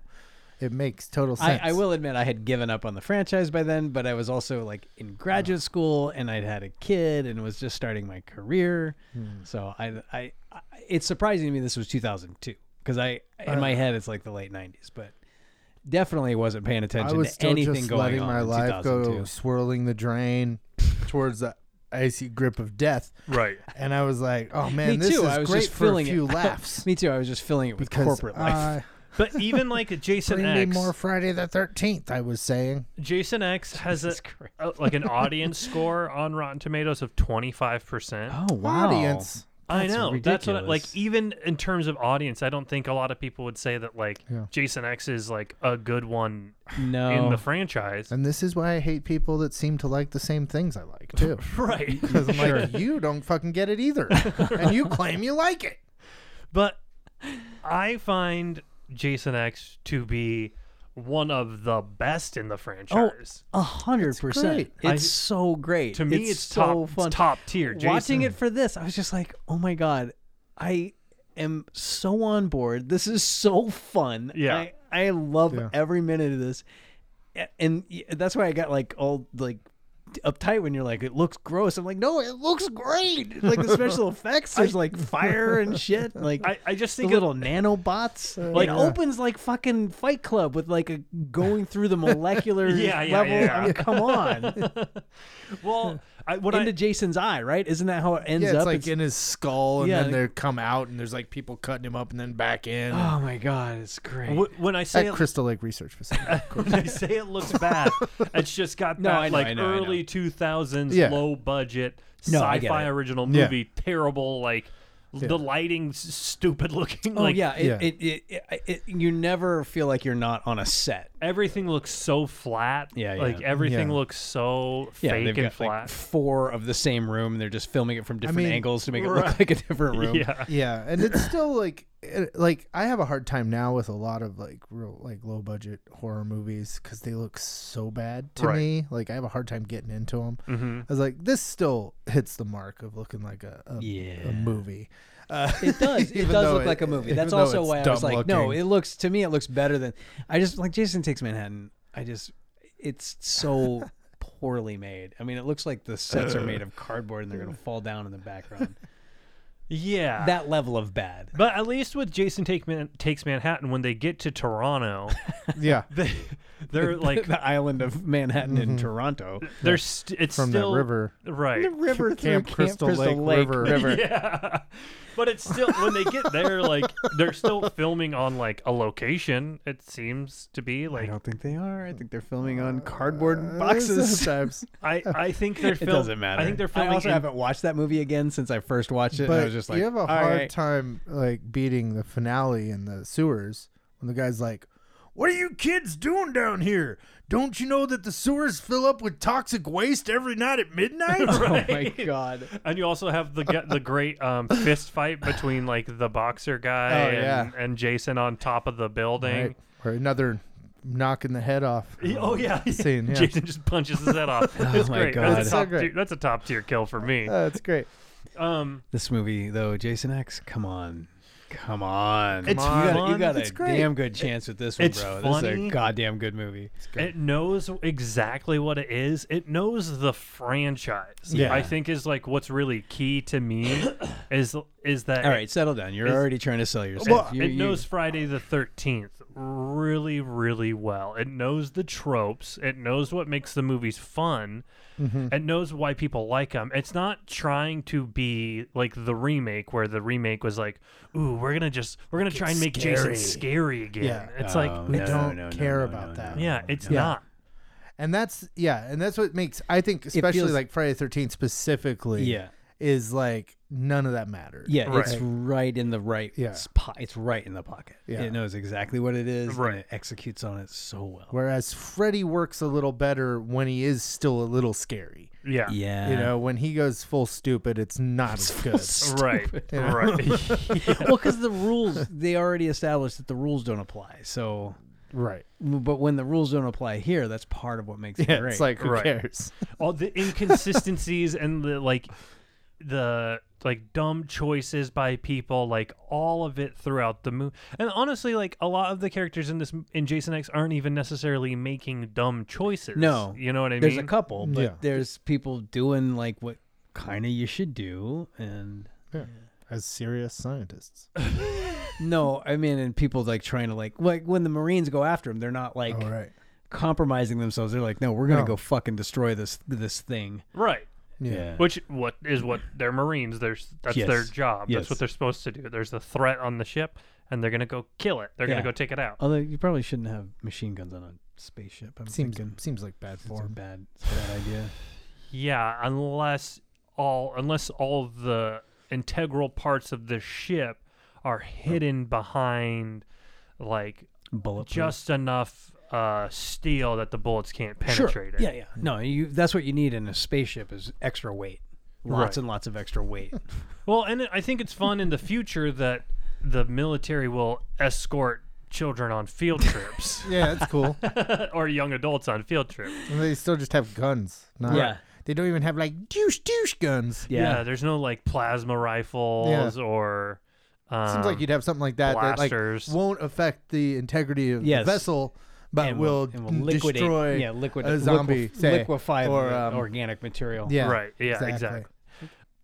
Speaker 4: it makes total sense.
Speaker 3: I, I will admit I had given up on the franchise by then, but I was also like in graduate school and I'd had a kid and was just starting my career. So I, I, I, it's surprising to me this was 2002 because I, in my head, it's like the late 90s, but definitely wasn't paying
Speaker 4: I
Speaker 3: attention
Speaker 4: was
Speaker 3: to
Speaker 4: still
Speaker 3: anything
Speaker 4: just
Speaker 3: going
Speaker 4: letting
Speaker 3: on
Speaker 4: my
Speaker 3: in
Speaker 4: life go
Speaker 3: 2002.
Speaker 4: swirling the drain towards the icy grip of death,
Speaker 2: Right.
Speaker 4: and I was like, oh man,
Speaker 3: me
Speaker 4: this
Speaker 3: too.
Speaker 4: is
Speaker 3: I was
Speaker 4: great
Speaker 3: just
Speaker 4: for a
Speaker 3: filling
Speaker 4: few
Speaker 3: it.
Speaker 4: laughs
Speaker 3: me too. I was just filling it with
Speaker 4: because
Speaker 3: corporate life.
Speaker 4: I
Speaker 2: But even like Jason
Speaker 4: Bring
Speaker 2: X,
Speaker 4: me more Friday the Thirteenth. I was saying.
Speaker 2: Jason X has a, a- like an audience score on Rotten Tomatoes of twenty five percent.
Speaker 3: Oh wow!
Speaker 4: Audience.
Speaker 2: I
Speaker 3: that's
Speaker 2: know that's what I- like
Speaker 3: ridiculous.
Speaker 2: even in terms of audience, I don't think a lot of people would say that like
Speaker 4: Yeah.
Speaker 2: Jason X is like a good one
Speaker 3: No,
Speaker 2: in the franchise.
Speaker 4: And this is why I hate people that seem to like the same things I like too.
Speaker 2: Right.
Speaker 4: Because I'm like, you don't fucking get it either, and you claim you like it.
Speaker 2: But I find Jason X to be one of the best
Speaker 3: Oh,
Speaker 2: in the franchise.
Speaker 3: A hundred percent.
Speaker 4: great.
Speaker 3: It's so great.
Speaker 2: to me, it's,
Speaker 3: so
Speaker 2: top,
Speaker 3: fun.
Speaker 2: it's top tier. Jason,
Speaker 3: Watching it for this, I was just like, oh my god, I am so on board. This is so fun.
Speaker 2: Yeah.
Speaker 3: I, I love
Speaker 4: Yeah.
Speaker 3: every minute of this, A- and y- that's why I got like all like uptight when you're like, it looks gross. I'm like, no, it looks great. Like the special effects, there's like fire and shit. Like
Speaker 2: I, I just
Speaker 3: the
Speaker 2: think it-
Speaker 3: little nanobots. like
Speaker 4: yeah.
Speaker 3: opens like fucking Fight Club with like a going through the molecular
Speaker 2: Yeah, yeah,
Speaker 3: level.
Speaker 2: yeah.
Speaker 3: I mean, come on,
Speaker 2: well, I, what
Speaker 3: into
Speaker 2: I,
Speaker 3: Jason's eye, right? Isn't that how it ends
Speaker 4: Yeah, it's
Speaker 3: up?
Speaker 4: like
Speaker 3: It's-
Speaker 4: in his skull, and
Speaker 3: Yeah,
Speaker 4: then
Speaker 3: like-
Speaker 4: they come out, and there's like people cutting him up, and then back in.
Speaker 3: oh my god, it's great.
Speaker 2: wh- when I say
Speaker 4: at
Speaker 2: it,
Speaker 4: Crystal Lake Research Facility.
Speaker 2: when I say it looks bad, it's just got
Speaker 3: No,
Speaker 2: that
Speaker 3: I know,
Speaker 2: like
Speaker 3: I know, I know.
Speaker 2: early two thousands
Speaker 4: Yeah.
Speaker 2: low budget
Speaker 3: No, I get
Speaker 2: sci-fi
Speaker 3: it.
Speaker 2: original
Speaker 4: Yeah.
Speaker 2: movie, terrible like the lighting's stupid looking.
Speaker 3: Oh
Speaker 2: like
Speaker 3: yeah, it,
Speaker 4: yeah.
Speaker 3: It, it, it, it- you never feel like you're not on a set.
Speaker 2: everything looks so flat.
Speaker 3: Yeah, yeah.
Speaker 2: like everything
Speaker 4: Yeah.
Speaker 2: looks so
Speaker 3: Yeah,
Speaker 2: fake
Speaker 3: they've
Speaker 2: and
Speaker 3: got
Speaker 2: flat.
Speaker 3: like four of the same room. and They're just filming it from different
Speaker 4: mean,
Speaker 3: angles to make it
Speaker 2: right.
Speaker 3: look like a different room.
Speaker 2: yeah,
Speaker 4: yeah, and it's still like, it- like I have a hard time now with a lot of like real like low budget horror movies because they look so bad to
Speaker 2: Right.
Speaker 4: me. Like I have a hard time getting into them.
Speaker 2: mm-hmm.
Speaker 4: I was like, this still hits the mark of looking like a a,
Speaker 3: Yeah.
Speaker 4: a movie. Uh,
Speaker 3: It does. It
Speaker 4: even
Speaker 3: does
Speaker 4: though
Speaker 3: look
Speaker 4: it-
Speaker 3: like a movie.
Speaker 4: even
Speaker 3: That's
Speaker 4: though
Speaker 3: also
Speaker 4: it's
Speaker 3: why I was
Speaker 4: dumb
Speaker 3: like, no,
Speaker 4: looking.
Speaker 3: it looks to me it looks better than I just like Jason Takes Manhattan. I just it's so poorly made. I mean, it looks like the sets are made of cardboard and they're gonna fall down in the background.
Speaker 2: yeah.
Speaker 3: that level of bad.
Speaker 2: but at least with Jason Take Man- takes Manhattan, when they get to Toronto,
Speaker 4: yeah,
Speaker 2: they they're like
Speaker 3: the island of Manhattan
Speaker 4: Mm-hmm.
Speaker 3: in Toronto.
Speaker 2: they're st- it's
Speaker 4: from
Speaker 2: still
Speaker 4: that river.
Speaker 2: right?
Speaker 3: The river through
Speaker 4: Camp Crystal Lake River.
Speaker 2: Yeah. But it's still when they get there, like they're still filming on like a location. It seems to be
Speaker 3: I
Speaker 2: like
Speaker 3: don't think they are. I think they're filming
Speaker 4: Uh,
Speaker 3: on cardboard boxes.
Speaker 4: sometimes.
Speaker 2: I, I think they're
Speaker 3: It
Speaker 2: filming.
Speaker 3: doesn't matter.
Speaker 2: I think they're filming.
Speaker 3: I also
Speaker 2: in-
Speaker 3: haven't watched that movie again since I first watched it. and I was just like,
Speaker 4: you have a
Speaker 3: "All
Speaker 4: hard
Speaker 3: right."
Speaker 4: time like beating the finale in the sewers when the guy's like, "What are you kids doing down here? Don't you know that the sewers fill up with toxic waste every night at midnight?"
Speaker 3: Oh
Speaker 2: Right?
Speaker 3: my god.
Speaker 2: And you also have the gu- the great um, fist fight between like the boxer guy
Speaker 4: Oh,
Speaker 2: and,
Speaker 4: yeah.
Speaker 2: and Jason on top of the building.
Speaker 4: Right. Or another knocking the head off.
Speaker 2: He- Oh yeah,
Speaker 4: Scene, yeah.
Speaker 2: Jason just punches his head off. It's
Speaker 3: Oh my
Speaker 2: great.
Speaker 3: God. Uh,
Speaker 2: That's
Speaker 4: It's
Speaker 2: a
Speaker 4: so
Speaker 2: top
Speaker 4: great.
Speaker 2: tier, that's a top tier kill for me.
Speaker 4: Oh, that's great.
Speaker 2: Um,
Speaker 3: This movie though, Jason X, come on. Come on.
Speaker 2: It's
Speaker 3: you got, you
Speaker 2: fun.
Speaker 3: got a
Speaker 4: It's great.
Speaker 3: damn good chance with this one,
Speaker 2: It's
Speaker 3: bro. This is
Speaker 2: funny.
Speaker 3: a goddamn good movie.
Speaker 2: It knows exactly what it is. It knows the franchise.
Speaker 4: Yeah.
Speaker 2: I think is like what's really key to me is is that
Speaker 3: All right, settle down. You're
Speaker 2: It's-
Speaker 3: already trying to sell yourself.
Speaker 2: it,
Speaker 3: You-
Speaker 2: it
Speaker 3: you-
Speaker 2: knows Friday the Thirteenth really, really well. It knows the tropes. It knows what makes the movies fun. It knows why people like them. It's not trying to be like the remake, where the remake was like, "Ooh, we're gonna just we're gonna try and make Jason
Speaker 4: scary."
Speaker 2: scary again."
Speaker 4: Yeah.
Speaker 2: It's like,
Speaker 3: Oh,
Speaker 4: we
Speaker 3: no,
Speaker 4: don't
Speaker 3: no, no,
Speaker 4: care
Speaker 3: no,
Speaker 4: about
Speaker 3: no,
Speaker 4: that.
Speaker 3: no,
Speaker 2: yeah,
Speaker 3: no,
Speaker 2: it's
Speaker 3: no.
Speaker 2: not.
Speaker 4: And that's yeah, and that's what makes I think especially
Speaker 3: feels-
Speaker 4: like Friday the 13th specifically
Speaker 3: Yeah.
Speaker 4: is like none of that matters.
Speaker 3: Yeah,
Speaker 2: Right.
Speaker 3: it's right in the right
Speaker 4: Yeah.
Speaker 3: spot. It's right in the pocket.
Speaker 4: Yeah.
Speaker 3: It knows exactly what it is.
Speaker 2: Right.
Speaker 3: And it executes on it so well.
Speaker 4: Whereas Freddy works a little better when he is still a little scary.
Speaker 2: Yeah.
Speaker 3: yeah.
Speaker 4: You know, when he goes full stupid, it's not as good.
Speaker 2: Right. Right.
Speaker 3: well, because the rules, they already established that the rules don't apply. So,
Speaker 4: Right.
Speaker 3: but when the rules don't apply here, that's part of what makes it
Speaker 4: Yeah,
Speaker 3: great.
Speaker 4: it's like who
Speaker 2: Right.
Speaker 4: cares?
Speaker 2: all the inconsistencies and the like the like dumb choices by people like all of it throughout the movie and honestly like a lot of the characters in this in jason x aren't even necessarily making dumb choices
Speaker 3: No.
Speaker 2: you know what i
Speaker 3: there's
Speaker 2: mean
Speaker 3: a couple, but
Speaker 4: Yeah.
Speaker 3: there's people doing like what kind of you should do. And
Speaker 4: As serious scientists.
Speaker 3: no, I mean, and people like trying to like, like when the Marines go after him, they're not like
Speaker 4: All Oh, right.
Speaker 3: compromising themselves. They're like, no, we're going to
Speaker 4: No.
Speaker 3: go fucking destroy this, this thing.
Speaker 2: right
Speaker 3: Yeah.
Speaker 2: Which what is what they're Marines. There's that's their
Speaker 3: Yes.
Speaker 2: job.
Speaker 3: Yes.
Speaker 2: That's what they're supposed to do. There's a threat on the ship, and they're gonna go kill it. They're
Speaker 3: Yeah.
Speaker 2: gonna go take it out.
Speaker 3: Although you probably shouldn't have machine guns on a spaceship. I'm
Speaker 4: Seems
Speaker 3: thinking
Speaker 4: seems like bad
Speaker 3: it's a
Speaker 4: form.
Speaker 3: bad, it's a bad idea.
Speaker 2: Yeah, unless all unless all the integral parts of the ship are hidden behind like
Speaker 3: Bullet
Speaker 2: just enough uh, steel that the bullets can't
Speaker 3: sure.
Speaker 2: penetrate it.
Speaker 3: Yeah, yeah. No, you. That's what you need in a spaceship is extra weight. Lots
Speaker 2: Right.
Speaker 3: and lots of extra weight.
Speaker 2: Well, and it- I think it's fun in the future that the military will escort children on field trips
Speaker 4: Yeah, that's cool.
Speaker 2: or young adults on field trips.
Speaker 4: and they still just have guns. Not,
Speaker 3: Yeah.
Speaker 4: They don't even have like douche douche guns.
Speaker 2: Yeah, there's no like plasma rifles or. Um,
Speaker 4: Seems like you'd have something like that
Speaker 2: blasters.
Speaker 4: that like won't affect the integrity of
Speaker 3: Yes.
Speaker 4: the vessel, but
Speaker 3: and
Speaker 4: uh, will,
Speaker 3: and
Speaker 4: n-
Speaker 3: liquidate,
Speaker 4: destroy.
Speaker 3: yeah, liquidate
Speaker 4: a zombie,
Speaker 3: liquef-
Speaker 4: say,
Speaker 3: liquefy
Speaker 4: or,
Speaker 3: the
Speaker 4: um,
Speaker 3: organic material.
Speaker 4: yeah,
Speaker 2: Right, yeah, exactly.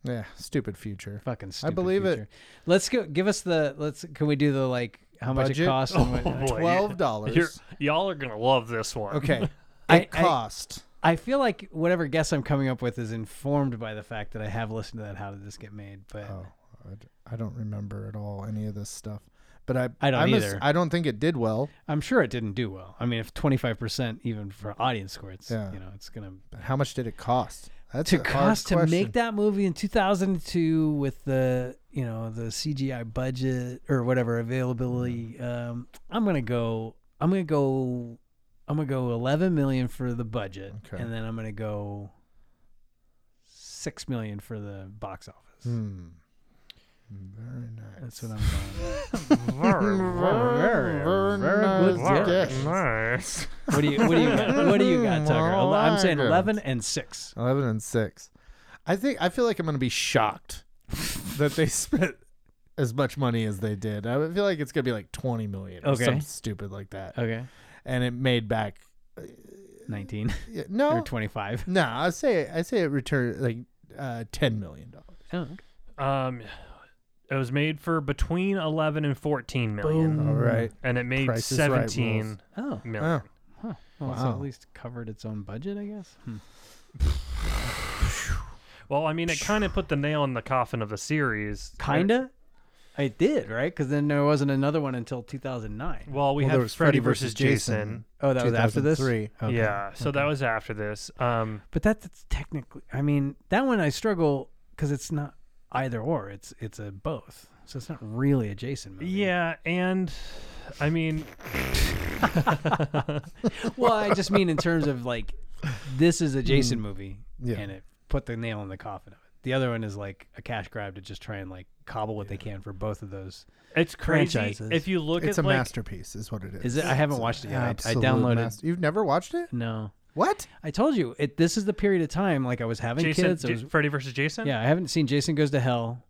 Speaker 4: Yeah, stupid future.
Speaker 3: fucking. Stupid
Speaker 4: believe it.
Speaker 3: future. Let's go. Give us the. Let's. Can we do the like how much it
Speaker 4: Budget?
Speaker 3: costs? and what-
Speaker 2: boy.
Speaker 4: Twelve dollars.
Speaker 2: You're- y'all are gonna love this one.
Speaker 4: Okay,
Speaker 3: I-
Speaker 4: it
Speaker 3: I-
Speaker 4: cost.
Speaker 3: I feel like whatever guess I'm coming up with is informed by the fact that I have listened to that. How did this get made? But
Speaker 4: oh, I d- I don't remember at all any of this stuff, but I
Speaker 3: I don't
Speaker 4: I'm a-
Speaker 3: either.
Speaker 4: I don't think it did well.
Speaker 3: I'm sure it didn't do well. I mean, if 25 percent even for audience score, it's
Speaker 4: Yeah.
Speaker 3: you know it's gonna
Speaker 4: But how much did it cost? That's
Speaker 3: to
Speaker 4: a hard
Speaker 3: cost to
Speaker 4: question.
Speaker 3: make that movie in 2002 with the you know the CGI budget or whatever availability.
Speaker 4: Mm-hmm.
Speaker 3: Um, I'm gonna go. I'm gonna go. I'm gonna go 11 million for the budget,
Speaker 4: Okay.
Speaker 3: and then I'm gonna go six million for the box office.
Speaker 4: Hmm. Very nice.
Speaker 3: That's what I'm going. with.
Speaker 2: Very,
Speaker 4: Very, very
Speaker 3: good
Speaker 4: nice
Speaker 2: very
Speaker 4: guess.
Speaker 2: nice.
Speaker 3: What do you What do you got? What do you got, Tucker?
Speaker 4: Well,
Speaker 3: I'm
Speaker 4: I
Speaker 3: saying
Speaker 4: got-
Speaker 3: 11 and six.
Speaker 4: 11 and 6. I think I feel like I'm going to be shocked that they spent as much money as they did. I feel like it's going to be like 20 million or
Speaker 3: Okay.
Speaker 4: something stupid like that.
Speaker 3: Okay,
Speaker 4: And it made back
Speaker 3: 19
Speaker 4: yeah,
Speaker 3: or
Speaker 4: No.
Speaker 3: 25.
Speaker 4: No, I say I say it returned like uh 10 million dollars.
Speaker 3: Oh, okay.
Speaker 2: Um, it was made for between 11 and 14 million,
Speaker 4: All right.
Speaker 2: and it made
Speaker 4: Price is Right rules.
Speaker 2: seventeen
Speaker 3: Oh,
Speaker 2: million.
Speaker 4: Oh,
Speaker 3: huh. Well, so
Speaker 4: Wow.
Speaker 3: at least covered its own budget, I guess. Hmm.
Speaker 2: Well, I mean, it kind of put the nail in the coffin of the series.
Speaker 3: Kinda. It did, right? Because then there wasn't another one until 2009.
Speaker 2: Well, we
Speaker 4: Well,
Speaker 2: had
Speaker 4: there was
Speaker 2: Freddy versus Jason.
Speaker 3: Oh, that was after this.
Speaker 4: 2003.
Speaker 3: Okay.
Speaker 2: Yeah, so that was after this. Um,
Speaker 3: But that- that's technically. I mean, that one I struggle because it's not either or. It's it's a both. So it's not really a Jason movie.
Speaker 2: yeah, and I mean,
Speaker 3: Well, I just mean in terms of like, this is a Jason movie,
Speaker 4: Yeah.
Speaker 3: and it put the nail in the coffin of it. The other one is like a cash grab to just try and like cobble what they can for both of those.
Speaker 2: it's crazy.
Speaker 3: Franchises.
Speaker 2: If you look
Speaker 4: It's a
Speaker 2: at like,
Speaker 4: masterpiece is what it is.
Speaker 3: Is it? I haven't watched it yet. I, I
Speaker 4: Absolute
Speaker 3: downloaded.
Speaker 4: master- You've never watched it?
Speaker 3: No,
Speaker 4: What?
Speaker 3: I told you it. This is the period of time like I was having
Speaker 2: Jason,
Speaker 3: kids. I
Speaker 2: J-
Speaker 3: was,
Speaker 2: Freddy versus Jason.
Speaker 3: yeah, I haven't seen Jason Goes to Hell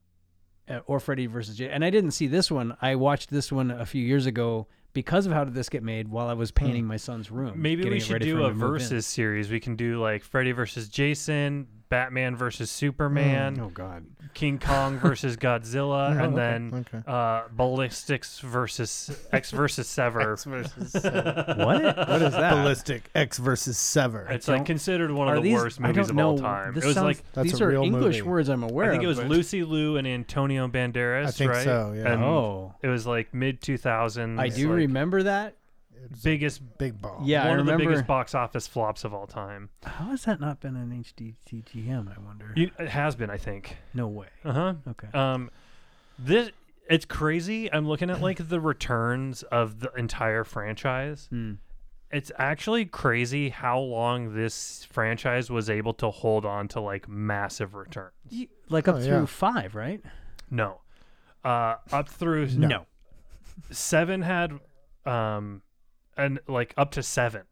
Speaker 3: uh, or Freddy versus Jason, and I didn't see this one. I watched this one a few years ago because of how did this get made while I was painting my son's room.
Speaker 2: Hmm. Maybe
Speaker 3: getting
Speaker 2: we
Speaker 3: it
Speaker 2: should
Speaker 3: ready for
Speaker 2: do
Speaker 3: him
Speaker 2: a
Speaker 3: to move in.
Speaker 2: versus series. We can do like Freddy versus Jason, Batman versus Superman,
Speaker 3: Oh God.
Speaker 2: King Kong versus
Speaker 3: Oh,
Speaker 2: Godzilla, and then
Speaker 4: okay.
Speaker 2: uh, Ballistics versus X versus Sever.
Speaker 3: What? What is that?
Speaker 4: Ballistic X versus Sever.
Speaker 2: It's like considered one
Speaker 3: Are
Speaker 2: of the
Speaker 3: these-
Speaker 2: worst
Speaker 3: I
Speaker 2: movies
Speaker 3: don't
Speaker 2: of
Speaker 3: know.
Speaker 2: all time.
Speaker 3: This
Speaker 2: It was
Speaker 3: sounds-
Speaker 2: like
Speaker 4: That's
Speaker 3: these
Speaker 4: a
Speaker 3: are
Speaker 4: real
Speaker 3: English
Speaker 4: movie.
Speaker 3: words I'm aware
Speaker 2: I
Speaker 3: of.
Speaker 2: think it was
Speaker 3: but-
Speaker 2: Lucy Liu and Antonio Banderas.
Speaker 4: I think
Speaker 2: right?
Speaker 4: so, yeah.
Speaker 2: And
Speaker 3: Oh,
Speaker 2: It was like mid 2000s.
Speaker 3: I do
Speaker 2: like
Speaker 3: remember that.
Speaker 2: biggest
Speaker 4: Big ball.
Speaker 3: Yeah, I
Speaker 2: one of the
Speaker 3: remember.
Speaker 2: biggest box office flops of all time.
Speaker 3: How has that not been an HDTGM? I wonder.
Speaker 2: You, it has been, I think.
Speaker 3: no way.
Speaker 2: Uh huh.
Speaker 3: Uh-huh. Okay.
Speaker 2: Um, this it's crazy. I'm looking at like the returns of the entire franchise.
Speaker 3: Hmm.
Speaker 2: It's actually crazy how long this franchise was able to hold on to like massive return.
Speaker 3: You- like up
Speaker 4: Oh,
Speaker 3: through
Speaker 4: yeah.
Speaker 3: five, right?
Speaker 2: No, uh, up through seven had, um, and like up to seven.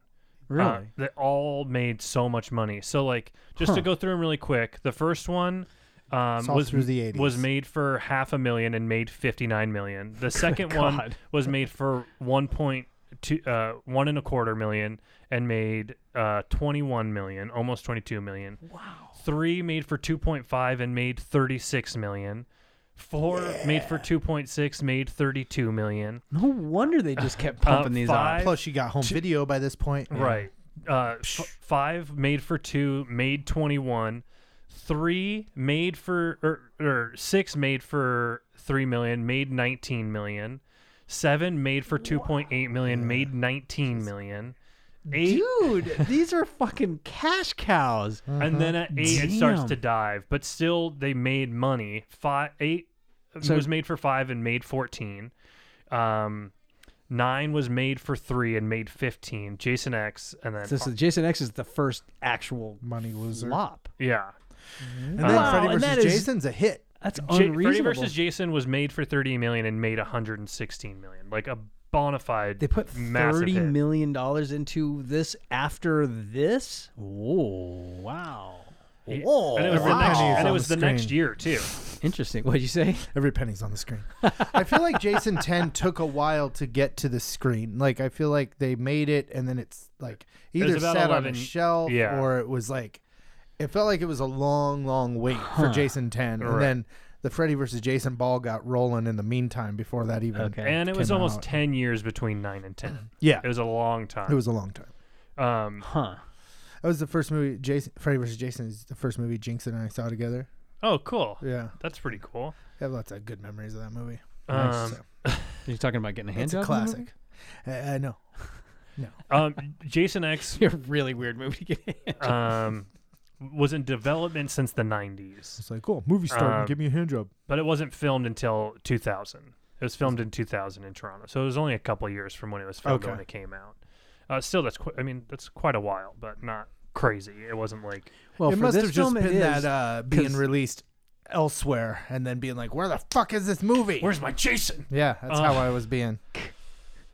Speaker 3: really.
Speaker 2: Uh, they all made so much money. So like just to
Speaker 3: Huh.
Speaker 2: go through them really quick, the first one um,
Speaker 4: It's all
Speaker 2: was
Speaker 4: through the
Speaker 2: was
Speaker 4: 80s.
Speaker 2: made for half a million and made fifty nine million. The second
Speaker 3: God.
Speaker 2: one was made for one point two uh one and a quarter million and made uh twenty one million, almost twenty two million. Wow. Three made for two point five and made thirty six million. Four made for two point six, made thirty two million.
Speaker 3: no wonder they just kept pumping these
Speaker 2: uh, five-
Speaker 3: out.
Speaker 4: Plus, you got home video by this point.
Speaker 2: Right. Uh, f- five made for two, made 21. three made for or, or six made for three million, made nineteen million. Seven made for two point eight million, made nineteen million. Eight
Speaker 3: Dude, these are fucking cash cows.
Speaker 2: and then at eight it starts
Speaker 3: uh-huh. Damn.
Speaker 2: to dive, but still they made money. Five eight uh,
Speaker 3: So-
Speaker 2: was made for five and made fourteen. Um nine was made for three and made fifteen. Jason X and then
Speaker 3: So, so Jason X is the first actual
Speaker 4: Money loser.
Speaker 3: flop.
Speaker 2: yeah.
Speaker 4: And then
Speaker 3: Wow,
Speaker 4: Freddy
Speaker 3: and
Speaker 4: versus
Speaker 3: that is-
Speaker 4: Jason's a hit.
Speaker 3: That's
Speaker 2: Ja- Freddy
Speaker 3: unreasonable.
Speaker 2: versus Jason was made for 30 million and made 116 million. Like a bona fide.
Speaker 3: they put
Speaker 2: massive
Speaker 3: thirty
Speaker 2: hit.
Speaker 3: million dollars into this after this. Whoa! Wow!
Speaker 2: Yeah.
Speaker 3: Whoa!
Speaker 2: And it was the
Speaker 4: Wow.
Speaker 2: next,
Speaker 4: Pennies
Speaker 2: and it
Speaker 4: on
Speaker 2: was
Speaker 4: the
Speaker 2: the next
Speaker 4: screen.
Speaker 2: year too.
Speaker 3: Interesting. What'd you say?
Speaker 4: Every penny's on the screen. I feel like Jason 10 took a while to get to the screen. Like I feel like they made it and then it's like either
Speaker 2: about
Speaker 4: sat on
Speaker 2: 11
Speaker 4: a shelf
Speaker 2: yeah.
Speaker 4: or it was like it felt like it was a long long wait for Jason 10
Speaker 2: Right.
Speaker 4: and then the Freddy versus Jason ball got rolling in the meantime before that even.
Speaker 3: Okay.
Speaker 2: And it was
Speaker 4: Came
Speaker 2: almost
Speaker 4: out.
Speaker 2: 10 years between 9 and 10.
Speaker 4: Yeah.
Speaker 2: It was a long time.
Speaker 4: It was a long time.
Speaker 2: um
Speaker 3: Huh?
Speaker 4: That was the first movie Jason Freddy versus Jason is the first movie Jinx and I saw together.
Speaker 2: Oh, cool.
Speaker 4: Yeah.
Speaker 2: That's pretty cool.
Speaker 4: I have lots of good memories of that movie.
Speaker 2: Um,
Speaker 4: So,
Speaker 3: You're talking about getting a hand
Speaker 4: it's a classic. I, I know.
Speaker 2: um, Jason X
Speaker 3: You're a really weird movie to get. a hand job.
Speaker 2: um, was in development since the 90s,
Speaker 4: It's like, "Cool, movie star,
Speaker 2: Um,
Speaker 4: give me a hand job."
Speaker 2: but it wasn't filmed until 2000. It was filmed in 2000 in Toronto, so it was only a couple years from when it was filmed to
Speaker 4: Okay.
Speaker 2: when it came out. Uh, still, that's qu- I mean that's quite a while, but not crazy. It wasn't like
Speaker 3: Well,
Speaker 4: it
Speaker 3: for
Speaker 4: must
Speaker 3: this
Speaker 4: have just
Speaker 3: film, it
Speaker 4: been
Speaker 3: is.
Speaker 4: that uh, being
Speaker 3: 'cause-
Speaker 4: released elsewhere and then being like, "Where the fuck is this movie?"
Speaker 2: where's my Jason?
Speaker 4: yeah, that's
Speaker 2: Uh,
Speaker 4: how I was being.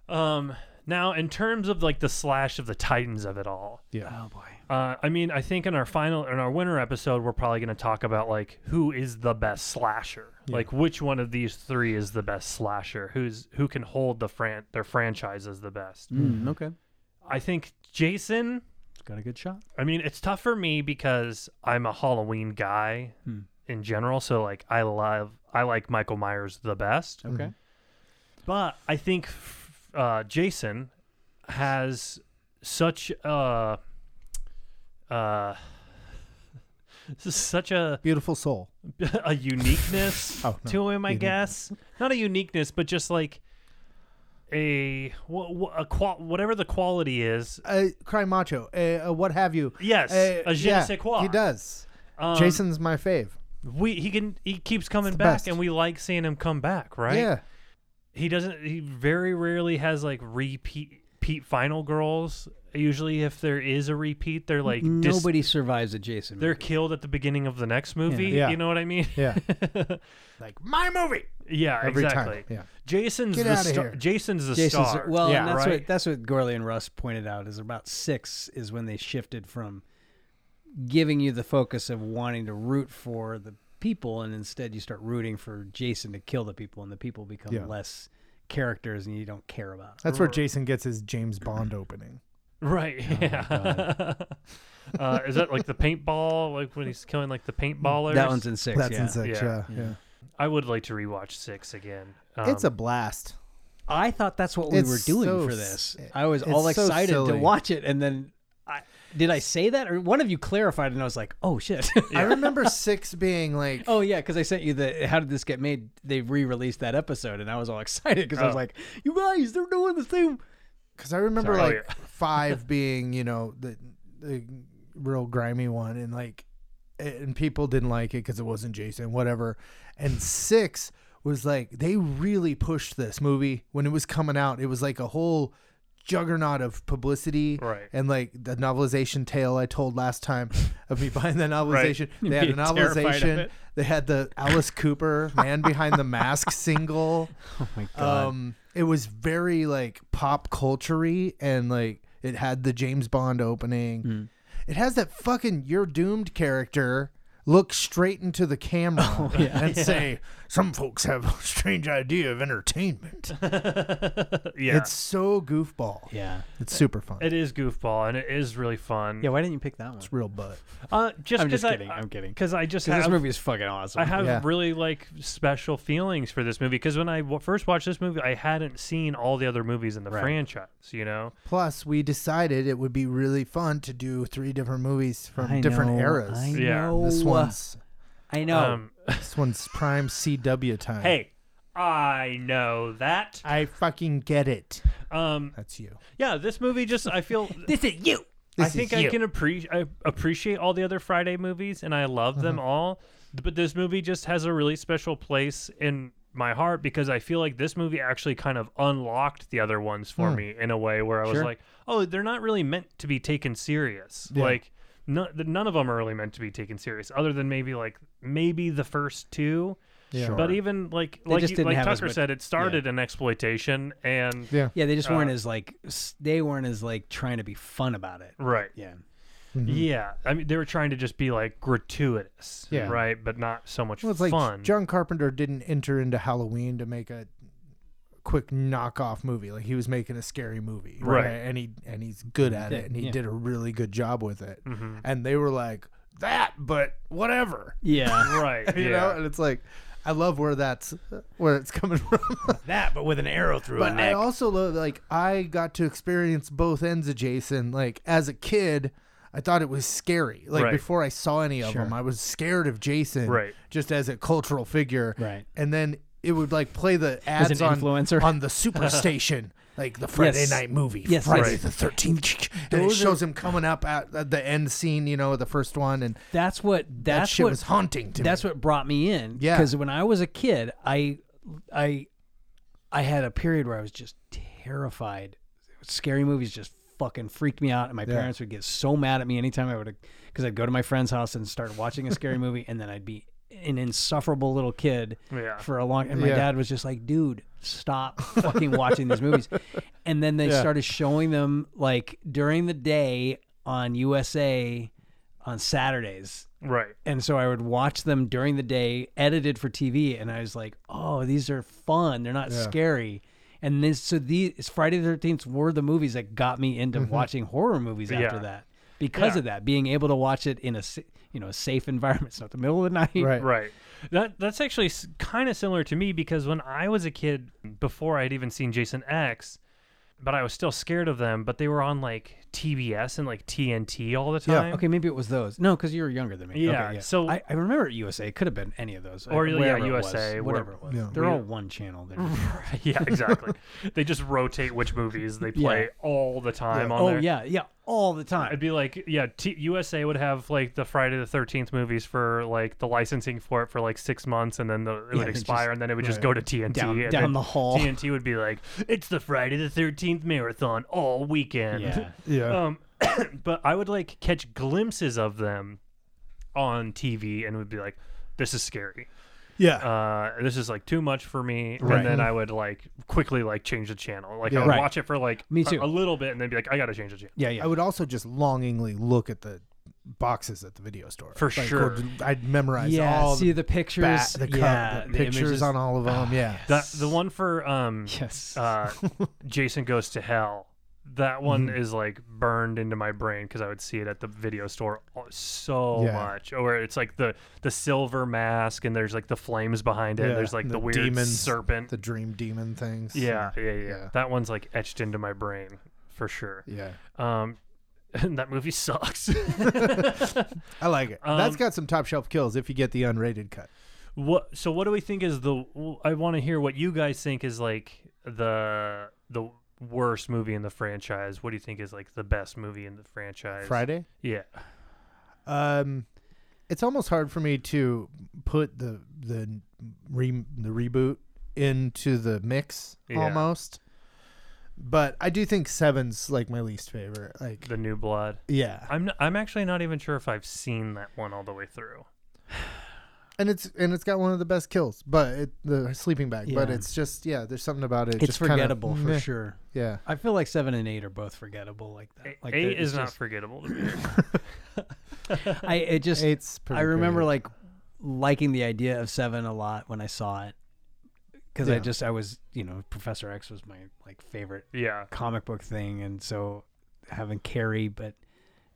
Speaker 2: Um, now in terms of like the slash of the titans of it all,
Speaker 4: Yeah,
Speaker 3: oh boy.
Speaker 2: Uh, I mean, I think in our final, in our winter episode, we're probably going to talk about like who is the best slasher, like which one of these three is the best slasher, who's who can hold the fran their franchise as the best.
Speaker 3: Mm, okay.
Speaker 2: I think Jason.
Speaker 3: Got a good shot.
Speaker 2: I mean, it's tough for me because I'm a Halloween guy
Speaker 4: Hmm.
Speaker 2: in general, so like I love, I like Michael Myers the best,
Speaker 3: Okay.
Speaker 2: but I think f- uh, Jason has such a. Uh, this is such a
Speaker 4: beautiful soul.
Speaker 2: a uniqueness
Speaker 4: Oh, no.
Speaker 2: to him, I
Speaker 4: Uniqueness.
Speaker 2: guess. Not a uniqueness, but just like a, wha- wha- a qual- whatever the quality is.
Speaker 4: Uh, cry macho. Uh, uh, what have you?
Speaker 2: Yes,
Speaker 4: Uh,
Speaker 2: a je ne
Speaker 4: yeah,
Speaker 2: sais quoi.
Speaker 4: He does.
Speaker 2: Um,
Speaker 4: Jason's my fave.
Speaker 2: we he can he keeps coming
Speaker 4: the
Speaker 2: back,
Speaker 4: best.
Speaker 2: and we like seeing him come back, right?
Speaker 4: Yeah.
Speaker 2: he doesn't. He very rarely has like repeat repeat final girls. Usually, if there is a repeat, they're like dis-
Speaker 3: Nobody survives a Jason.
Speaker 2: they're
Speaker 3: movie.
Speaker 2: killed at the beginning of the next movie.
Speaker 4: Yeah.
Speaker 2: You know what I mean?
Speaker 4: Yeah. Like my movie.
Speaker 2: yeah,
Speaker 4: Every
Speaker 2: exactly.
Speaker 4: time. Yeah.
Speaker 2: Jason's
Speaker 4: Get
Speaker 2: the
Speaker 4: outta
Speaker 2: star.
Speaker 4: here.
Speaker 2: Jason's the
Speaker 3: Jason's
Speaker 2: star.
Speaker 3: well,
Speaker 4: Yeah,
Speaker 3: and that's
Speaker 2: right.
Speaker 3: what that's what Gorley and Russ pointed out is about six is when they shifted from giving you the focus of wanting to root for the people, and instead you start rooting for Jason to kill the people, and the people become
Speaker 4: Yeah.
Speaker 3: less characters, and you don't care about. Them.
Speaker 4: That's where Jason gets his James Bond opening.
Speaker 2: Right.
Speaker 3: Oh
Speaker 2: Yeah. uh, is that like the paintball? Like when he's killing like the paintballers?
Speaker 3: That one's in six.
Speaker 4: That's
Speaker 3: yeah.
Speaker 4: in six.
Speaker 2: Yeah.
Speaker 4: Yeah.
Speaker 3: Yeah.
Speaker 4: yeah.
Speaker 2: I would like to rewatch six again. Um,
Speaker 4: it's a blast.
Speaker 3: I thought that's what we
Speaker 4: It's
Speaker 3: were doing
Speaker 4: so
Speaker 3: for
Speaker 4: s- eh,
Speaker 3: this. I was
Speaker 4: it's
Speaker 3: all
Speaker 4: so
Speaker 3: excited to
Speaker 4: silly.
Speaker 3: watch it, and then I, did I say that or one of you clarified, and I was like, "Oh shit."
Speaker 4: I remember six being like,
Speaker 3: Oh yeah, because I sent you the how did this get made? They re-released that episode, and I was all excited because I was
Speaker 2: Oh.
Speaker 3: like, "You guys, they're doing the same."
Speaker 4: Because I remember
Speaker 2: Sorry.
Speaker 4: like five being, you know, the the real grimy one, and like, and people didn't like it because it wasn't Jason, whatever. And six was like they really pushed this movie when it was coming out. It was like a whole juggernaut of publicity,
Speaker 2: Right.
Speaker 4: And like the novelization tale I told last time of me buying the novelization. They had a
Speaker 3: Being terrified of
Speaker 4: novelization.
Speaker 3: it.
Speaker 4: They had the Alice Cooper Man Behind the Mask single.
Speaker 3: Oh my
Speaker 4: Um, it was very like pop culture and like it had the James Bond opening.
Speaker 3: Hmm.
Speaker 4: It has that
Speaker 3: Oh,
Speaker 4: fucking "You're Doomed" character look straight into the camera and say, some folks have a strange idea of entertainment.
Speaker 2: yeah,
Speaker 4: It's so goofball.
Speaker 3: Yeah.
Speaker 4: It's super fun.
Speaker 2: it is goofball and it is really fun.
Speaker 3: Yeah. Why didn't you pick that one?
Speaker 4: it's real butt.
Speaker 2: Uh, just
Speaker 3: I'm just
Speaker 2: 'cause
Speaker 3: kidding,
Speaker 2: I,
Speaker 3: I'm kidding.
Speaker 2: Because I just
Speaker 3: 'Cause
Speaker 2: have
Speaker 3: this movie is fucking awesome.
Speaker 2: I have
Speaker 4: Yeah.
Speaker 2: really like special feelings for this movie because when I w- first watched this movie, I hadn't seen all the other movies in the
Speaker 3: Right.
Speaker 2: franchise. You know,
Speaker 4: Plus, we decided it would be really fun to do three different movies from
Speaker 3: I
Speaker 4: different
Speaker 3: know,
Speaker 4: eras.
Speaker 3: I
Speaker 2: Yeah.
Speaker 3: know.
Speaker 4: This one's
Speaker 3: I know.
Speaker 2: um,
Speaker 4: this one's prime CW time.
Speaker 2: hey, I know that.
Speaker 4: I fucking get it.
Speaker 2: Um,
Speaker 4: That's you.
Speaker 2: yeah, this movie just I feel
Speaker 3: this is you.
Speaker 2: I
Speaker 4: This
Speaker 2: think
Speaker 4: is
Speaker 2: I
Speaker 4: you.
Speaker 2: can appreciate I appreciate all the other Friday movies, and I love them
Speaker 3: Uh-huh.
Speaker 2: all. But this movie just has a really special place in my heart because I feel like this movie actually kind of unlocked the other ones for me in a way where I was
Speaker 3: Hmm. Sure.
Speaker 2: like, oh, they're not really meant to be taken serious. Like, no, th- none of them are really meant to be taken serious, other than maybe like maybe the first two.
Speaker 4: Yeah.
Speaker 2: But even like like,
Speaker 3: just
Speaker 2: you,
Speaker 3: didn't
Speaker 2: like
Speaker 3: have as
Speaker 2: Tucker
Speaker 3: much-
Speaker 2: said, it started in exploitation and
Speaker 4: Yeah.
Speaker 3: Yeah, they just
Speaker 2: uh,
Speaker 3: weren't as like s- they weren't as like trying to be fun about it.
Speaker 2: right.
Speaker 3: Yeah.
Speaker 4: Hmm.
Speaker 2: Yeah, I mean they were trying to just be like gratuitous,
Speaker 4: Yeah.
Speaker 2: right? But not so much
Speaker 4: Well, it's like
Speaker 2: fun.
Speaker 4: John Carpenter didn't enter into Halloween to make a quick knockoff movie. Like he was making a scary movie,
Speaker 2: Right.
Speaker 4: And he and he's good at it, and he
Speaker 3: yeah.
Speaker 4: did a really good job with it.
Speaker 2: Mm-hmm.
Speaker 4: And they were like that, but whatever,
Speaker 3: Yeah.
Speaker 2: right?
Speaker 4: you
Speaker 2: yeah.
Speaker 4: know. And it's like, I love where that's where it's coming from.
Speaker 3: that, but with an arrow through
Speaker 4: but I also love like I got to experience both ends of Jason. Like as a kid, I thought it was scary. Like
Speaker 2: Right.
Speaker 4: before I saw any of them, I was scared of Jason.
Speaker 2: Right.
Speaker 4: Just as a cultural figure.
Speaker 3: Right.
Speaker 4: And then it would like play the ads
Speaker 3: an
Speaker 4: on
Speaker 3: influencer.
Speaker 4: on the superstation. Like the Friday
Speaker 3: Yes.
Speaker 4: night movie,
Speaker 3: Yes.
Speaker 4: Friday
Speaker 3: Right.
Speaker 4: the Thirteenth, and it
Speaker 3: Those are-
Speaker 4: shows him coming up at at the end scene, you know, the first one, and
Speaker 3: That's what
Speaker 4: that
Speaker 3: that's
Speaker 4: shit
Speaker 3: what
Speaker 4: was haunting to
Speaker 3: that's
Speaker 4: me.
Speaker 3: what brought me in.
Speaker 4: Yeah.
Speaker 3: Because when I was a kid, I I I had a period where I was just terrified. Scary movies just fucking freaked me out, and my parents would get so mad at me anytime I would, because I'd go to my friend's house and start watching a scary movie, and then I'd be an insufferable little kid
Speaker 2: Yeah.
Speaker 3: for a long. And my
Speaker 4: Yeah.
Speaker 3: dad was just like, "Dude, stop fucking watching these movies." And then they started showing them like during the day on USA on Saturdays
Speaker 2: Right.
Speaker 3: and so I would watch them during the day, edited for TV, and I was like, "Oh, these are fun. They're not scary." And this, so these Friday the Thirteenth were the movies that got me into watching horror movies after
Speaker 2: Mm-hmm. Yeah.
Speaker 3: that because of that, being able to watch it in a sa- you know a safe environment. It's not the middle of the night,
Speaker 4: right.
Speaker 2: Right. That that's actually kind of similar to me because when I was a kid, before I'd even seen Jason X, but I was still scared of them. But they were on like TBS and like TNT all the
Speaker 4: Yeah.
Speaker 2: time.
Speaker 3: Okay, maybe it was those. No, because you were younger than me.
Speaker 2: Yeah,
Speaker 3: Okay,
Speaker 2: so-
Speaker 3: I, I remember USA. It could have been any of those,
Speaker 2: Or,
Speaker 3: uh,
Speaker 2: yeah,
Speaker 3: wherever it
Speaker 2: USA,
Speaker 3: was,
Speaker 2: where-
Speaker 3: whatever it was. They're
Speaker 2: We-
Speaker 3: all one channel. They're-
Speaker 2: yeah, exactly. they just rotate which movies they play all the time on
Speaker 3: oh
Speaker 2: there.
Speaker 3: yeah, yeah, all the time.
Speaker 2: It'd be like, yeah, T- USA would have like the Friday the Thirteenth movies for like the licensing for it for like six months, and then the, it
Speaker 3: Yeah,
Speaker 2: would
Speaker 3: they
Speaker 2: expire,
Speaker 3: just-
Speaker 2: and then it would just go to TNT.
Speaker 3: Down-
Speaker 2: and
Speaker 3: down
Speaker 2: then
Speaker 3: the hall.
Speaker 2: TNT would be like, it's the Friday the Thirteenth marathon all weekend.
Speaker 3: yeah.
Speaker 4: Yeah.
Speaker 2: Um, but I would like catch glimpses of them on TV, and would be like, this is scary.
Speaker 4: yeah.
Speaker 2: Uh, this is like too much for me,
Speaker 3: Right.
Speaker 2: and then I would like quickly like change the channel. Like
Speaker 4: Yeah.
Speaker 2: I would
Speaker 3: Right.
Speaker 2: watch it for like
Speaker 3: Me
Speaker 2: a-
Speaker 3: too.
Speaker 2: A, little bit, and then be like, I gotta change the channel.
Speaker 3: yeah, yeah.
Speaker 4: I would also just longingly look at the boxes at the video store
Speaker 2: For sure.
Speaker 4: or I'd memorize
Speaker 3: yeah,
Speaker 4: all
Speaker 3: see
Speaker 4: the,
Speaker 3: the pictures,
Speaker 4: back- the, co-
Speaker 3: yeah,
Speaker 4: the
Speaker 3: the
Speaker 4: pictures
Speaker 3: images. Ah,
Speaker 4: on all of them. yeah,
Speaker 2: That the one for um
Speaker 3: Yes.
Speaker 2: uh Jason goes to hell. That one
Speaker 4: Mm-hmm.
Speaker 2: is like burned into my brain because I would see it at the video store all- so
Speaker 4: Yeah.
Speaker 2: much. Or it's like the the silver mask and there's like the flames behind it.
Speaker 4: Yeah,
Speaker 2: And there's like the, weird
Speaker 4: demons,
Speaker 2: serpent.
Speaker 4: the dream demon things.
Speaker 2: yeah, yeah, yeah,
Speaker 4: yeah.
Speaker 2: That one's like etched into my brain for sure.
Speaker 4: yeah,
Speaker 2: Um, and that movie sucks.
Speaker 4: I like it.
Speaker 2: Um,
Speaker 4: That's got some top shelf kills if you get the unrated cut.
Speaker 2: What? So what do we think is the? I want to hear what you guys think is like the the worst movie in the franchise. What do you think is like the best movie in the franchise?
Speaker 4: Friday.
Speaker 2: Yeah.
Speaker 4: Um, it's almost hard for me to put the the re, the reboot into the mix
Speaker 2: Yeah.
Speaker 4: almost. But I do think Seven's like my least favorite. Like,
Speaker 2: The New Blood.
Speaker 4: yeah,
Speaker 2: I'm n- I'm actually not even sure if I've seen that one all the way through.
Speaker 4: and it's and it's got one of the best kills, but it, the sleeping bag. But
Speaker 3: Yeah.
Speaker 4: it's just yeah, there's something about it.
Speaker 3: it's
Speaker 4: just kinda
Speaker 3: forgettable for
Speaker 4: meh.
Speaker 3: sure.
Speaker 4: Yeah,
Speaker 3: I feel like seven and eight are both forgettable like that. Like they're-
Speaker 2: Eight
Speaker 3: it's
Speaker 2: is not
Speaker 3: just-
Speaker 2: forgettable. To me.
Speaker 3: I it just
Speaker 4: it's. Pretty
Speaker 3: I remember
Speaker 4: good.
Speaker 3: like liking the idea of Seven a lot when I saw it because I
Speaker 4: Yeah.
Speaker 3: just I was you know Professor X was my like favorite
Speaker 2: Yeah.
Speaker 3: comic book thing, and so having Carrie, but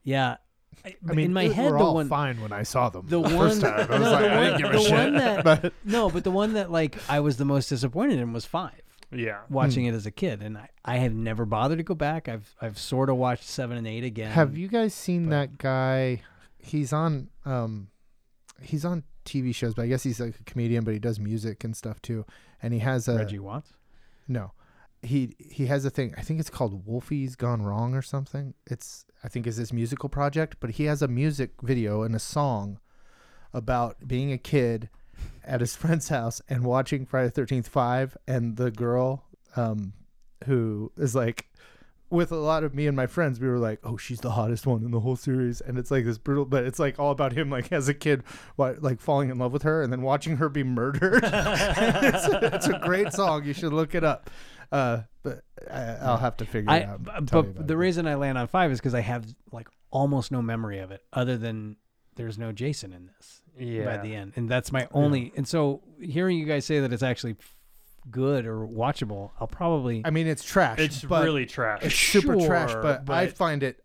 Speaker 3: yeah, I,
Speaker 4: I
Speaker 3: but
Speaker 4: mean,
Speaker 3: in my
Speaker 4: it-
Speaker 3: head
Speaker 4: we're
Speaker 3: the
Speaker 4: all
Speaker 3: one
Speaker 4: fine when I saw them
Speaker 3: the one
Speaker 4: first time. I was
Speaker 3: no,
Speaker 4: like,
Speaker 3: the
Speaker 4: I
Speaker 3: one-
Speaker 4: didn't give a
Speaker 3: the
Speaker 4: shit.
Speaker 3: one that
Speaker 4: but
Speaker 3: no, but the one that like I was the most disappointed in was five.
Speaker 2: Yeah.
Speaker 3: Watching
Speaker 4: Hmm.
Speaker 3: it as a kid, and I, I have never bothered to go back. I've I've sort of watched seven and eight again.
Speaker 4: Have you guys seen that guy? He's on um he's on TV shows, but I guess he's like a comedian, but he does music and stuff too. And he has a
Speaker 3: Reggie Watts?
Speaker 4: no. He he has a thing. I think it's called Wolfie's Gone Wrong or something. It's I think is this musical project, but he has a music video and a song about being a kid at his friend's house and watching Friday the 13th 5 and the girl um who is like with a lot of me and my friends, we were like, "Oh, she's the hottest one in the whole series," and it's like this brutal, but it's like all about him, like as a kid, what, like falling in love with her and then watching her be murdered. it's, it's a great song. You should look it up. Uh, but I, I'll have to figure
Speaker 3: I
Speaker 4: it out.
Speaker 3: b-
Speaker 4: and tell you
Speaker 3: but
Speaker 4: about
Speaker 3: the
Speaker 4: it.
Speaker 3: reason I land on five is because I have like almost no memory of it, other than there's no Jason in this by
Speaker 2: Yeah.
Speaker 3: the end, and that's my only. And so hearing you guys say that it's actually f- good or watchable, I'll probably
Speaker 4: I mean, it's trash.
Speaker 2: It's
Speaker 4: but-
Speaker 2: really trash.
Speaker 4: it's super trash,
Speaker 2: Sure,
Speaker 4: but, I
Speaker 2: but-
Speaker 4: find it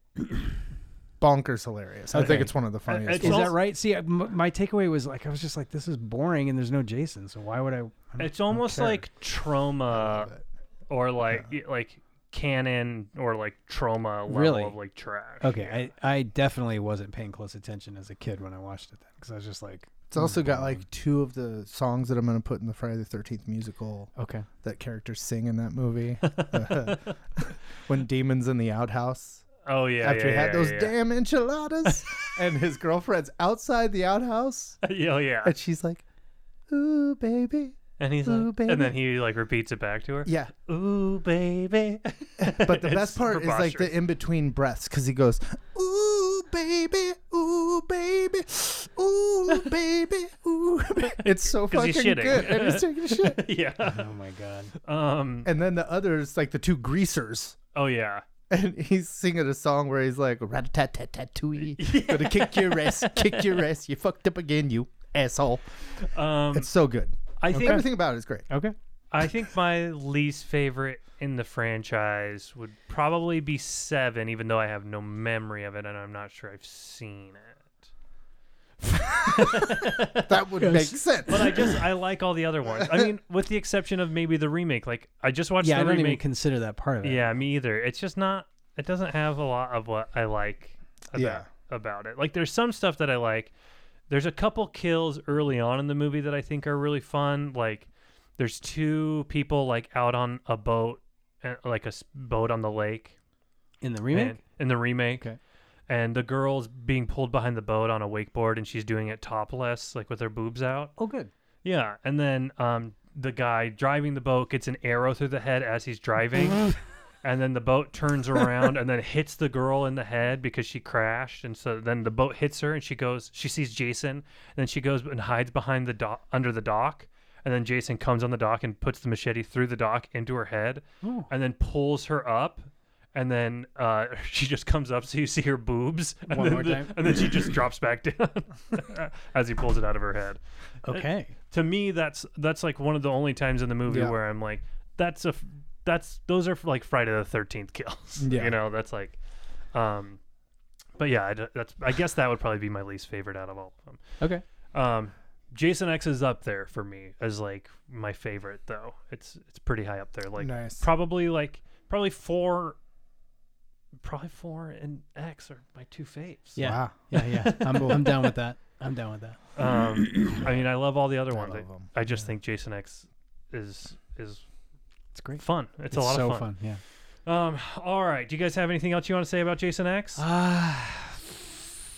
Speaker 4: bonkers hilarious. I
Speaker 3: Okay.
Speaker 4: think it's one of the funniest.
Speaker 2: Uh, it's
Speaker 3: is
Speaker 4: ones.
Speaker 2: also-
Speaker 3: that right? See, I- m- my takeaway was like I was just like this is boring and there's no Jason, so why would I? I'm-
Speaker 2: It's almost
Speaker 3: care.
Speaker 2: like trauma
Speaker 4: it.
Speaker 2: or like y- like canon or like trauma level
Speaker 3: Really?
Speaker 2: of like trash.
Speaker 3: Okay, I, I definitely wasn't paying close attention as a kid when I watched it then because I was just like,
Speaker 4: It's also got like two of the songs that I'm going to put in the Friday the 13th musical.
Speaker 3: okay,
Speaker 4: that characters sing in that movie. when demons in the outhouse
Speaker 2: Oh yeah. yeah,
Speaker 4: after he had
Speaker 2: yeah,
Speaker 4: those
Speaker 2: yeah.
Speaker 4: damn enchiladas and his girlfriend's outside the outhouse
Speaker 2: Yeah, oh, yeah.
Speaker 4: and she's like, "Ooh, baby."
Speaker 2: And he's
Speaker 4: Ooh,
Speaker 2: like,
Speaker 4: baby.
Speaker 2: and then he like repeats it back to her.
Speaker 4: Yeah,
Speaker 2: Ooh, baby.
Speaker 4: but the
Speaker 2: It's
Speaker 4: best part is like the
Speaker 2: preposterous.
Speaker 4: in between breaths cuz he goes, "Ooh, baby. Ooh, baby. Ooh, baby. Ooh." baby." It's so
Speaker 2: 'Cause
Speaker 4: fucking
Speaker 2: he's shitting.
Speaker 4: good. And he's taking a shit.
Speaker 2: yeah.
Speaker 4: Uh-huh.
Speaker 3: oh my god,
Speaker 2: Um.
Speaker 4: And then the others like the two greasers
Speaker 2: Oh yeah.
Speaker 4: and he's singing a song where he's like rat tat tat tatooey gonna kick your ass kick your ass you fucked up again you asshole
Speaker 2: Um.
Speaker 4: it's so good
Speaker 2: I think
Speaker 4: everything about it is great
Speaker 3: okay,
Speaker 2: I think my least favorite in the franchise would probably be seven, even though I have no memory of it and I'm not sure I've seen it.
Speaker 4: that would make sense
Speaker 2: But I just I like all the other ones. I mean, with the exception of maybe the remake. Like I just watched
Speaker 3: yeah, I
Speaker 2: the
Speaker 3: don't even
Speaker 2: remake.
Speaker 3: consider that part of it.
Speaker 2: yeah, me either. It's just not. It doesn't have a lot of what I like. About,
Speaker 4: Yeah.
Speaker 2: About it, like there's some stuff that I like. There's a couple kills early on in the movie that I think are really fun. Like there's two people like out on a boat, uh, like a s- boat on the lake.
Speaker 3: in the remake.
Speaker 2: and- in the remake.
Speaker 3: Okay.
Speaker 2: And the girl's being pulled behind the boat on a wakeboard, and she's doing it topless, like with her boobs out.
Speaker 3: Oh, good.
Speaker 2: Yeah. And then um, the guy driving the boat gets an arrow through the head as he's driving. and then the boat turns around and then hits the girl in the head because she crashed. And so then the boat hits her, and she goes, she sees Jason. And then she goes and hides behind the dock, under the dock. And then Jason comes on the dock and puts the machete through the dock into her head and then pulls her up. And then uh, she just comes up, so you see her boobs, and,
Speaker 3: One
Speaker 2: then
Speaker 3: more
Speaker 2: the-
Speaker 3: time.
Speaker 2: and then she just drops back down as he pulls it out of her head
Speaker 3: Okay.
Speaker 2: to me that's that's like one of the only times in the movie
Speaker 4: Yeah.
Speaker 2: where I'm like that's a f- that's those are like Friday the 13th kills
Speaker 4: Yeah.
Speaker 2: you know that's like um but yeah I d that's I guess that would probably be my least favorite out of all of
Speaker 3: Okay.
Speaker 2: them um Jason X is up there for me as like my favorite though it's it's pretty high up there like
Speaker 4: Nice.
Speaker 2: probably like probably four probably four and X are my two faves
Speaker 3: Yeah.
Speaker 4: Wow.
Speaker 3: Yeah, yeah. I'm, I'm down with that. I'm down with that.
Speaker 2: um I mean I love all the other ones I,
Speaker 4: love 'em.
Speaker 2: I just think Jason X is is
Speaker 3: It's great.
Speaker 2: fun. It's, a lot
Speaker 3: so
Speaker 2: of fun.
Speaker 3: Yeah.
Speaker 2: Um, all right. Do you guys have anything else you want to say about Jason X?
Speaker 4: Uh,
Speaker 2: I
Speaker 3: Ah,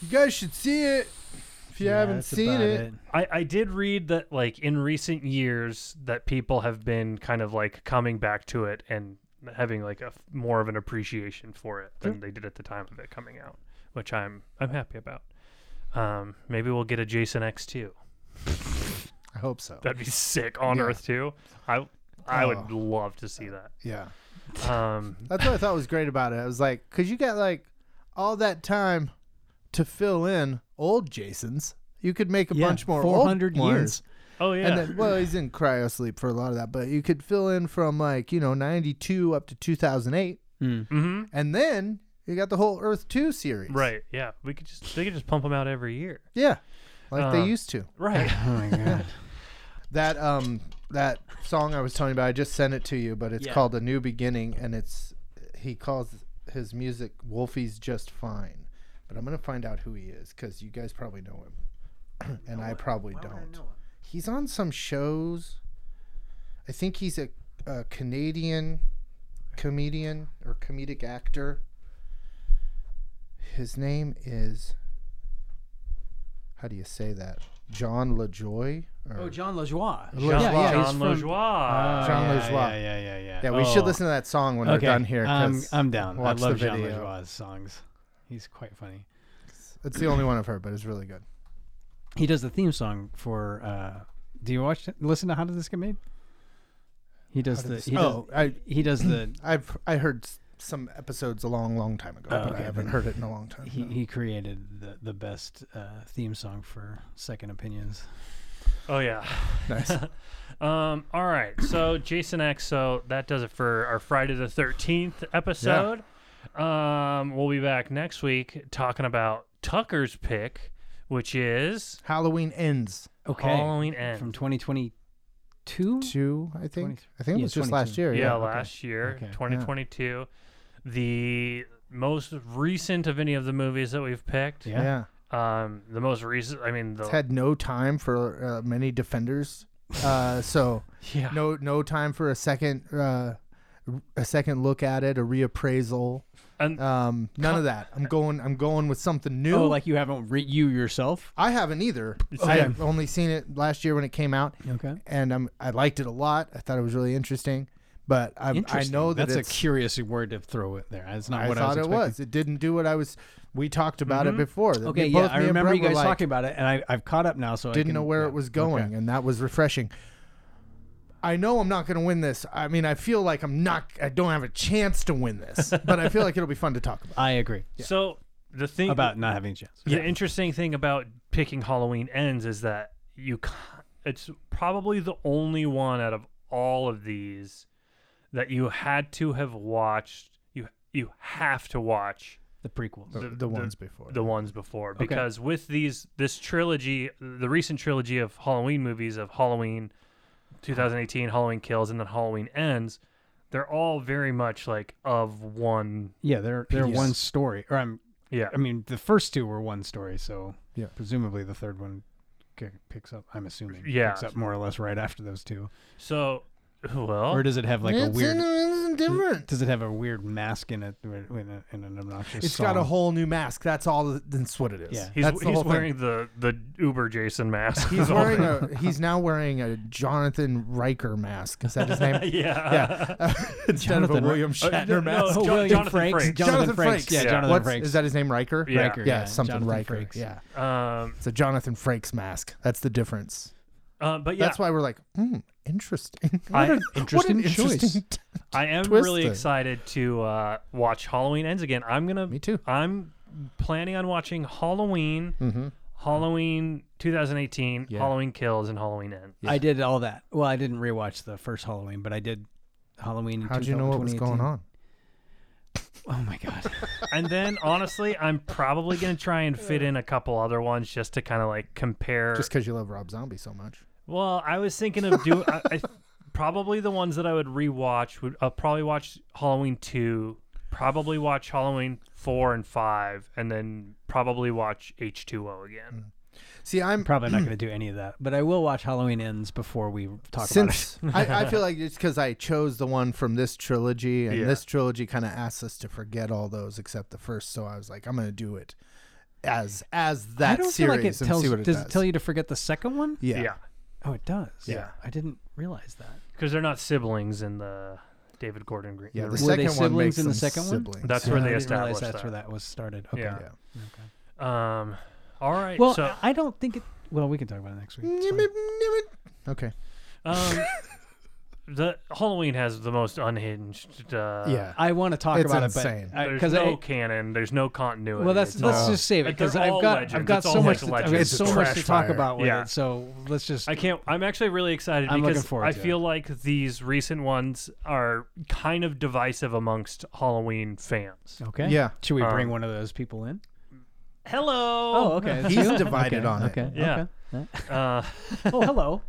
Speaker 4: you guys should see it if you haven't seen it,
Speaker 2: I did read that like in recent years that people have been kind of like coming back to it and having like a f- more of an appreciation for it
Speaker 4: Hmm.
Speaker 2: than they did at the time of it coming out, which I'm I'm happy about. Um, maybe we'll get a Jason X too.
Speaker 4: i hope so
Speaker 2: That'd be sick on
Speaker 4: Yeah.
Speaker 2: Earth too. I I would
Speaker 4: Oh.
Speaker 2: love to see that.
Speaker 4: yeah
Speaker 2: Um,
Speaker 4: that's what i thought was great about it i was like because you got like all that time to fill in old jasons You could make a
Speaker 5: yeah,
Speaker 4: bunch more
Speaker 5: four
Speaker 4: old
Speaker 5: hundred
Speaker 4: ones.
Speaker 5: years.
Speaker 2: Oh yeah.
Speaker 4: And then, well, he's in cryo sleep for a lot of that, but you could fill in from like you know ninety two up to two thousand eight,
Speaker 2: mm-hmm.
Speaker 4: and then you got the whole Earth Two series,
Speaker 2: Right. Yeah. We could just they could just pump them out every year.
Speaker 4: Yeah, like they
Speaker 2: Um,
Speaker 4: used to.
Speaker 2: Right.
Speaker 3: Oh my god.
Speaker 4: That um that song I was telling you about, I just sent it to you, but it's
Speaker 5: Yeah.
Speaker 4: called A New Beginning, and it's he calls his music Wolfie's Just Fine, but I'm gonna find out who he is because you guys probably know him,
Speaker 5: Oh,
Speaker 4: and I probably don't. he's on some shows. I think he's a, a Canadian comedian or comedic actor. His name is how do you say that? John LaJoy? Or-
Speaker 5: Oh, John LaJoie.
Speaker 2: Jean,
Speaker 4: Yeah, yeah, he's
Speaker 2: Jean
Speaker 4: from-
Speaker 2: LaJoie.
Speaker 4: Jean
Speaker 3: Ah, yeah,
Speaker 4: Lajoie.
Speaker 3: Yeah, yeah, yeah, yeah.
Speaker 4: yeah, we
Speaker 5: oh.
Speaker 4: should listen to that song when
Speaker 3: okay.
Speaker 4: we're done here.
Speaker 3: I'm,
Speaker 4: 'cause
Speaker 3: I'm down. I
Speaker 4: watch the
Speaker 3: love Jean
Speaker 4: video.
Speaker 3: LaJoie's songs. He's quite funny.
Speaker 4: it's the only one I've heard, but it's really good.
Speaker 3: He does the theme song for. Uh, do you watch? Listen to How Did This Get Made? He does
Speaker 4: Did
Speaker 3: the.
Speaker 4: This-
Speaker 3: He does,
Speaker 4: oh, I
Speaker 3: he does the.
Speaker 4: I've I heard s- some episodes a long, long time ago,
Speaker 3: Oh,
Speaker 4: but
Speaker 3: okay,
Speaker 4: I haven't
Speaker 3: then-
Speaker 4: heard it in a long time.
Speaker 3: He,
Speaker 4: no.
Speaker 3: he created the the best uh, theme song for Second Opinions.
Speaker 2: Oh yeah.
Speaker 4: nice.
Speaker 2: Um, all right. So Jason X, so that does it for our Friday the thirteenth episode. Um, we'll be back next week talking about Tucker's pick, which is
Speaker 4: Halloween ends
Speaker 3: Okay.
Speaker 2: Halloween Ends.
Speaker 3: From 2022.
Speaker 4: two, I think.
Speaker 3: 20
Speaker 4: I think it
Speaker 3: yeah,
Speaker 4: was just last
Speaker 3: 22.
Speaker 4: year.
Speaker 2: yeah,
Speaker 4: Yeah,
Speaker 2: last year,
Speaker 3: Okay. Yeah.
Speaker 2: 2022. The most recent of any of the movies that we've picked.
Speaker 3: Yeah.
Speaker 4: yeah. yeah.
Speaker 2: Um, the most recent. I mean, the
Speaker 4: It's had no time for uh, many defenders. Uh, so
Speaker 2: yeah.
Speaker 4: no no time for a second uh, a second look at it, a reappraisal.
Speaker 2: And-
Speaker 3: uh,
Speaker 4: um, none of that. I'm going I'm going with something new.
Speaker 3: Oh, like you haven't re- you yourself?
Speaker 4: I haven't either. I
Speaker 3: Okay.
Speaker 4: have only seen it last year when it came out,
Speaker 3: Okay.
Speaker 4: and I'm I liked it a lot. I thought it was really interesting, but I, Um, I
Speaker 3: Interesting.
Speaker 4: know that
Speaker 3: that's
Speaker 4: it's,
Speaker 3: a curious word to throw it there. That's not
Speaker 4: I
Speaker 3: what I was
Speaker 4: thought it
Speaker 3: expecting. Mm-hmm.
Speaker 4: was. It didn't do what I was. We talked about it before. that
Speaker 3: Okay,
Speaker 4: we-
Speaker 3: yeah,
Speaker 4: both
Speaker 3: I
Speaker 4: me and
Speaker 3: remember
Speaker 4: Brett
Speaker 3: you guys
Speaker 4: were like,
Speaker 3: talking about it, and I, I've caught up now, so I
Speaker 4: didn't
Speaker 3: can,
Speaker 4: know where
Speaker 3: yeah,
Speaker 4: it was going,
Speaker 3: okay.
Speaker 4: and that was refreshing. I know I'm not going to win this. I mean, I feel like I'm not. I don't have a chance to win this, but I feel like it'll be fun to talk about.
Speaker 3: I agree
Speaker 2: So the thing
Speaker 3: about not having a chance.
Speaker 2: The interesting thing about picking Halloween Ends is that you ca- it's probably the only one out of all of these that you had to have watched you you have to watch
Speaker 3: The prequels.
Speaker 4: The, the ones before.
Speaker 2: the ones before because with these this trilogy the recent trilogy of Halloween movies of Halloween 2018 Halloween Kills and then Halloween Ends they're all very much like of one
Speaker 3: yeah, they're they're
Speaker 4: Yes.
Speaker 3: one story, or I'm
Speaker 2: yeah
Speaker 3: I mean the first two were one story, so
Speaker 4: Yeah.
Speaker 3: presumably the third one k- picks up. I'm assuming
Speaker 2: Yeah.
Speaker 3: picks up more or less right after those two,
Speaker 2: so well
Speaker 3: or does it have like a
Speaker 4: it's,
Speaker 3: weird?
Speaker 4: it's different.
Speaker 3: Does it have a weird mask in it where- in, a, in an obnoxious?
Speaker 4: It's got a
Speaker 3: song?
Speaker 4: whole new mask. That's all. That's what it is.
Speaker 3: Yeah.
Speaker 2: He's,
Speaker 4: That's the
Speaker 2: he's
Speaker 4: whole thing.
Speaker 2: wearing the the Uber Jason mask.
Speaker 4: He's
Speaker 2: the whole
Speaker 4: wearing
Speaker 2: thing.
Speaker 4: a. He's now wearing a Jonathan Riker mask. Is that his name?
Speaker 2: yeah.
Speaker 4: yeah. Instead of
Speaker 3: Jonathan
Speaker 4: a
Speaker 3: Ri-
Speaker 4: William
Speaker 2: Uh,
Speaker 4: Shatner
Speaker 2: no,
Speaker 4: mask.
Speaker 2: no,
Speaker 3: Oh,
Speaker 2: Jo-
Speaker 3: William
Speaker 2: Jonathan
Speaker 3: Franks.
Speaker 2: Franks.
Speaker 3: Jonathan,
Speaker 4: Jonathan
Speaker 3: Franks.
Speaker 4: Frakes.
Speaker 3: Yeah,
Speaker 2: Yeah.
Speaker 3: Jonathan
Speaker 4: What's-
Speaker 3: Franks.
Speaker 4: Is that his name? Riker.
Speaker 2: Yeah.
Speaker 3: Riker,
Speaker 4: Yeah. something
Speaker 3: Jonathan
Speaker 4: Riker.
Speaker 3: Frakes.
Speaker 4: Yeah.
Speaker 2: Um.
Speaker 4: It's a Jonathan Frakes mask. That's the difference.
Speaker 2: uh, but yeah,
Speaker 4: That's why we're like, hmm, interesting.
Speaker 2: I-
Speaker 4: What an-
Speaker 3: interesting
Speaker 4: what an
Speaker 3: choice.
Speaker 4: t-
Speaker 2: I am
Speaker 4: twist
Speaker 2: really
Speaker 4: thing.
Speaker 2: excited to uh, watch Halloween Ends again. I'm gonna.
Speaker 4: Me too.
Speaker 2: I'm planning on watching Halloween,
Speaker 4: Mm-hmm.
Speaker 2: Halloween 2018, Halloween Kills, and Halloween Ends.
Speaker 3: I did all that. Well, I didn't rewatch the first Halloween, but I did Halloween. in
Speaker 4: How'd you know what was going
Speaker 3: 2018.
Speaker 4: on?
Speaker 3: Oh my god!
Speaker 2: and then honestly, I'm probably gonna try and fit in a couple other ones just to kind of like compare.
Speaker 4: Just because you love Rob Zombie so much.
Speaker 2: Well, I was thinking of doing. I, I, probably the ones that I would rewatch would uh, probably watch Halloween two, probably watch Halloween four and five, and then probably watch H two O again.
Speaker 4: See, I'm
Speaker 3: Probably not going to do any of that, but I will watch Halloween Ends before we talk
Speaker 4: since I, I feel like it's because I chose the one from this trilogy, and
Speaker 2: Yeah.
Speaker 4: this trilogy kind of asks us to forget all those except the first. So I was like, I'm gonna do it as as
Speaker 3: about it.
Speaker 4: that
Speaker 3: I don't feel
Speaker 4: series
Speaker 3: like it
Speaker 4: and
Speaker 3: tells.
Speaker 4: see what it
Speaker 3: does,
Speaker 4: does.
Speaker 3: it tell you to forget the second one?
Speaker 4: Yeah.
Speaker 2: Yeah,
Speaker 3: Oh, it does.
Speaker 4: Yeah.
Speaker 3: I didn't realize that.
Speaker 2: because they're not siblings in the David Gordon Green.
Speaker 4: Yeah,
Speaker 2: the
Speaker 4: the
Speaker 2: re-
Speaker 3: Were they
Speaker 4: second one
Speaker 3: siblings
Speaker 4: makes
Speaker 3: in the
Speaker 4: them
Speaker 3: second one?
Speaker 4: siblings.
Speaker 2: That's
Speaker 4: yeah.
Speaker 2: where
Speaker 3: I
Speaker 2: they
Speaker 3: didn't
Speaker 2: established
Speaker 3: realize that's
Speaker 2: that.
Speaker 3: where that was started. Okay.
Speaker 2: Yeah.
Speaker 4: Yeah.
Speaker 2: um. All right.
Speaker 3: Well,
Speaker 2: so,
Speaker 3: I
Speaker 4: Mm,
Speaker 3: don't think it. Well, we can talk about it next week. It's fine.
Speaker 4: Okay.
Speaker 2: um, the Halloween has the most unhinged. Uh,
Speaker 4: yeah.
Speaker 3: I want to talk
Speaker 4: It's
Speaker 3: about
Speaker 4: insane.
Speaker 3: it, but
Speaker 2: there's
Speaker 3: because
Speaker 2: no canon. There's no continuity.
Speaker 3: well, that's
Speaker 2: It's
Speaker 3: let's
Speaker 2: all-
Speaker 3: just save it
Speaker 2: like, they're
Speaker 3: because I've
Speaker 2: all
Speaker 3: got I've
Speaker 2: legends.
Speaker 3: got
Speaker 2: It's
Speaker 3: so
Speaker 2: all like
Speaker 3: much to, I've got
Speaker 2: legends.
Speaker 3: so
Speaker 4: It's
Speaker 3: much
Speaker 4: trash
Speaker 3: to talk
Speaker 4: fire.
Speaker 3: about with
Speaker 2: Yeah.
Speaker 3: it. So let's just
Speaker 2: I can't. I'm actually really excited
Speaker 3: I'm looking
Speaker 2: because
Speaker 3: forward
Speaker 2: I
Speaker 3: to it.
Speaker 2: feel like these recent ones are kind of divisive amongst Halloween fans.
Speaker 3: okay.
Speaker 4: Yeah.
Speaker 3: should we bring
Speaker 2: Um,
Speaker 3: one of those people in?
Speaker 2: Hello.
Speaker 3: Oh, okay. that's
Speaker 4: He's
Speaker 3: you?
Speaker 4: divided
Speaker 3: Okay,
Speaker 4: on it.
Speaker 3: Okay.
Speaker 2: Yeah.
Speaker 3: okay.
Speaker 2: Uh,
Speaker 3: oh, hello.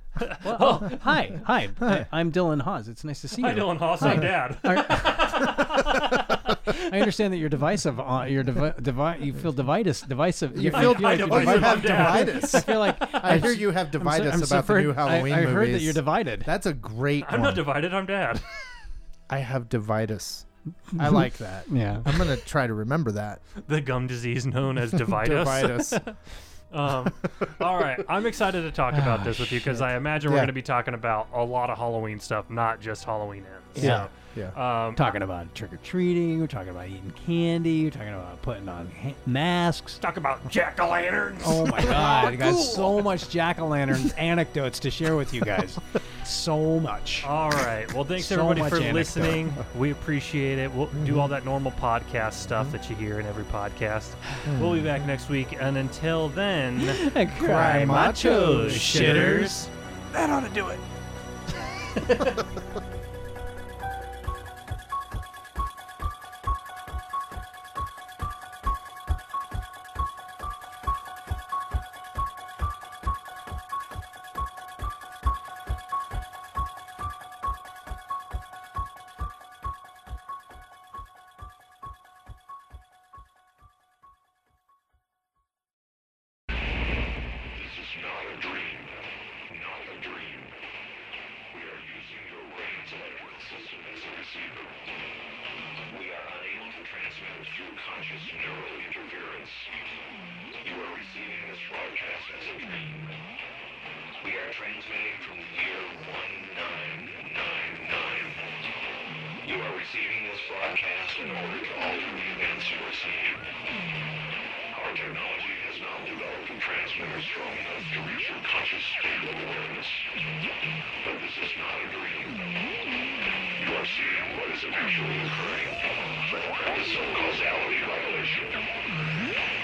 Speaker 3: Well, oh, hi, hi. I- I'm Dylan Hawes. It's nice to see you.
Speaker 2: hi, Dylan Haas. I'm Dad.
Speaker 3: I understand that you're divisive. Uh, you're divi- divi- You feel dividis- divisive. You
Speaker 4: feel
Speaker 3: feel like you're
Speaker 2: divisive.
Speaker 4: you
Speaker 3: divided.
Speaker 4: have
Speaker 2: I'm down.
Speaker 3: I
Speaker 4: dividus.
Speaker 3: feel like
Speaker 4: I hear you have
Speaker 3: I'm so-
Speaker 4: dividus
Speaker 3: I'm so
Speaker 4: about the
Speaker 3: afraid-
Speaker 4: new Halloween
Speaker 3: I, I heard that
Speaker 4: movies.
Speaker 3: you're divided.
Speaker 4: That's a great
Speaker 2: I'm
Speaker 4: one.
Speaker 2: not divided. I'm Dad.
Speaker 4: I have dividus. I like that.
Speaker 3: yeah.
Speaker 4: I'm gonna try to remember that.
Speaker 2: the gum disease known as dividus.
Speaker 4: Dividus.
Speaker 2: Um, all right, I'm excited to talk
Speaker 3: Ah,
Speaker 2: about this with you because I imagine we're
Speaker 4: Yeah.
Speaker 2: going to be talking about a lot of Halloween stuff, not just Halloween ends.
Speaker 4: Yeah. Yeah.
Speaker 2: Um,
Speaker 3: talking about trick or treating. We're talking about eating candy. We're talking about putting on ha- masks.
Speaker 2: talk about jack o' lanterns.
Speaker 3: Oh my god! I got so much jack o' lanterns anecdotes to share with you guys. So much.
Speaker 2: All right. Well, thanks
Speaker 3: So
Speaker 2: everybody
Speaker 3: much
Speaker 2: for
Speaker 3: anecdote. Mm-hmm.
Speaker 2: listening. We appreciate it. We'll do all that normal podcast stuff that you hear in every podcast. We'll
Speaker 3: Hmm.
Speaker 2: be back next week, and until then,
Speaker 3: Cry
Speaker 2: macho,
Speaker 3: macho
Speaker 2: shitters.
Speaker 3: That ought to do it.
Speaker 5: This is not a dream. Not a dream. We are using your brain's electrical system as a receiver. We are unable to transmit through conscious neural interference. You are receiving this broadcast as a dream. We are transmitting from year 1999. You are receiving this broadcast in order to alter the events you are seeing. Our technology has now developed a transmitter strong enough to reach your conscious state of awareness. But this is not a dream. You are seeing what is actually occurring. That is a causality violation.